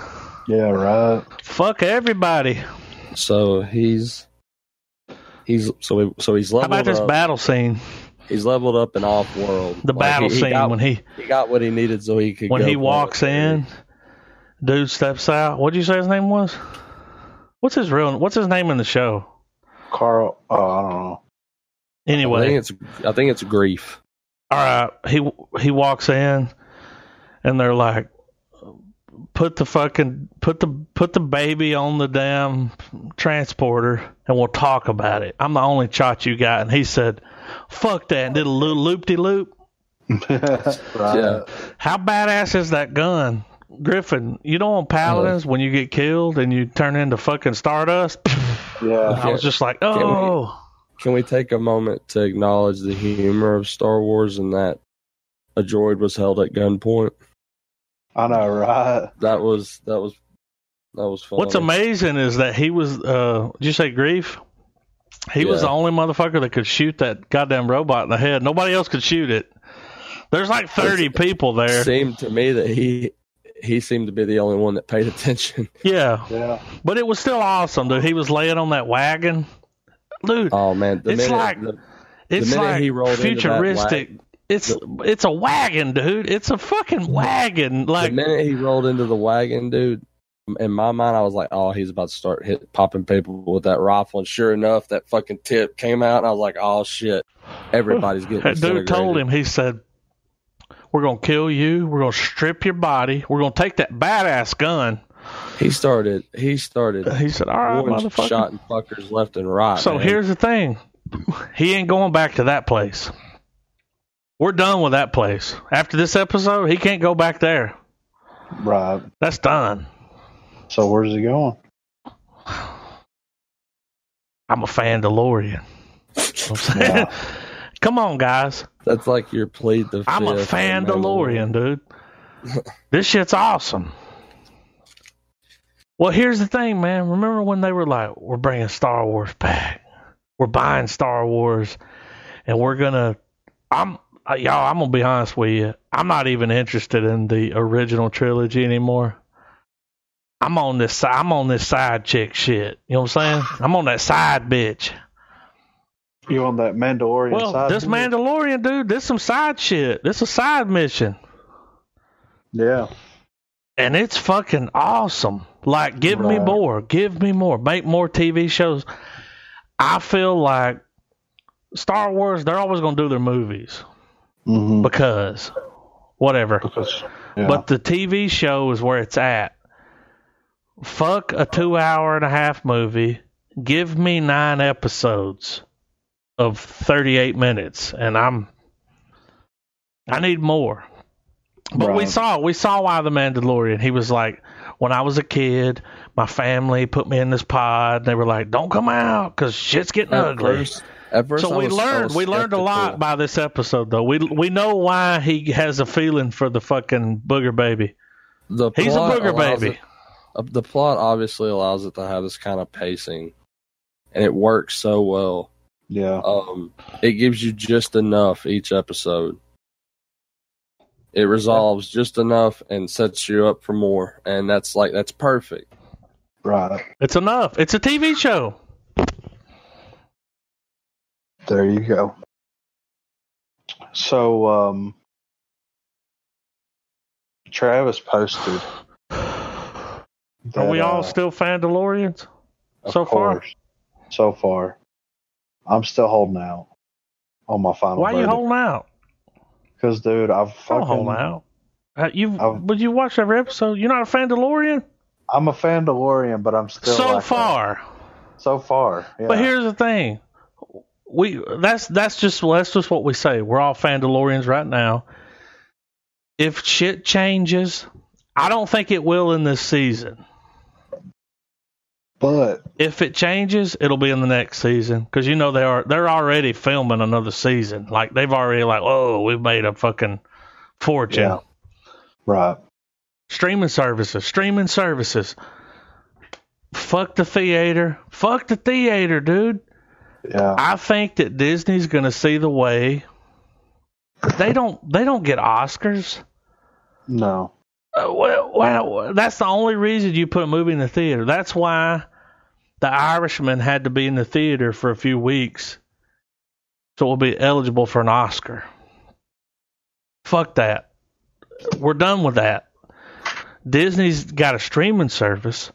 Yeah, right.
Fuck everybody.
So he's he's so we, so he's
How
leveled
about this
up.
battle scene?
he's leveled up and off world.
The battle scene
got,
when he
he got what he needed, so he could
when
go
he
for
walks
it.
in, dude steps out. What'd you say his name was? What's his real? What's his name in the show?
Carl oh, I don't know.
Anyway,
I think it's I think it's grief.
all right, he he walks in, and they're like, put the fucking put the put the baby on the damn transporter, and we'll talk about it. I'm the only chot you got, and he said, fuck that, and did a little loop de loop.
right.
Yeah.
How badass is that gun? Griffin, you know on Paladins when you get killed and you turn into fucking Stardust?
Yeah.
I was just like,
wait.
oh,
Can we take a moment to acknowledge the humor of Star Wars and that a droid was held at gunpoint?
I know, right.
That was that was that was funny.
what's amazing is that he was, uh, did you say grief? He was
Yeah.
the only motherfucker that could shoot that goddamn robot in the head. Nobody else could shoot it. There's like 30 people there.
seemed to me that he he seemed to be the only one that paid attention.
Yeah.
Yeah.
But it was still awesome, dude. He was laying on that wagon. Dude,
Oh man, the
It's
minute
like-
the-
it's
minute
like
he rolled into that
futuristic. It's it's a wagon, dude. It's a fucking wagon. Like
the minute he rolled into the wagon, dude. In my mind, I was like, "Oh, he's about to start hit popping people with that rifle." And sure enough, that fucking tip came out, and I was like, "Oh shit, everybody's getting."
That dude told
disintegrated."
him, he said, We're going to kill you. We're going to strip your body. We're going to take that badass gun.
He started. He started.
He said, All right,
warning,
Ah, motherfucker.
shotting fuckers left and right.
So
Uh, man.
here's the thing he ain't going back to that place. We're done with that place. After this episode, he can't go back there.
Right.
That's done.
So where's he going?
I'm a fan DeLorean. You know what I'm saying?
Yeah.
Come on, guys.
that's like your plead the.
I'm a
fifth,
fan
man.
DeLorean, dude. this shit's awesome. Well, here's the thing, man. Remember when they were like, "We're bringing Star Wars back. We're buying Star Wars, and we're gonna." I'm uh, y'all. I'm gonna be honest with you. I'm not even interested in the original trilogy anymore. I'm on this. si- I'm on this side chick shit. You know what I'm saying? I'm on that side bitch.
You on that Mandalorian
Well,
side?
this
isn't it?
Mandalorian dude, this some side shit. This a side mission.
Yeah.
and it's fucking awesome. Like, give me
Right.
more, give me more, make more TV shows. I feel like Star Wars, they're always going to do their movies
Mm-hmm.
because whatever.
Because, yeah.
But the TV show is where it's at. Fuck a two hour and a half movie. Give me nine episodes of 38 minutes, and I'm. I need more. But we
Right.
saw we saw why the Mandalorian. He was like, when I was a kid, my family put me in this pod. They were like, "Don't come out, cause shit's getting ugly."
At first,
so
I
we
was- I
learned
was
we learned a
skeptical.
lot by this episode, though. We we know why he has a feeling for the fucking booger baby.
The
He's a
plot
booger
allows
baby.
it- uh, the plot obviously allows it to have this kind of pacing, and it works so well.
yeah.
Um, it gives you just enough each episode. It resolves just enough and sets you up for more, and that's like that's perfect.
Right.
It's enough. It's a TV show.
There you go. So, um, Travis posted.
Are we
that,
all
uh,
still Fandalorians?
of
so far?
course, So far, I'm still holding out on my final.
Why you holding out?
Because, dude, I've
Don't
fucking.
hold out. Uh, you
I've-
but you watched every episode. You're not a Fandalorian
I'm a Fandalorian, but I'm still
so
like a-
far.
so far, yeah.
But here's the thing. We that's that's just that's just what we say. We're all Fandalorians right now. If shit changes, I don't think it will in this season.
but
If it changes, it'll be in the next season because you know they are they're already filming another season. Like they've already like oh we've made a fucking fortune.
Yeah. right,
Streaming services, streaming services. Fuck the theater. Fuck the theater, dude.
yeah,
I think that Disney's going to see the way. They don't. They don't get Oscars.
no,
Uh, well, well, that's the only reason you put a movie in the theater. That's why The Irishman had to be in the theater for a few weeks, so it will be eligible for an Oscar. Fuck that. We're done with that. Disney's got a streaming service,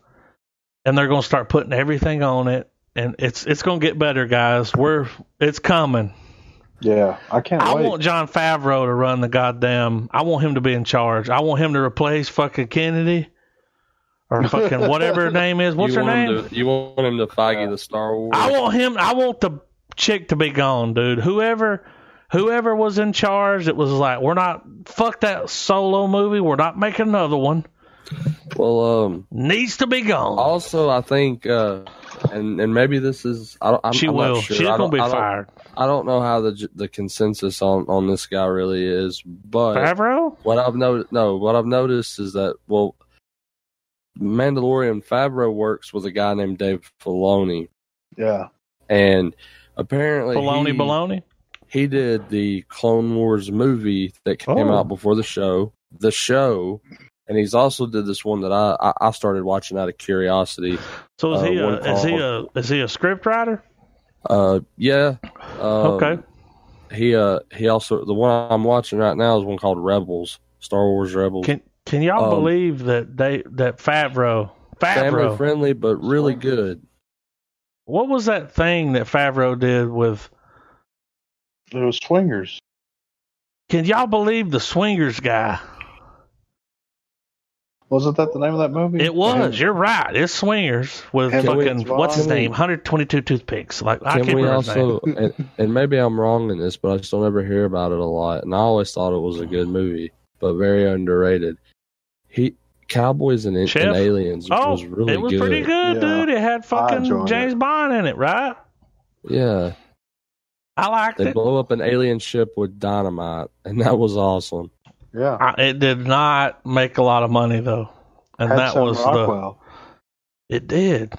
and they're going to start putting everything on it, and it's it's going to get better, guys. We're it's coming.
yeah. I can't
I
wait.
want John Favreau to run the goddamn. I want him to be in charge. I want him to replace fucking Kennedy or fucking whatever her name is. What's
you
her
want him
name?
To, you want him to Feige the Star Wars?
I want him. I want the chick to be gone, dude. Whoever, whoever was in charge, it was like we're not fuck that solo movie. We're not making another one.
well, um,
Needs to be gone.
also I think, uh, and and maybe this is I don't, I'm,
she
I'm
will.
Not sure.
She's
I
gonna
don't-
be
I don't-
fired.
I don't know how the the consensus on on this guy really is, but
Favreau.
what I've noticed, no, what I've noticed is that well, Mandalorian Favreau works with a guy named Dave Filoni,
yeah,
and apparently
Baloney,
he,
baloney.
he did the Clone Wars movie that came
Oh.
out before the show, the show, and he's also did this one that I I, I started watching out of curiosity.
So is
uh,
he a
one
is he a is he a script writer?
Uh, yeah, um,
okay.
He uh he also the one I'm watching right now is one called Rebels, Star Wars Rebels.
Can can y'all
Um,
believe that they that Favreau
Family
Favreau
friendly, but really good.
what was that thing that Favreau did with
it was swingers.
can y'all believe the swingers guy?
Wasn't that the name of that movie?
It was. You're right. It's swingers with
Can
we-
fucking what's his
can we-
name? 122 toothpicks. Like I
Can
can't
we
remember his name.
also, and, and maybe I'm wrong in this, but I still never hear about it a lot. And I always thought it was a good movie, but very underrated. He Cowboys and, and
Chef?
Aliens
Oh,
was really
it was
good.
pretty good,
Yeah.
dude. It had fucking
enjoyed
James Bond in it, right?
Yeah,
I liked
they
it.
blow up an alien ship with dynamite, and that was awesome.
Yeah,
I, it did not make a lot of money though, and
Had
that
Sam
was the
Rockwell.
It did.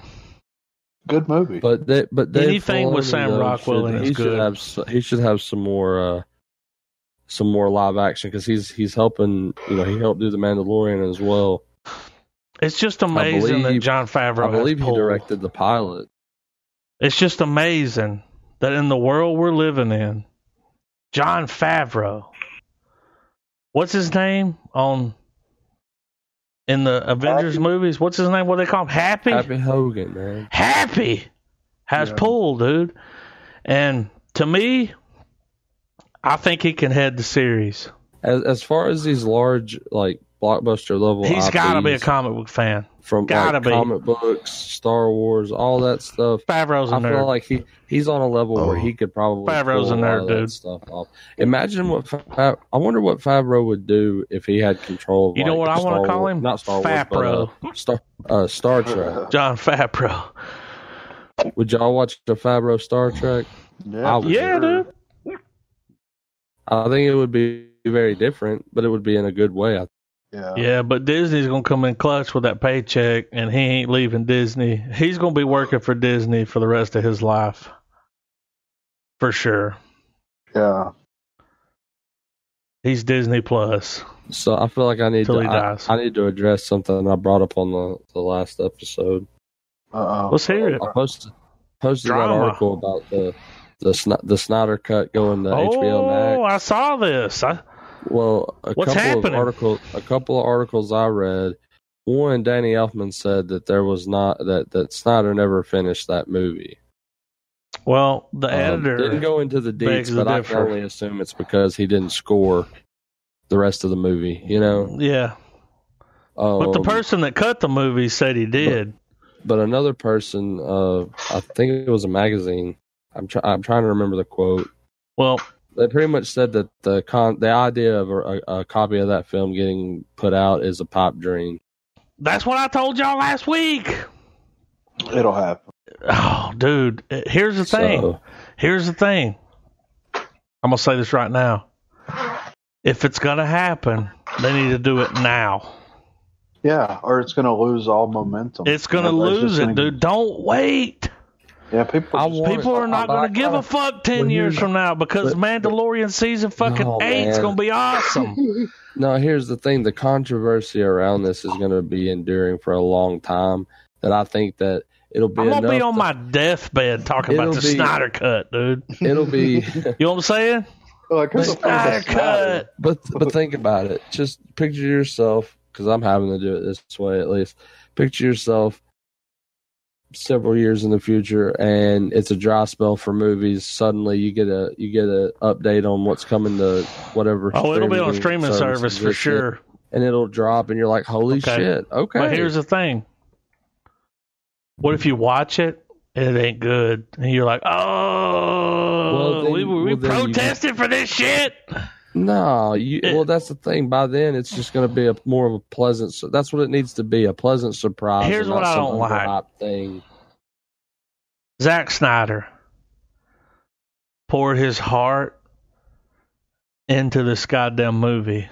Good movie.
But they, but they
Anything with Sam Rockwell in it
uh, he
is
should
good.
Have, s- he should have some more, uh, some more live action because he's he's helping. You know, he helped do the Mandalorian as well.
It's just amazing that
believe-
John Favreau.
I believe
has
he
pulled.
directed the pilot.
It's just amazing that in the world we're living in, John Favreau. What's his name on? In the Avengers
Happy?
movies, what's his name? What do they call him?
Happy Hogan, man.
happy has
Yeah.
pulled, dude. And to me, I think he can head the series.
As, as far as these large like blockbuster level,
He's got to be a
IPs
comic book fan.
from
gotta
like,
be.
comic books, Star Wars, all that stuff.
Favreau's a
I feel
nerd.
like he, he's on a level where
Oh.
he could probably
Favreau's
pull
a nerd,
lot of that
dude.
Stuff off. Imagine what Fa- I wonder what Favreau would do if he had control. Of,
You know
like,
what I
Star
wanna call
Wars-
him?
Not Star Wars, but, uh, Star uh, Star Trek.
John Favreau.
would y'all watch the Favreau Star Trek?
yeah,
I-
for
Yeah,
sure.
dude.
I think it would be very different, but it would be in a good way. I-
Yeah.
Yeah, but Disney's going to come in clutch with that paycheck, and he ain't leaving Disney. He's going to be working for Disney for the rest of his life. For sure.
Yeah.
He's Disney Plus.
So I feel like I need
Till
to
he
I,
dies.
I need to address something I brought up on the, the last episode.
Uh-oh.
Let's hear it.
I posted posted that
Drama.
article about the the Sni- the Snyder cut going to HBO Max.
Oh, I saw this. I,
Well, a
What's
couple
happening?
of articles, a couple of articles I read. One, Danny Elfman said that there was not that that Snyder never finished that movie.
well, the
Um,
editor.
didn't go into the
begs
deets,
to
but I
differ.
can only assume it's because he didn't score the rest of the movie. You know,
yeah.
um,
But the person that cut the movie said he did.
but another person, uh, I think it was a magazine. I'm try- I'm trying to remember the quote.
Well,
They pretty much said that the con the idea of a, a copy of that film getting put out is a pipe dream.
that's what I told y'all last week.
It'll happen.
Oh, dude, here's the thing.
So,
Here's the thing. I'm going to say this right now. If it's going to happen, they need to do it now.
Yeah, or it's going to lose all momentum.
It's going to
Everybody's
lose
just
it,
gonna-
dude. Don't wait.
Yeah, people.
I
just-
want-
People are not
I- I-
going to give a fuck 10
Well,
years
here's-
from now because
but-
Mandalorian season fucking
No,
8 is
man.
going to be awesome.
No, here's the thing: the controversy around this is going to be enduring for a long time. That I think that it'll be
I'm going to be
enough
on
to-
my deathbed talking about the
It'll be-
Snyder cut, dude.
It'll be,
You know what I'm saying?
like, who
The
the fuck
Snyder
is Snyder?
cut.
but but think about it. Just picture yourself, because I'm having to do it this way at least. Picture yourself several years in the future, and it's a dry spell for movies. Suddenly, you get a you get a update on what's coming to whatever.
Oh, it'll be on a streaming service
services
for
this shit,
sure.
and it'll drop, and you're like, "Holy
Okay.
shit!" Okay,
But here's the thing. What if you watch it? It ain't good, and you're like, "Oh,
Well, then-
we, we
well, then you-
protested for this shit."
No, you,
It-
well, that's the thing. By then, it's just going to be a more of a pleasant. su- That's what it needs to be—a pleasant surprise.
Here's
and
what
not
I
some
don't like.
overhyped Thing.
Zack Snyder poured his heart into this goddamn movie,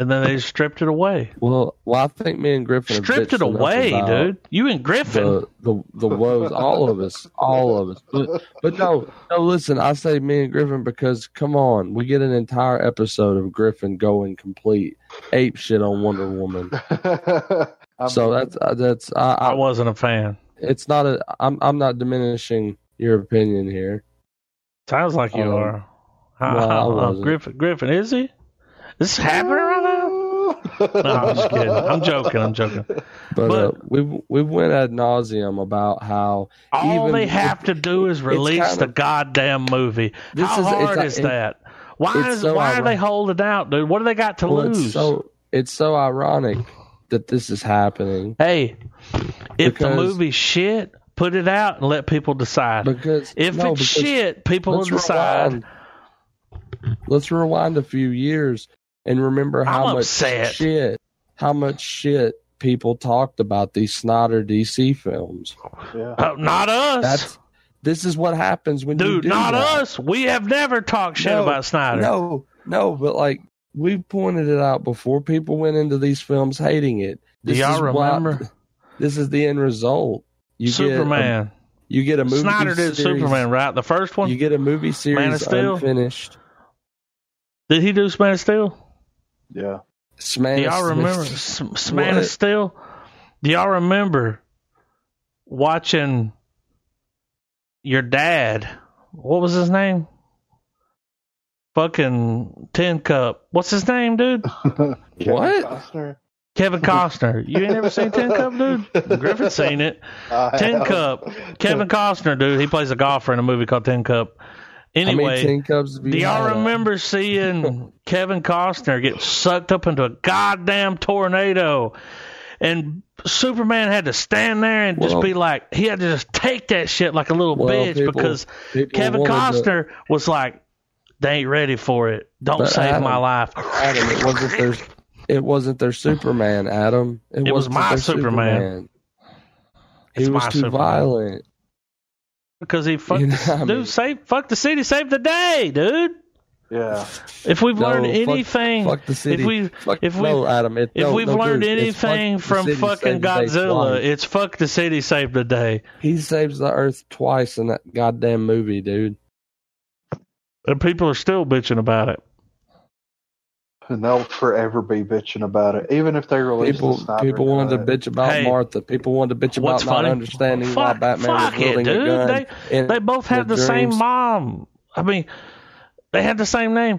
and then they stripped it away.
Well, well, I think me and Griffin have
Stripped
bitched
it
enough
away,
about
dude. You and Griffin.
The, the the woes, all of us, all of us. But but no, no. Listen, I say me and Griffin because come on, we get an entire episode of Griffin going complete ape shit on Wonder Woman.
I'm-
So that's uh, that's I,
I
I
wasn't a fan.
it's not a I'm I'm not diminishing your opinion here.
Sounds like you
Um,
are.
well, I
Uh,
wasn't.
Griffin, Griffin, is he? Is this happening right now? No, I'm just kidding. I'm joking. I'm joking.
But,
But-
uh, we we went ad nauseum about how
All
Even
they
if-
have to do is release
kind
the
of-
goddamn movie.
This
How
is- it's
hard
a-
is
it-
that? Why
it's
is
so
why are
ironic.
they holding out, dude? What do they got to
well, it's
lose?
so it's so ironic that this is happening
hey, if the
Because-
movie's shit, put it out and let people decide.
because
if
no,
it's
because
shit, people will
let's
decide.
rewind, let's rewind a few years and remember how
I'm
much
upset.
shit how much shit people talked about these Snyder DC films.
Yeah.
Uh, not us,
That's this is what happens when you
dude.
do
Not
that.
us. We have never talked shit
No,
about Snyder.
No, no, but like we pointed it out before, people went into these films hating it.
do
This
y'all
is why-
remember?
This is the end result. You Get a,
Superman.
you get a movie.
Snyder did
series-
Superman, right? The first one.
You get a movie
Man of
series
Steel?
unfinished.
did he do Man of Steel?
Yeah.
Smash.
Do y'all remember S- S- Man of Steel? Do y'all remember watching your dad? What was his name? Fucking Tin Cup. What's his name, dude?
Kevin
What?
Costner?
Kevin Costner. You ain't never seen Tin Cup, dude? Griffin seen it.
I
Tin
have-
Cup. Kevin Costner, dude. He plays a golfer in a movie called Tin Cup.
How
Anyway,
many tin cups have
do
you had?
y'all remember seeing Kevin Costner get sucked up into a goddamn tornado? And Superman had to stand there and just
Well-
be like, he had to just take that shit like a little
Well,
bitch
people-
because
People
Kevin
wanted to-
Costner was like, they ain't ready for it. Don't
But
save
Adam-
my life.
Adam, it wasn't their. It wasn't their Superman, Adam.
It was
wasn't
my
their
Superman.
He
It's
was
my
too
Superman.
violent.
Because he fucked,
You know
the-
what I mean?
dude, save, fuck the city, save the day, dude.
Yeah.
If we've
No,
learned
fuck-
anything,
Fuck the city.
if we
Fuck-
if we-
no, Adam, it,
If
no,
we've
no,
learned
dude, it's fuck
anything
the
from
city
fucking
saved the day
Godzilla,
twice.
it's fuck the city saved the day.
he saves the Earth twice in that goddamn movie, dude.
And people are still bitching about it.
And they'll forever be bitching about it, even if they release
People,
the Snyder
people wanted
Cut.
to bitch about
Hey,
Martha. People wanted to bitch about
what's
not
funny?
understanding why
Fuck-
Batman was
fuck it,
wielding a
dude.
gun. and
They both had the,
The
same
dreams-
mom. I mean, they had the same name.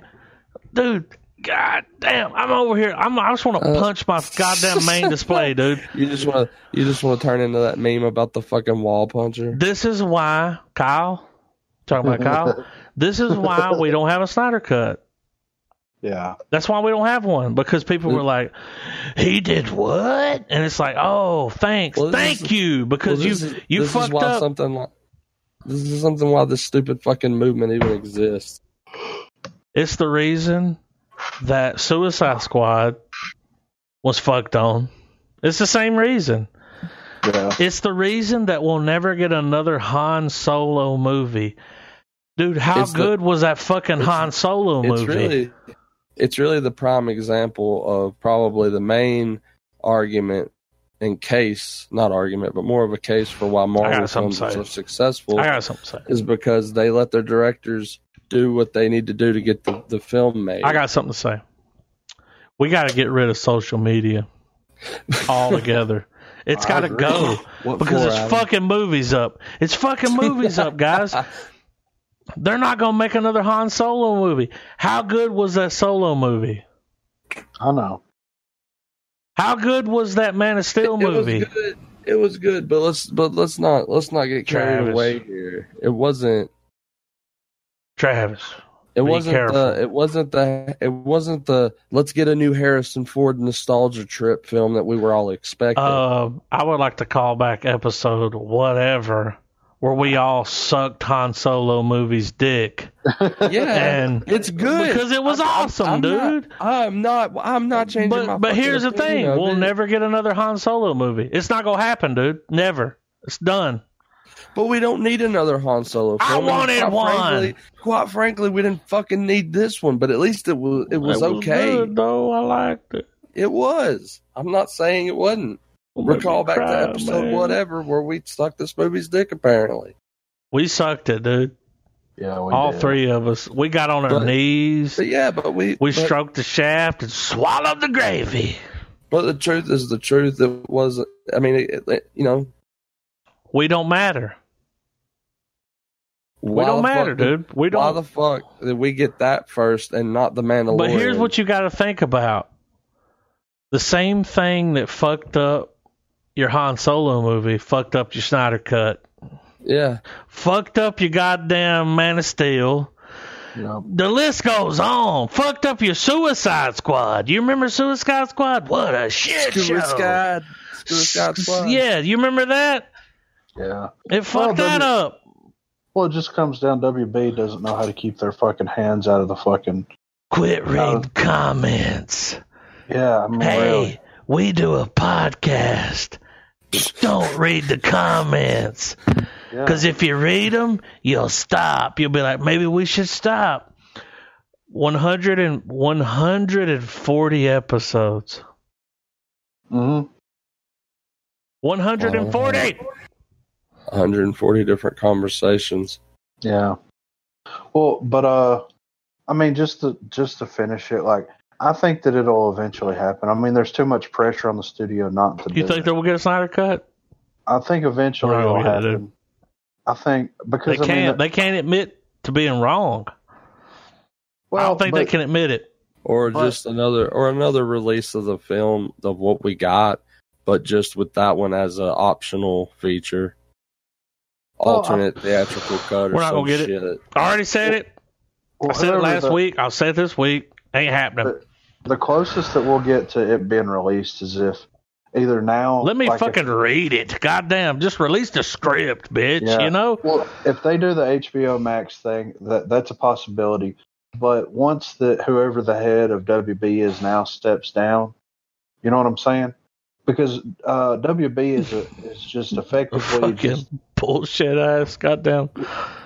Dude, god damn, I'm over here. I'm, I just want to
Uh.
punch my goddamn main display, dude.
you just want to, you just want to turn into that meme about the fucking wall puncher.
This is why, Kyle, talking about Kyle, this is why we don't have a Snyder cut.
Yeah.
That's why we don't have one because people were like, "He did what?" And it's like, "Oh, thanks,
Well, this
thank
is-
you," because
Well,
you
this is-
you
this is
fucked
why
up.
something like this is something why this stupid fucking movement even exists.
It's the reason that Suicide Squad was fucked on. It's the same reason.
Yeah.
It's the reason that we'll never get another Han Solo movie. Dude, how
It's the-
good was that fucking
it's-
Han Solo movie?
It's really, it's really the prime example of probably the main argument and case, not argument, but more of a case for why Marvel
something
films are so
saved.
successful
I got something to say.
is because they let their directors do what they need to do to get the, the film made.
I got something to say. We got to get rid of social media altogether. It's
I
got to
agree.
go
What
because
for,
it's
Adam?
fucking movies up. It's fucking movies up, guys. They're not going to make another Han Solo movie. How good was that Solo movie?
I know.
How good was that Man of Steel
It was
movie?
good. It was good, but let's but let's not let's not get carried
Travis.
away here. It wasn't
Travis.
It
Be
wasn't
careful.
the. It wasn't the. It wasn't the. Let's get a new Harrison Ford nostalgia trip film that we were all expecting.
Uh, I would like to call back episode whatever where we all sucked Han Solo movie's dick.
yeah,
And
it's good
because it was
I'm- I'm-
awesome,
I'm not-
dude.
I'm not. I'm not changing my.
But, but
fucking
here's the thing:
opinion of
we'll
it.
never get another Han Solo movie. It's not gonna happen, dude. Never. It's done.
But we don't need another Han Solo.
I
Film. And
wanted
quite
one.
Frankly, quite frankly, we didn't fucking need this one. But at least it was. It was, okay.
good, though. I liked it.
It was. I'm not saying it wasn't. Recall back to episode whatever where we sucked this movie's dick. Apparently,
We sucked it, dude.
Yeah. We
All
did.
three of us. We got on our
But-
knees.
but yeah, but we
We
but,
stroked the shaft and swallowed the gravy.
But the truth is the truth. It was, I mean, it, it- you know,
We don't matter. We
why
don't
the
matter,
fuck-
dude. We
Why
don't.
the fuck did we get that first and not the Mandalorian?
But here's what you got to think about: the same thing that fucked up your Han Solo movie fucked up your Snyder cut.
yeah,
fucked up your goddamn Man of Steel.
Yeah.
The list goes on. Fucked up your Suicide Squad. You remember Suicide Squad? What a shit
Scuba
show.
Sky, Scuba Sky
S-
Squad.
Yeah, you remember that?
Yeah.
It fucked that
doesn't-
up.
Well, it just comes down. WB doesn't know how to keep their fucking hands out of the fucking.
Quit reading comments.
Yeah. I mean,
Hey,
Oh, really.
we do a podcast. Don't read the comments.
Yeah.
Because if you read them, you'll stop. You'll be like, maybe we should stop. 100 and,
Mm-hmm,
140 episodes.
Mhm.
One hundred and
Oh,
forty.
140 different conversations.
Yeah. Well, but uh, I mean, just to just to finish it, like I think that it'll eventually happen. I mean, there's too much pressure on the studio not to.
You
do
think
it.
they will get a Snyder cut?
I think eventually
Right,
it'll
yeah,
happen.
dude.
I think because
They
I mean,
can't. They can't admit to being wrong. I don't think they
but-
can admit it.
Or
But-
just another or another release of the film of what we got, but just with that one as an optional feature.
Well, I-
Alternate theatrical cut or
We're not
some
gonna get it.
shit.
I already said it. I
well,
said it
whoever
last
the,
week. I'll say it this week. Ain't happening.
But- The closest that we'll get to it being released is if either now.
Let me
like, if-
fucking read it. Goddamn, just release the script, bitch.
Yeah.
You know.
Well, if they do the HBO Max thing, that that's a possibility. But once the whoever the head of WB is now steps down, you know what I'm saying? Because uh, WB is a, is just effectively
Fucking
just
bullshit ass. Goddamn.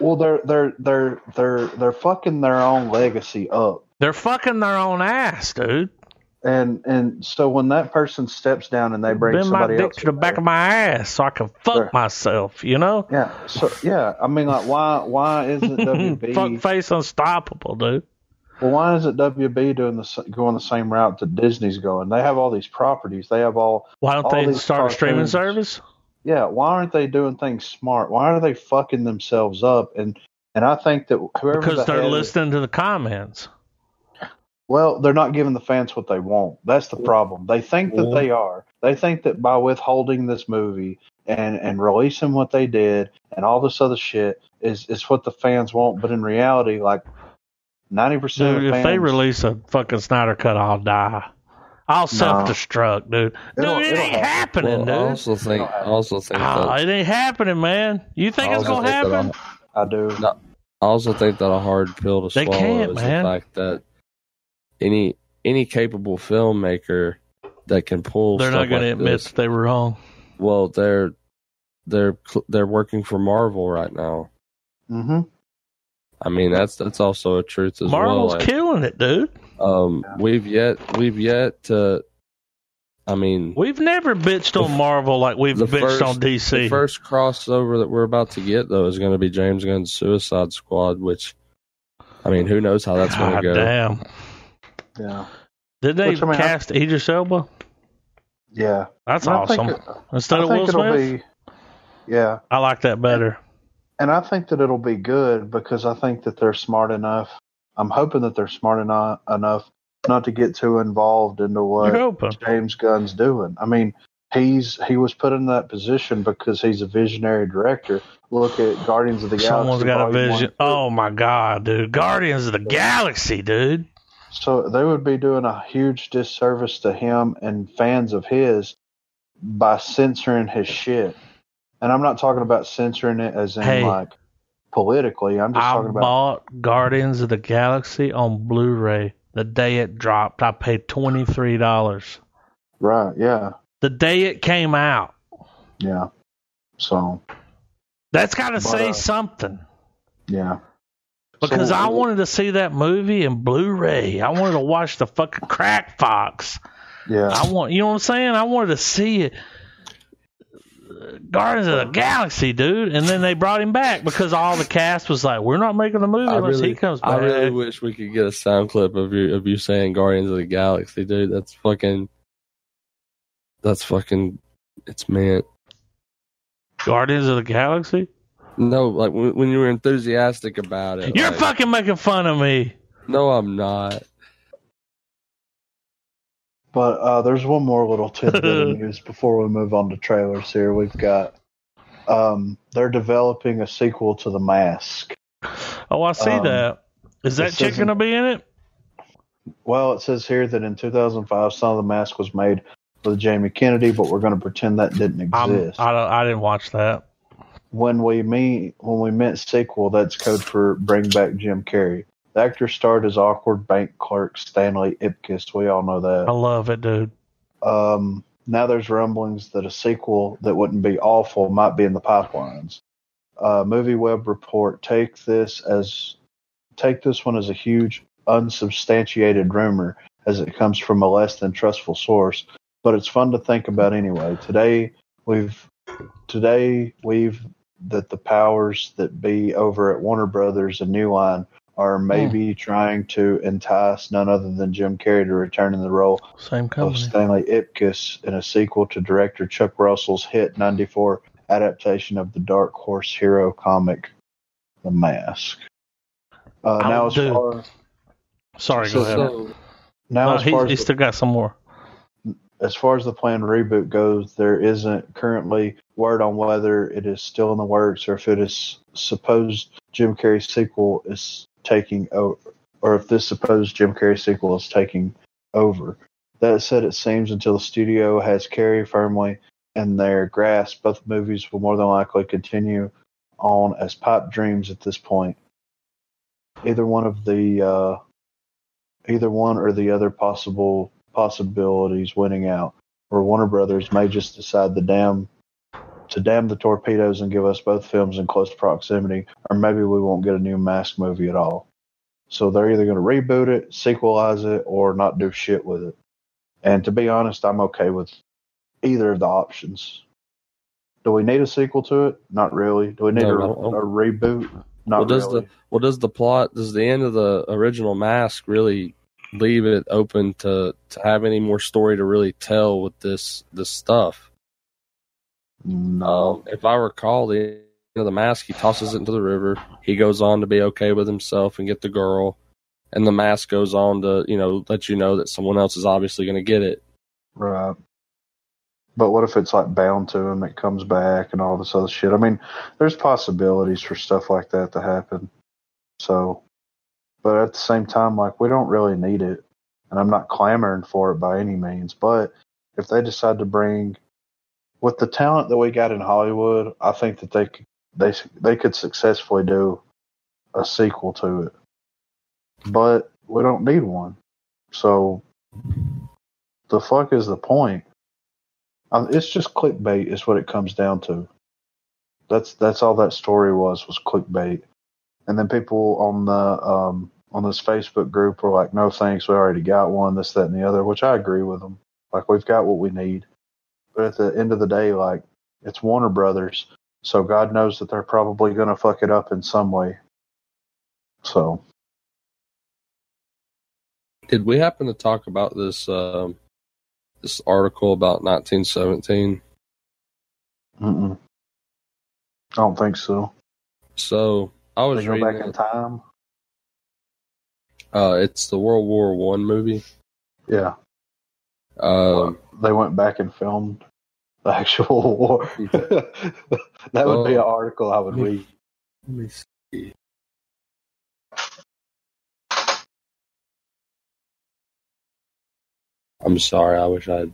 well they're they're they're they're they're fucking their own legacy up.
They're fucking their own ass, dude.
And and so when that person steps down and they bring
Bend my
somebody
dick
else
to the
in
back
there-
of my ass so I can fuck
Sure.
myself. You know.
yeah, so yeah, I mean like why why isn't WB
Fuck face unstoppable, dude.
Well, why isn't WB doing the s- going the same route that Disney's going? They have all these properties. They have all
Why don't
All
they
these
start a streaming
cartoons.
service?
yeah. Why aren't they doing things smart? Why are they fucking themselves up? And and I think that whoever
Because
the
they're
head is-
listening to the comments.
well, they're not giving the fans what they want. That's the problem. They think that
Yeah.
they are. They think that by withholding this movie and and releasing what they did and all this other shit is is what the fans want. But in reality, like ninety percent of
Dude,
the
if
fans,
they release a fucking Snyder cut, I'll die. I'll self destruct, dude. Dude,
It'll-
it
it'll
ain't
happen.
happening,
I
dude.
also think I also think
Ah,
that
it ain't happening, man. You think it's
also
gonna
think that
happen?
a-
I do.
No. I also think that a hard pill to
They
swallow
can't,
is
man.
the fact that any any capable filmmaker that can pull
They're not
stuff
gonna
like
admit
this-
that they were wrong.
well they're they're cl- they're working for Marvel right now.
hmm
I mean that's that's also a truth as well.
Marvel's
like-
killing it, dude.
Um, we've yet, we've yet to. I mean,
We've never bitched
The
on
f-
Marvel like we've
the
bitched
first-
on
the
DC.
first crossover that we're about to get though is going to be James Gunn's Suicide Squad, which, I mean, who knows how oh, that's going
God
to go?
Ah, damn!
Yeah.
Did they
Which, I mean, I-
cast Idris Elba?
Yeah.
That's
I think
awesome.
it-
Instead of Will Smith,
be, yeah,
I like that better.
and I think that it'll be good because I think that they're smart enough. I'm hoping that they're smart enough enough not to get too involved into what
You're open.
James Gunn's doing. I mean, he's he was put in that position because he's a visionary director. Look at Guardians of the
Someone's
Galaxy.
got a
Volume One.
vision. Oh my god, dude! Guardians of the Galaxy, dude.
So they would be doing a huge disservice to him and fans of his by censoring his shit. And I'm not talking about censoring it as in
Hey.
like politically. I'm just
I
talking about
bought Guardians of the Galaxy on Blu-ray the day it dropped. I paid twenty three dollars.
right, yeah,
The day it came out,
yeah. So
that's got to
But,
say
uh,
something.
yeah,
Because
So-
I wanted to see that movie in Blu-ray. I wanted to watch the fucking Crack Fox.
yeah,
I want, you know what I'm saying? I wanted to see it. Guardians of the Galaxy, dude, and then they brought him back because all the cast was like, "We're not making the movie
I
unless he
really,
comes
I
back."
really wish we could get a sound clip of you of you saying Guardians of the Galaxy, dude. That's fucking. That's fucking. It's man.
Guardians of the Galaxy.
No, like when, when you were enthusiastic about it.
You're
like,
fucking making fun of me.
No, I'm not.
but uh, there's one more little tidbit of news before we move on to trailers. Here we've got um, they're developing a sequel to The Mask.
Oh, I see
Um,
that. Is that
this
chick
isn't-
gonna be in it?
Well, it says here that in 2005, Son of the Mask was made with Jamie Kennedy, but we're going to pretend that didn't
I'm,
exist.
I don't- I didn't watch that.
when we mean when we meant sequel, that's code for bring back Jim Carrey. The actor starred as awkward bank clerk Stanley Ipkiss. We all know
I
that.
love it, dude.
Um, now there's rumblings that a sequel that wouldn't be awful might be in the pipelines. Uh, Movie Web report: Take this as take this one as a huge unsubstantiated rumor, as it comes from a less than trustful source. But it's fun to think about anyway. Today We've today we've that the powers that be over at Warner Brothers and New Line are maybe trying to entice none other than Jim Carrey to return in the role
Same
of
company.
Stanley Ipkiss in a sequel to director Chuck Russell's hit 94 adaptation of the Dark Horse hero comic, The Mask. Uh,
I
now,
would
as
do-
far,
Sorry, go
So-
ahead.
so- now
no,
as, far
Uh, he,
as,
he still got some more.
as far as the planned reboot goes, there isn't currently word on whether it is still in the works or if it is supposed Jim Carrey sequel is taking over, or if this supposed Jim Carrey sequel is taking over. That said, it seems until the studio has Carrey firmly in their grasp, both movies will more than likely continue on as pipe dreams at this point. Either one of the, uh, either one or the other possible possibilities winning out, or Warner Brothers may just decide the damn to damn the torpedoes and give us both films in close proximity, or maybe we won't get a new mask movie at all. So they're either going to reboot it, sequelize it, or not do shit with it. And to be honest, I'm okay with either of the options. Do we need a sequel to it? Not really. Do we need
No,
a,
I don't-
a reboot? Not
Well, does
really.
the well does the plot does the end of the original mask really leave it open to to have any more story to really tell with this this stuff?
no.
Um, if I recall, the end of the mask, he tosses it into the river. He goes on to be okay with himself and get the girl, and the mask goes on to you know let you know that someone else is obviously going to get it.
Right. But what if it's like bound to him? It comes back and all this other shit. I mean, there's possibilities for stuff like that to happen. So, but at the same time, like we don't really need it, and I'm not clamoring for it by any means. But if they decide to bring, with the talent that we got in Hollywood, I think that they could they they could successfully do a sequel to it. But we don't need one, so the fuck is the point? Um, it's just clickbait, is what it comes down to. That's that's all that story was was clickbait, and then people on the um, on this Facebook group were like, "No thanks, we already got one." This, that, and the other, which I agree with them. Like we've got what we need, but at the end of the day, like it's Warner Brothers, so God knows that they're probably gonna fuck it up in some way. So
Did we happen to talk about this um, this article about 1917?
mm-mm. I don't think so.
So I was
They go
reading.
back in
it.
time.
Uh, it's the World War One movie.
Yeah.
Um,
they went back and filmed the actual war. that would be an
Well,
article I would
let me-
read.
Let me see. I'm sorry. I wish I'd.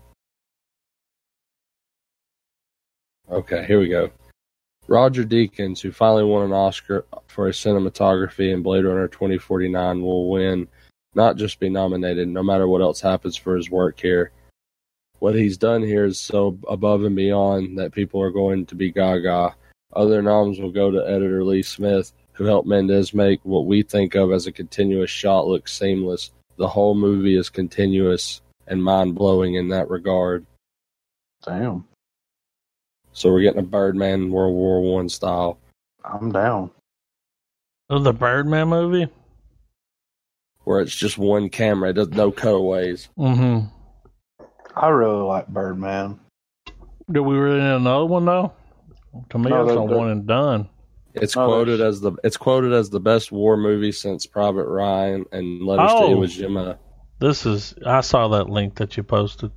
Okay, here we go. Roger Deakins, who finally won an Oscar for his cinematography in Blade Runner 2049, will win, not just be nominated, no matter what else happens for his work here. What he's done here is so above and beyond that people are going to be gaga. Other noms will go to editor Lee Smith, who helped Mendez make what we think of as a continuous shot look seamless. The whole movie is continuous and mind blowing in that regard.
Damn,
So we're getting a Birdman World War One style.
I'm down.
Oh, the Birdman movie.
Where it's just one camera, it does no cutaways.
Mm-hmm.
I really like Birdman.
Do we really need another one though? To me,
No,
that's
they're-
a
they're-
one and done.
It's
Oh,
quoted as the it's quoted as the best war movie since Private Ryan and Letters
Oh.
to Iwo Jima.
This is. I saw that link that you posted.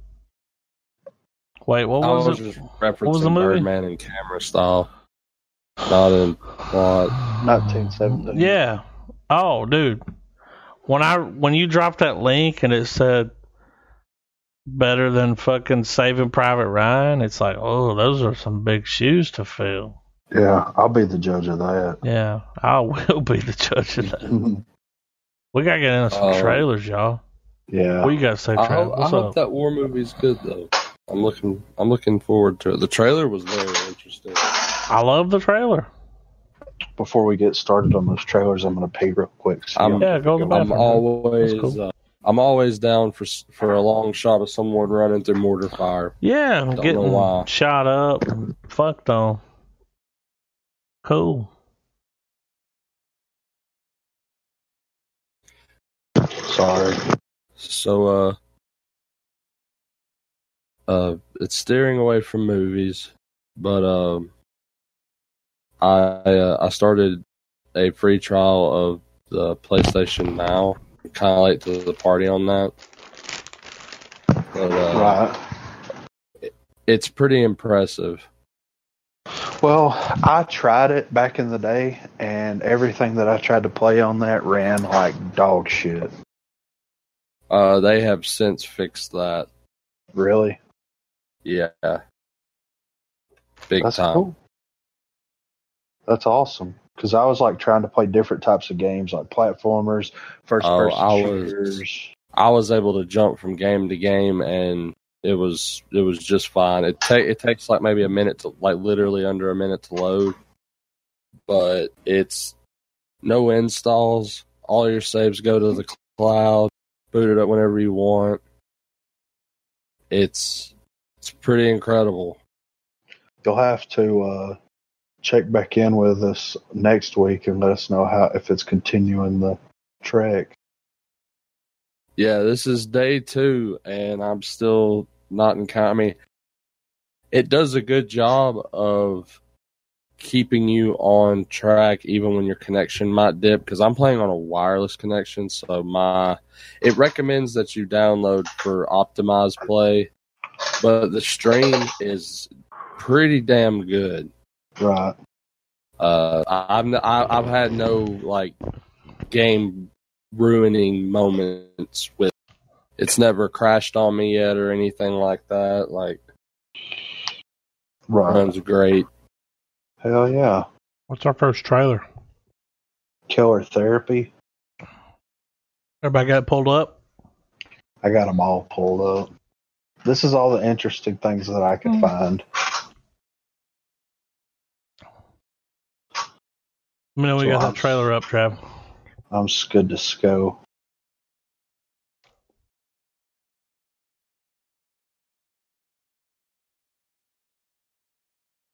Wait, what
I
Oh,
was,
was
it?
just referencing
was the movie?
Birdman in camera style, not in plot.
Nineteen seventeen.
Yeah. Oh, dude. When I when you dropped that link and it said better than fucking Saving Private Ryan, it's like, oh, those are some big shoes to fill.
yeah. I'll be the judge of that.
Yeah, I will be the judge of that. We gotta get into some
Oh.
trailers, y'all.
yeah,
We gotta say
I,
trailers.
hope, I
What's
hope
up?
that war movie's good though. I'm looking. I'm looking forward to it. The trailer was very interesting.
I love the trailer.
before we get started on those trailers, I'm gonna pee real quick. So
I'm-
Yeah, go to Oh, the
I'm
bathroom.
always
That's cool.
uh, I'm always down for s- for a long shot of someone running through mortar fire.
Yeah,
know
getting
why.
shot up, and fucked on. Cool.
Sorry.
So uh uh it's steering away from movies, but um I uh, I started a free trial of the PlayStation Now. Kind of late to the party on that. But uh,
Right.
it's pretty impressive.
Well, I tried it back in the day, and everything that I tried to play on that ran like dog shit.
Uh they have since fixed that.
Really?
Yeah. Big
That's
time.
cool. That's awesome. Because I was like trying to play different types of games, like platformers, first person
Oh, I was-
shooters.
I was able to jump from game to game, and it was it was just fine. It ta- it takes like maybe a minute to like literally under a minute to load, but it's no installs. All your saves go to the cl- cloud. Boot it up whenever you want. It's it's pretty incredible.
You'll have to uh, check back in with us next week and let us know how if it's continuing the trek.
Yeah, this is day two, and I'm still not in. Con- I mean, it does a good job of keeping you on track, even when your connection might dip. Because I'm playing on a wireless connection, so my it recommends that you download for optimized play, but the stream is pretty damn good.
Right.
Uh, I- I'm n- I, I've had no like game ruining moments with. It's never crashed on me yet or anything like that. Like
Right.
runs great.
Hell yeah.
What's our first trailer?
Killer therapy.
Everybody got it pulled up.
I got them all pulled up. This is all the interesting things that I could find.
I mean, we
So
got
I'm-
that trailer up, Trav.
I'm s- good to go.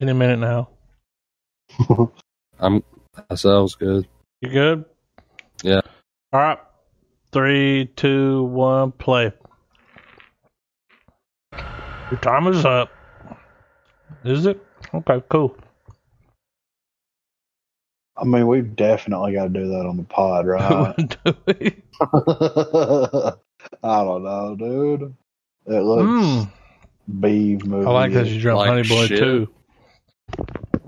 Any minute now.
That sounds good.
You good?
Yeah.
All right. Three, two, one, play. Your time is up. Is it? Okay, cool.
I mean, we've definitely got to do that on the pod, right? I don't know, dude. It looks
Mm,
B movie.
I like that you dropped
Like
Honey Boy
shit.
2.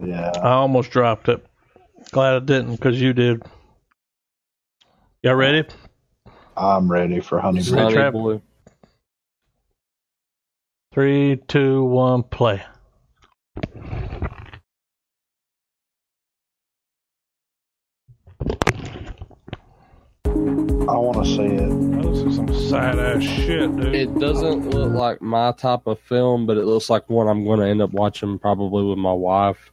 Yeah.
I almost dropped it. Glad I didn't because you did. Y'all ready?
I'm ready for Honey
Is
Boy.
that-
Honey
Trap.
boy.
Three, two, one, play.
I want to see it.
This is some sad ass shit, dude.
It doesn't look like my type of film, but it looks like one I'm going to end up watching probably with my wife.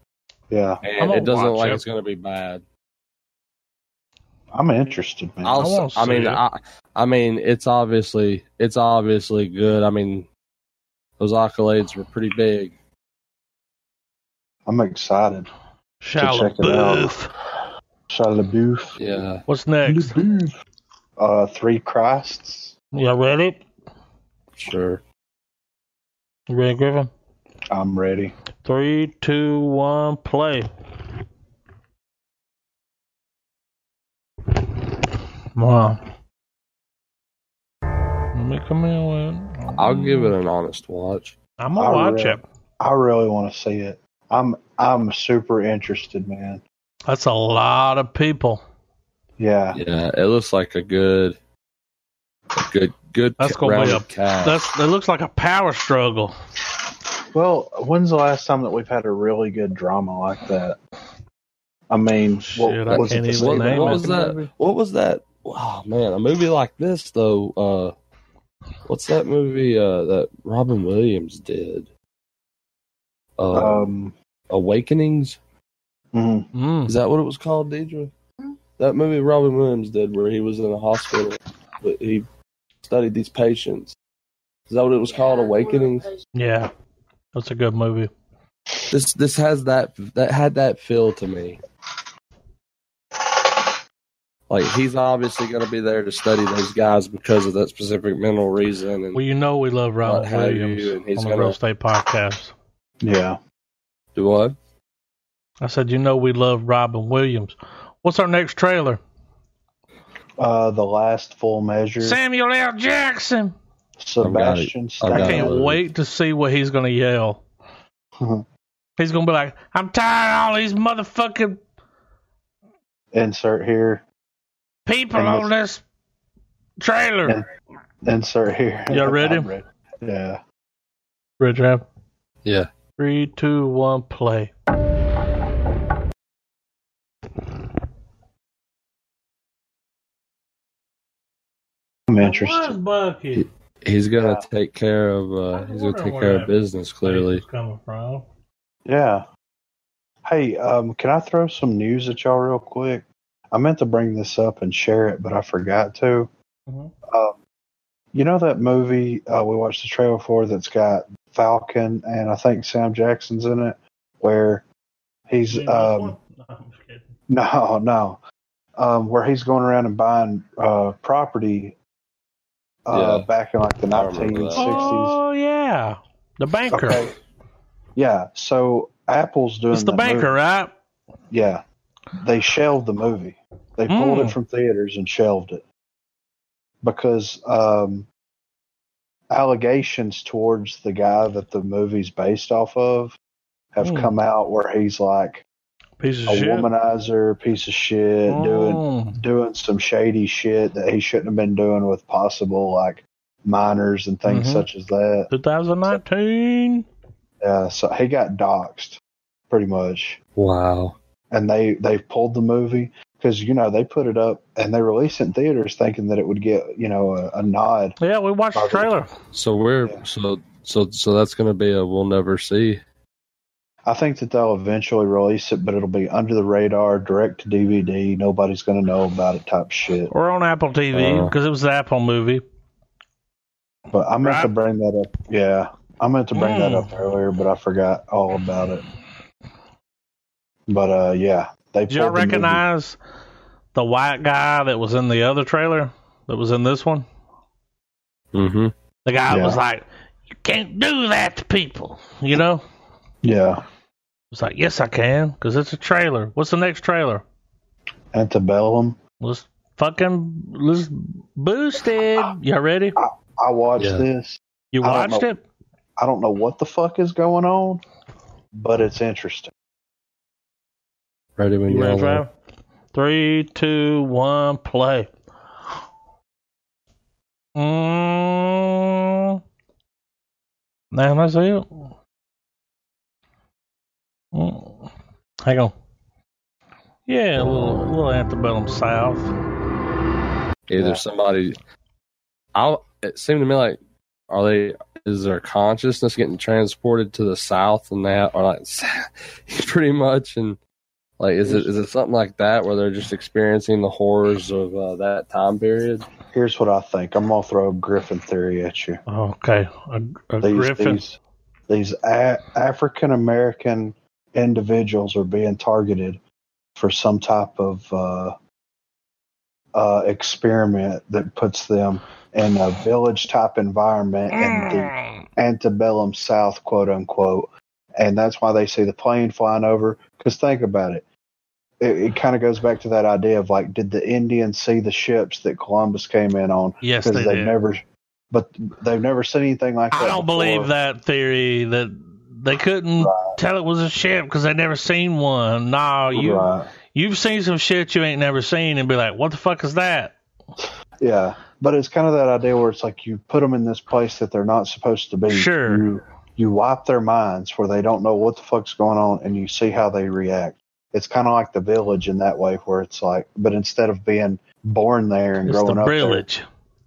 Yeah.
And
gonna
it doesn't look
watch
like
it.
it's going to be bad.
I'm interested, man.
I'll,
I
I,
wanna
I mean,
see it.
I, I mean, it's obviously, it's obviously good. I mean, those accolades were pretty big.
I'm excited.
Shallot
check it out.
Booth.
Shia LaBeouf.
Yeah.
What's next?
LaBeouf. Uh, Three Christs.
Y'all ready?
Sure.
You ready, Griffin?
I'm ready.
Three, two, one, play. Wow. Let me come in with.
I'll give it an honest watch.
I'm gonna
I
watch
really-
it.
I really want to see it. I'm I'm super interested, man.
That's a lot of people.
Yeah.
Yeah, it looks like a good, a good, good.
That's gonna be
rounded
a-
cast.
That's that looks like a power struggle.
Well, when's the last time that we've had a really good drama like that? I mean, what,
Shit, I
was it
can't
the
even
Sleeping
name
what
it.
was that? What was that? Oh man, a movie like this though. Uh, what's that movie uh, that Robin Williams did? Uh,
Um,
Awakenings.
mhm.
Mm.
Is that what it was called, Deidre? That movie Robin Williams did, where he was in a hospital, but he studied these patients. Is that what it was called? Awakenings.
Yeah. That's a good movie.
This this has that that had that feel to me. Like he's obviously going to be there to study those guys because of that specific mental reason, and
Well, you know we love Robin
Not have you,
Williams
and he's
on the
gonna-
Real Estate Podcast.
Yeah.
do what?
I said, you know we love Robin Williams. What's our next trailer?
Uh, the last full measure.
Samuel L. Jackson.
Sebastian
I've got
I
it.
can't
Downloaded.
wait to see what he's gonna yell.
Mhm.
he's gonna be like, "I'm tired of all these motherfucking
Insert here.
people
And
on this trailer."
Insert here.
Y'all ready?
I'm Yeah.
Red Ram.
Yeah.
Three, two, one, play.
I'm interested.
Bucky?
He's gonna
Yeah.
take care of uh,
was
he's gonna
wondering
take
where
care of
that
business clearly.
coming from.
Yeah. Hey, um, can I throw some news at y'all real quick? I meant to bring this up and share it, but I forgot to.
Mhm.
Uh, you know that movie uh, we watched the trailer for that's got Falcon and I think Sam Jackson's in it, where he's um, No, no. Um, where he's going around and buying uh, property uh,
Yeah.
back in like the
I remember that.
1960s.
oh yeah, the banker.
Okay. Yeah. So Apple's doing
It's the
that
banker,
movie.
right?
Yeah. They shelved the movie. They pulled
Mm.
it from theaters and shelved it because um, allegations towards the guy that the movie's based off of have
Mm.
come out where he's like
Piece of
a
shit.
womanizer, piece of shit, doing
Mm.
doing some shady shit that he shouldn't have been doing with possible like minors and things
Mhm.
such as that.
2019.
Uh, so he got doxxed pretty much,
Wow.
and they they pulled the movie because you know they put it up and they released it in theaters thinking that it would get you know a, a nod.
Yeah, we watched the
Probably.
trailer.
So we're
Yeah.
so so so that's gonna be a we'll never see.
I think that they'll eventually release it, but it'll be under the radar, direct to DVD. Nobody's going to know about it, type shit.
Or on Apple TV
Uh-huh.
Uh.
because it was an Apple movie.
But I meant to
Right.
bring that up. Yeah, I meant to bring that
Mm.
up earlier, but I forgot all about it. But uh, yeah, they.
Do y'all
pulled the movie.
recognize the white guy that was in the other trailer that was in this one?
Mm-hmm.
The guy that was
Yeah.
like, "You can't do that to people," you know.
Yeah,
It's like, "Yes, I can," because it's a trailer. What's the next trailer?
Antebellum.
Let's fucking let's boost it. Y'all ready?
I watched
Yeah.
this.
You
I don't
watched
know.
it?
I don't know what the fuck is going on, but it's interesting.
Ready when
You
you
ready,
all
Trav?
are.
Three, two, one, play. Mm. Now that's it. Mm. Hang on. Yeah, a little, little antebellum south.
Either
Yeah.
somebody. I it seemed to me like are they is their consciousness getting transported to the south and that or like pretty much and like is it is it something like that where they're just experiencing the horrors of uh, that time period?
Here's what I think. I'm gonna throw a Griffin theory at you.
Okay, a, a
These
griffin.
these these a- African American individuals are being targeted for some type of uh, uh, experiment that puts them in a village type environment in the
Mm.
antebellum South, quote unquote, and that's why they see the plane flying over. Because think about it. It, it kind of goes back to that idea of like, did the Indians see the ships that Columbus came in on?
Yes,
Because
they
they've
did.
never, but they've never seen anything like that.
I don't believe
before.
that theory that they couldn't tell it was a ship because they never seen one. Nah, you
Right.
you've seen some shit you ain't never seen and be like, what the fuck is that?
Yeah, but it's kind of that idea where it's like you put them in this place that they're not supposed to be.
Sure.
You, you wipe their minds where they don't know what the fuck's going on, and you see how they react. It's kind of like the village in that way, where it's like, but instead of being born there and
It's the
growing up, there,
brillage.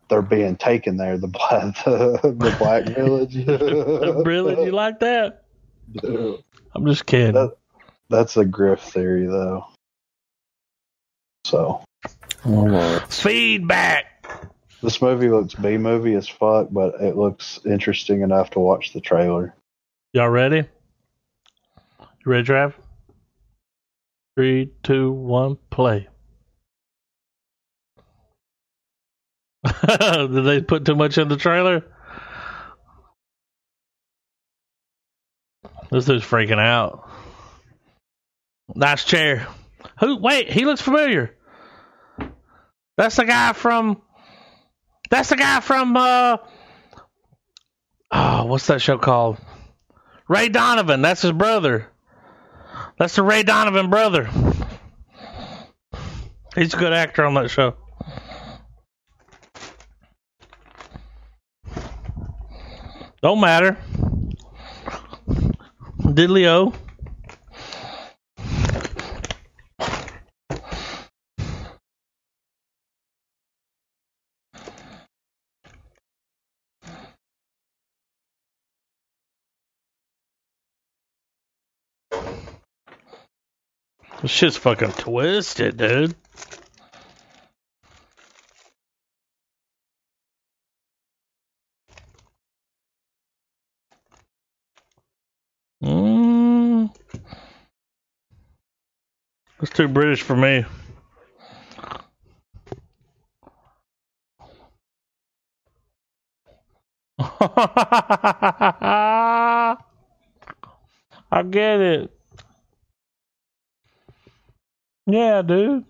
they're being taken there. The black, the, black village.
The brillage, you like that? I'm just kidding.
That- That's a griff theory, though. So
Oh,
Uh,
Feedback.
This movie looks B movie as fuck, but it looks interesting enough to watch the trailer.
Y'all ready? You ready, Trav? Three, two, one, play. Did they put too much in the trailer? This dude's freaking out. Nice chair. Who? Wait, he looks familiar. That's the guy from. That's the guy from. Uh, oh, what's that show called? Ray Donovan. That's his brother. That's the Ray Donovan brother. He's a good actor on that show. Don't matter. Diddley-o. This shit's fucking twisted, dude. Mm. That's too British for me. I get it. Yeah, dude.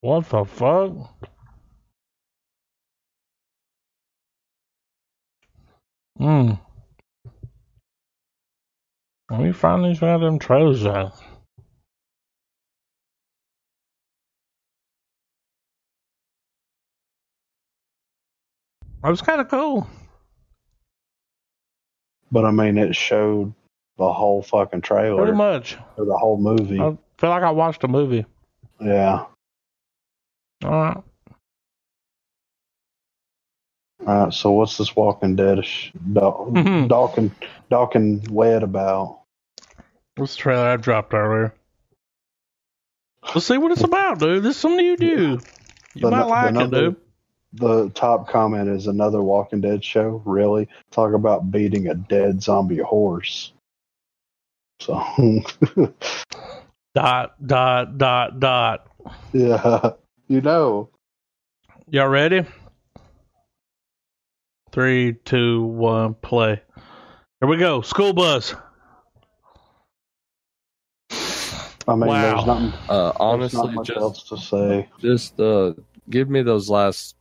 What the fuck? Hmm. Let me find these random trailers out. That was kind of cool.
But I mean, it showed the whole fucking trailer
Pretty much. Oh.
or the whole movie.
I feel like I watched a movie.
yeah.
All right.
All right. So what's this Walking Dead sh- Daw-
Mhm.
Dawkin Dawkin Wed about?
What's the trailer I dropped earlier? Let's see what it's about, dude. This is something you do. You
The nu-
might
the
like it,
number-
dude.
The top comment is another Walking Dead show. Really? Talk about beating a dead zombie horse. So
Dot, dot, dot, dot.
yeah, you know.
Y'all ready? Three, two, one, play. Here we go. School bus.
I mean,
Wow.
there's nothing. there's
Uh, honestly,
not much
just
else to say.
just uh,
Give me those last,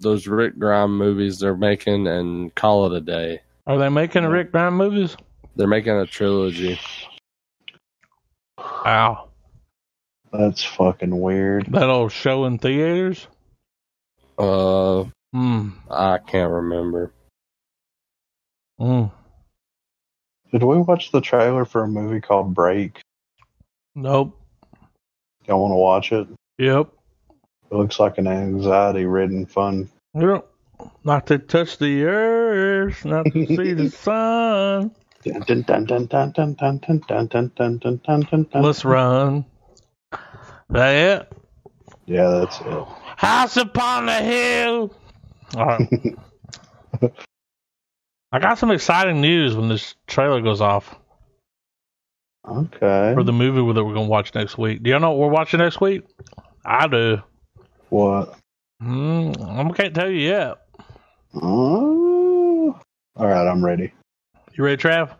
those Rick Grime movies they're making and call it a day.
Are they making a Rick Grimes movies?
They're making a trilogy.
Wow.
That's fucking weird.
That'll show in theaters?
Uh,
Hmm.
I can't remember.
Mm.
Did we watch the trailer for a movie called Break?
Nope.
Y'all want to watch it?
Yep.
It looks like an anxiety-ridden fun.
Yep. Not to touch the earth, not to see the sun.
Dun, dun, dun, dun, dun, dun, dun, dun, dun, dun, dun, dun, dun, dun, dun.
Let's run. That it?
Yeah, that's it.
House upon the hill. All right. I got some exciting news when this trailer goes off
Okay.
for the movie that we're gonna watch next week. Do y'all know what we're watching next week? I do.
What?
Mm, I can't tell you yet.
Oh. All right, I'm ready.
You ready, Trav?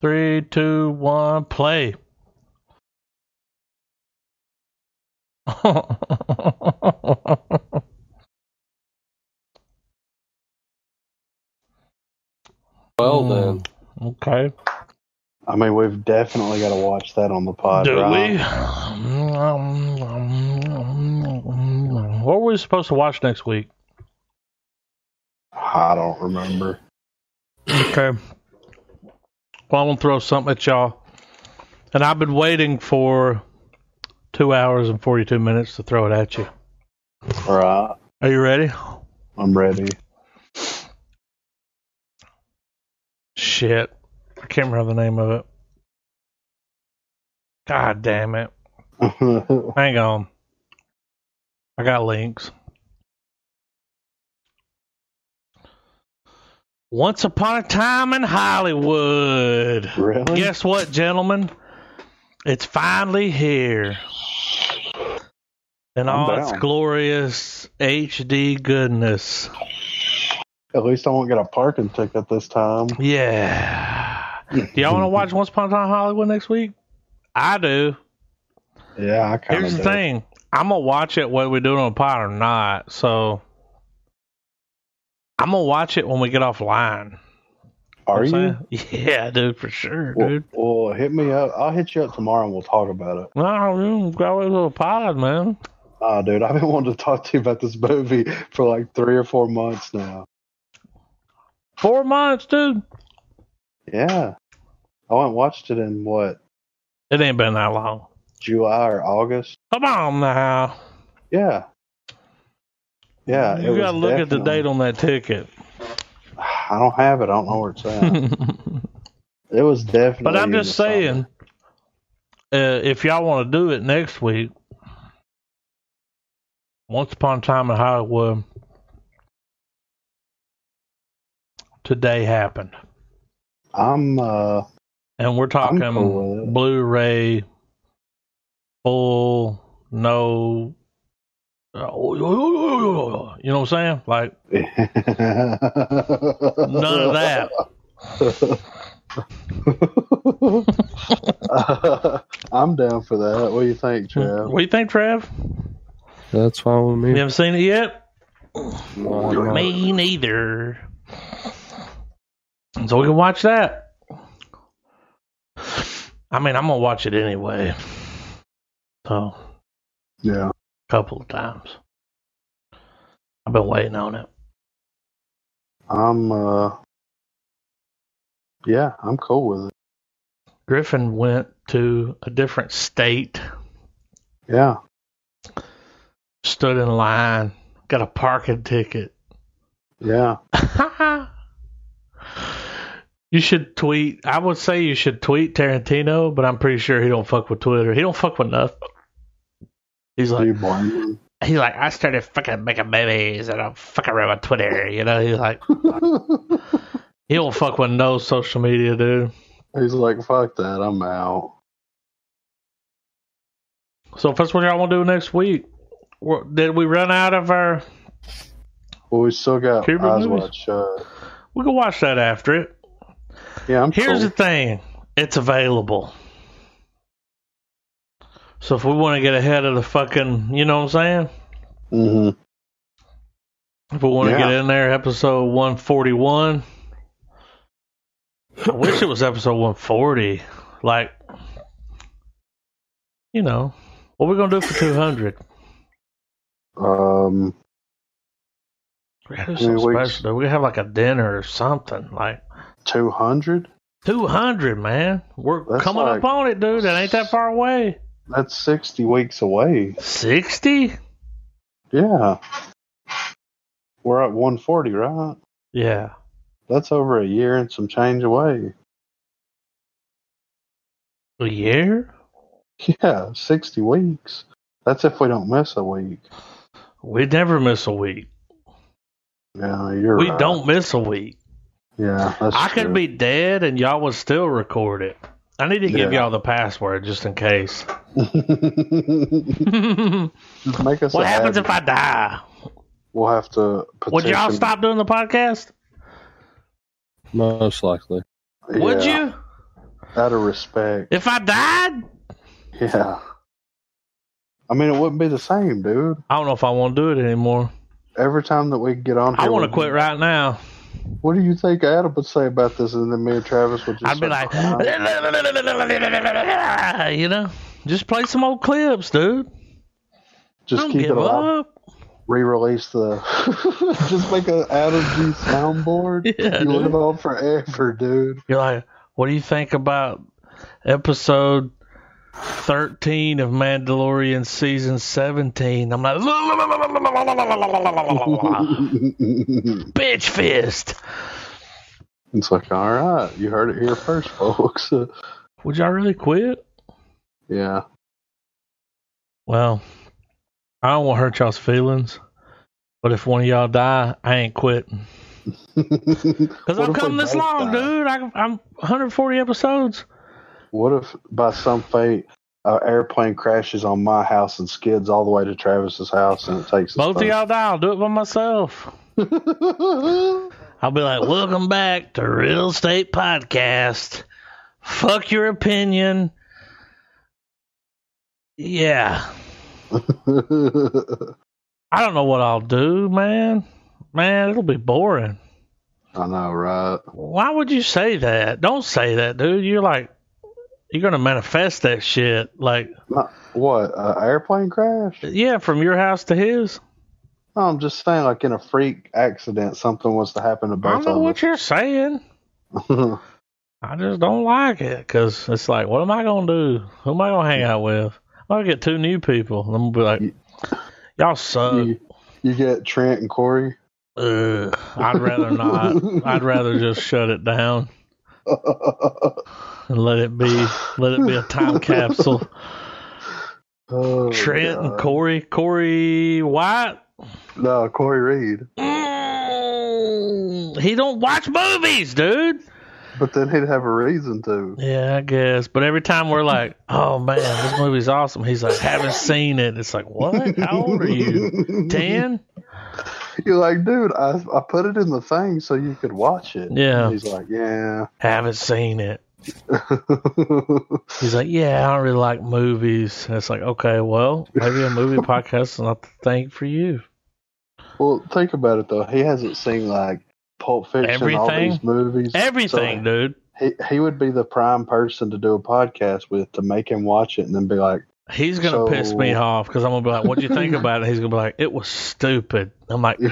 Three, two, one, play.
Well
Hmm.
then,
okay.
I mean, we've definitely got to watch that on the pod.
Do
right?
we? What were we supposed to watch next week?
I don't remember.
Okay. Well, I'm going to throw something at y'all. And I've been waiting for two hours and 42 minutes to throw it at you.
All right,
Are you ready?
I'm ready.
shit. I can't remember the name of it. God damn it. Hang on. I got links. Once upon a time in Hollywood.
really?
Guess what, gentlemen? It's finally here. In
I'm
all its
down.
glorious HD goodness.
At least I won't get a parking ticket this time.
Yeah. Do y'all want to watch Once Upon a Time in Hollywood next week? I do.
Yeah, I kind of.
Here's the thing. I'm gonna watch it whether we do it on a pod or not. So I'm gonna watch it when we get offline.
Are
You know
you?
what I'm saying? Yeah, dude, for sure,
Well,
dude.
well, hit me up. I'll hit you up tomorrow and we'll talk about it.
No, dude, go with a pod, man.
Ah, dude, I've been wanting to talk to you about this movie for like three or four months now.
Four months, dude.
Yeah, I went and watched it in what
It ain't been that long.
July or August.
Come on now.
Yeah, yeah.
you
it
gotta
was
look at the
definitely-
date on that ticket.
I don't have it. I don't know where it's at.
but
it was definitely.
I'm
in
just
the summer.
saying, uh, if y'all want to do it next week, Once Upon a Time in Hollywood, today happened.
I'm. uh
And we're talking
cool with it.
Blu-ray, full, no. oh, You know what I'm saying? Like none
None
of that.
I'm down for that. What do you think, Trev?
What do you think, Trav?
That's fine with
You
me.
haven't seen it yet?
Why not?
Me neither. So we can watch that. I mean, I'm gonna watch it anyway. So
Yeah.
a couple of times. I've been waiting on it.
I'm uh Yeah, I'm cool with it.
Griffin went to a different state,
Yeah.
stood in line, got a parking ticket.
Yeah.
you should tweet. I would say you should tweet Tarantino, but I'm pretty sure he don't fuck with Twitter. He don't fuck with nothing. He's
Do
like,
you blame him?
he's like, I started fucking making movies and I'm fucking around with Twitter. You know, he's like, he don't fuck with no social media, dude.
He's like, fuck that, I'm out.
So if that's what y'all want to do next week, wha- did we run out of our?
Well we still got
Cuban
eyes
movies?
wide shut.
We can watch that after it.
Yeah, I'm
Here's
cool.
the thing it's available. So if we want to get ahead of the fucking, you know what I'm saying?
Mhm.
If we want to
Yeah.
get in there, episode 141. I wish it was episode 140. Like, you know, what we going to do for 200?
Um
We're gonna do
Three
something
weeks.
special, dude. We're going to have like a dinner or something. Like,
two hundred?
200, man. We're
That's
coming
like-
up on it, dude. That ain't that far away.
That's sixty weeks away.
60?
Yeah. We're at one forty, right?
Yeah.
That's over a year and some change away.
A year?
Yeah, sixty weeks. That's if we don't miss a week.
We never miss a week.
Yeah, you're
We
right.
don't miss a week.
Yeah, that's
I
true.
could be dead and y'all would still record it. I need to give
Yeah.
y'all the password just in case.
Just
what
make us. a
happens if
habit.
I die?
we'll have to?
Would y'all
petition-
stop doing the podcast?
Most likely.
Would
Yeah,
you?
Out of respect.
If I died?
Yeah. I mean, it wouldn't be the same, dude.
I don't know if I want to do it anymore.
Every time that we get on,
I
here,
want to
we-
quit right now.
What do you think Adam would say about this? And then me and Travis would just.
I'd be like,
"Oh,
you know, just play some old clips, dude.
just
don't
keep it
give
alive.
up.
Re-release the. just make an Adam G soundboard.
Yeah,
you
dude.
live on forever, dude.
You're like, what do you think about episode 13 of Mandalorian season 17? I'm like, bitch fist.
It's like, all right, you heard it here first, folks.
Would y'all really quit?
yeah.
Well, I don't want to hurt y'all's feelings, but if one of y'all die, I ain't quitting. Because
What
I've
if
come
we
this
both
long,
die?
dude. I, I'm 140 episodes.
What if, by some fate, an airplane crashes on my house and skids all the way to Travis's house, and it takes
Both of y'all die. I'll do it by myself.
y'all.
I'll be like, welcome back to Real Estate Podcast. Fuck your opinion. Yeah. I don't know what I'll do, man. Man, it'll be boring.
I know, right?
Why would you say that? Don't say that, dude. You're like, you're going to manifest that shit. Like,
What? An airplane crash?
yeah, from your house to his.
No, I'm just saying, like in a freak accident, something was to happen
I
to
don't
both
know
of
what you're saying.
us.
I just don't like it because it's like, what am I gonna do? Who am I gonna hang out with? I'm gonna get two new people. and I'm gonna be like, y'all suck.
you, you get Trent and Corey.
Ugh. I'd rather not. I'd rather just shut it down
Oh,
and let it be. Let it be a time capsule.
Oh,
Trent and
God.
Corey, Corey White.
No, Corey Reed.
Mm, he don't watch movies, dude.
But then he'd have a reason to.
Yeah, I guess. But every time we're like, oh man, this movie's awesome. He's like, haven't seen it. It's like, what? How old are you? 10?
You're like, dude, I I put it in the thing so you could watch it.
Yeah.
He's like, yeah.
Haven't seen it. He's like, yeah, I don't really like movies. And it's like, okay, well, maybe a movie podcast is not the thing for you.
well, think about it though. He hasn't seen like Pulp Fiction, all
Everything.
these movies,
Everything,
So
dude.
he he would be the prime person to do a podcast with to make him watch it and then be like,
He's gonna
So-
piss me off because I'm gonna be like, "What do you think about it?" He's gonna be like, "It was stupid." I'm like, "Ugh."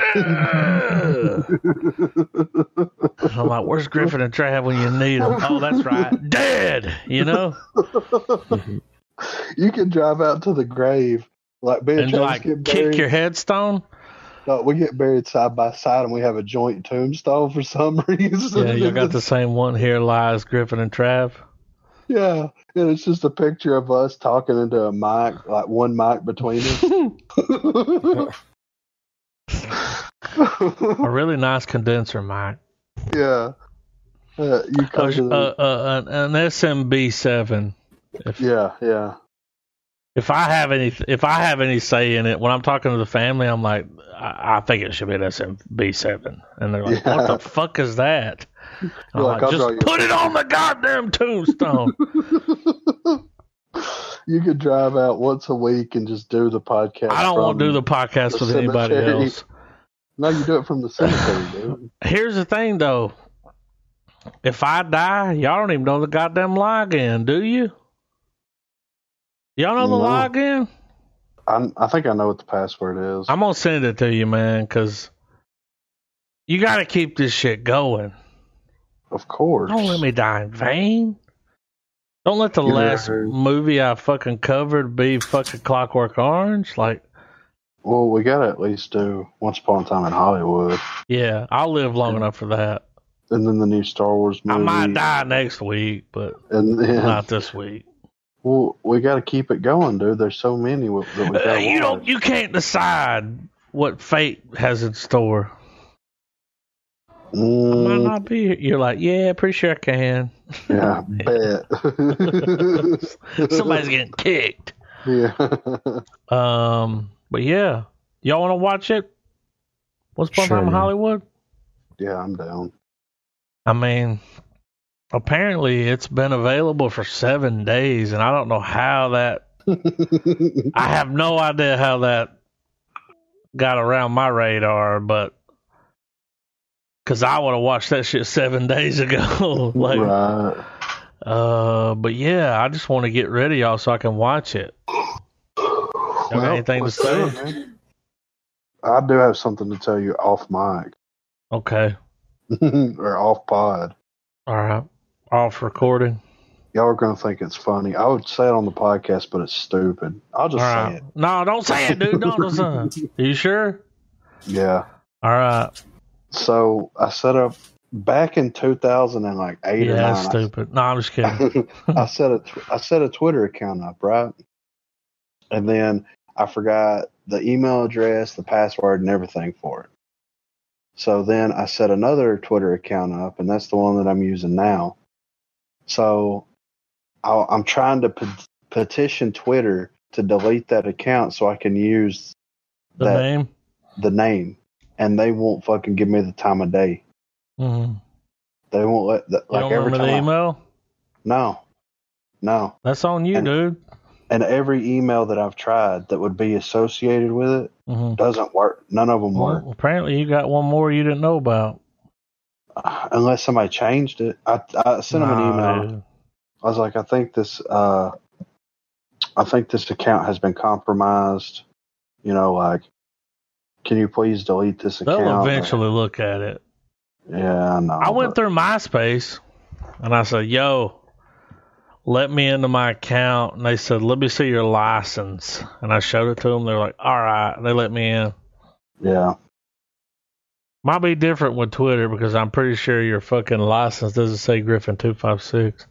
I'm like, "Where's Griffin and Trav when you need them?" Oh, that's right, dead. You know,
you can drive out to the grave. Like, me and,
and
Travis
like
get
kick
buried.
your headstone.
No, we get buried side by side, and we have a joint tombstone for some reason.
Yeah, you got the same one. Here lies Griffin and Trav.
Yeah, and it's just a picture of us talking into a mic, like one mic between us.
A really nice condenser mic,
yeah, uh, you
a,
come to the,
a- a- an, uh, an SMB7. If
yeah, yeah.
if I have any if I have any say in it, when I'm talking to the family, I'm like, I, I think it should be an SMB seven, and they're like, what
Yeah.
the fuck is that? And I'm
You're
like,
like, I'll draw
just
you a
put it on the goddamn tombstone.
You could drive out once a week and just do the podcast.
I don't want to do the podcast
the
with anybody
cemetery.
else.
No, you do it from the cemetery, dude.
Here's the thing though, if I die, y'all don't even know the goddamn login, do you? Y'all know the
No.
login?
i I think I know what the password is.
I'm gonna send it to you, man, because you got to keep this shit going.
of course.
Don't let me die in vain. Don't let the
You never
last
heard.
movie I fucking covered be fucking Clockwork Orange. Like,
Well, we gotta at least do Once Upon a Time in Hollywood,
yeah, I'll live long enough for that.
and then the new Star Wars
I
movie.
might die next week, but
And then,
not this week.
well, we gotta keep it going, dude. There's so many w- that we
Uh,
gotta
you don't.
watch.
You can't decide what fate has in store. I might
Mm,
not be. You're like, yeah, pretty sure I can.
yeah, bet.
Somebody's getting kicked.
yeah.
Um, but yeah, y'all want to watch it? What's going
Sure,
on in
man.
Hollywood?
yeah, I'm down.
I mean, apparently it's been available for seven days, and I don't know how that. I have no idea how that got around my radar, but because I would have watched that shit seven days ago. like,
right.
uh, but yeah, I just want to get rid of y'all so I can watch it. got
Well,
anything to
let's do
say?
it, man. I do have something to tell you off mic
Okay,
or off pod.
all right, off recording.
Y'all are gonna think it's funny. I would say it on the podcast, but it's stupid. I'll
All
just say
right,
it.
no, don't say it, dude. No, don't say it. Are you sure?
Yeah.
All right.
So I set up back in 2000 and like eight
yeah,
or nine.
that's stupid. No, I'm just kidding.
I set a tw- I set a Twitter account up, right? And then I forgot the email address, the password, and everything for it. So then I set another Twitter account up, and that's the one that I'm using now. So i I'm trying to pet- petition Twitter to delete that account so I can use
The
That-
name.
the name, and they won't fucking give me the time of day.
Mm-hmm.
They won't let the,
You
like
don't
every
remember
time.
the
I-
email?
no, no.
That's on you,
And-
dude.
and every email that I've tried that would be associated with it
Mm-hmm.
doesn't work. None of them work
Well, apparently, you got one more you didn't know about.
unless somebody changed it. I, I sent them
Nah,
an email.
dude.
I was like, I think this, uh, I think this account has been compromised. You know, like, can you please delete this
They'll
account?
eventually look at it.
Yeah, I know.
I went through MySpace and I said, "Yo, let me into my account." And they said, "Let me see your license." And I showed it to them. They're like, "All right." They let me in.
but- Yeah,
Might be different with Twitter because I'm pretty sure your fucking license doesn't say Griffin two five six.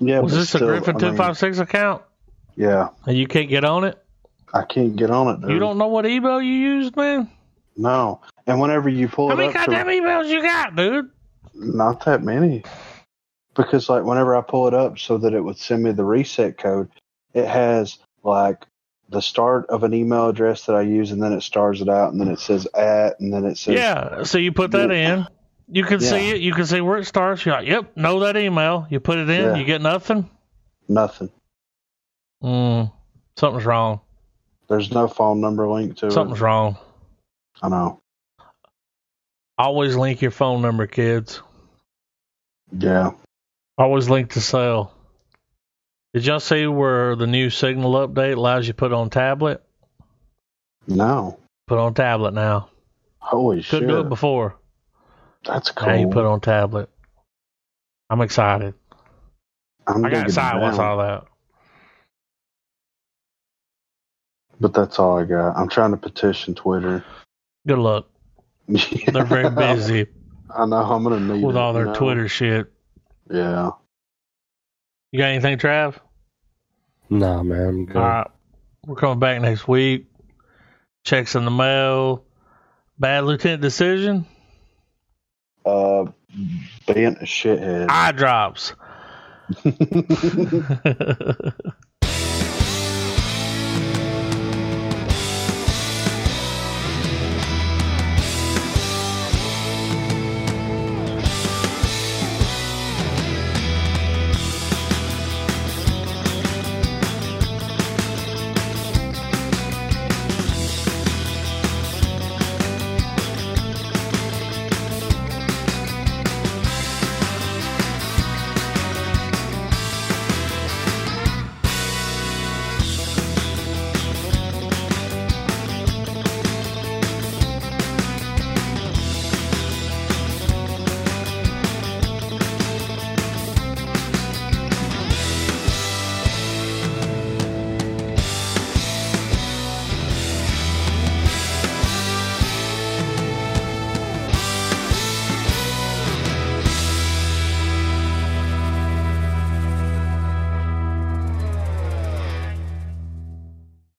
yeah.
Was
but
this a
still,
Griffin
I mean,
two five six account?
Yeah,
And you can't get on it.
I can't get on it. Dude.
You don't know what email you used, man.
No, and whenever you pull
How
it
many
up, to-
goddamn emails you got, dude?
Not that many. Because like whenever I pull it up so that it would send me the reset code, it has like the start of an email address that I use and then it stars it out and then it says at and then it says
Yeah. So you put that in. You can see
Yeah.
it. You can see where it starts. You're like, "Yep, know that email." You put it in.
Yeah.
You get nothing.
nothing.
Mm, something's wrong.
There's no phone number linked to
Something's
it.
wrong.
I know.
Always link your phone number, kids.
Yeah.
Always link to cell. Did y'all see where the new signal update allows you to put on tablet?
No.
Put on tablet now.
Holy
Couldn't do it
shit.
before.
That's
Now you
cool.
put on tablet. I'm excited.
I'm
I got
digging
excited once
down,
all that.
But that's all I got. I'm trying to petition Twitter.
Good luck. They're very busy
I know I'm gonna need
with
it,
all
you
their
know?
Twitter shit.
Yeah.
You got anything, Trav?
Nah, man, I'm good.
All right. We're coming back next week. Checks in the mail. Bad Lieutenant decision.
Uh being a shithead.
eye drops.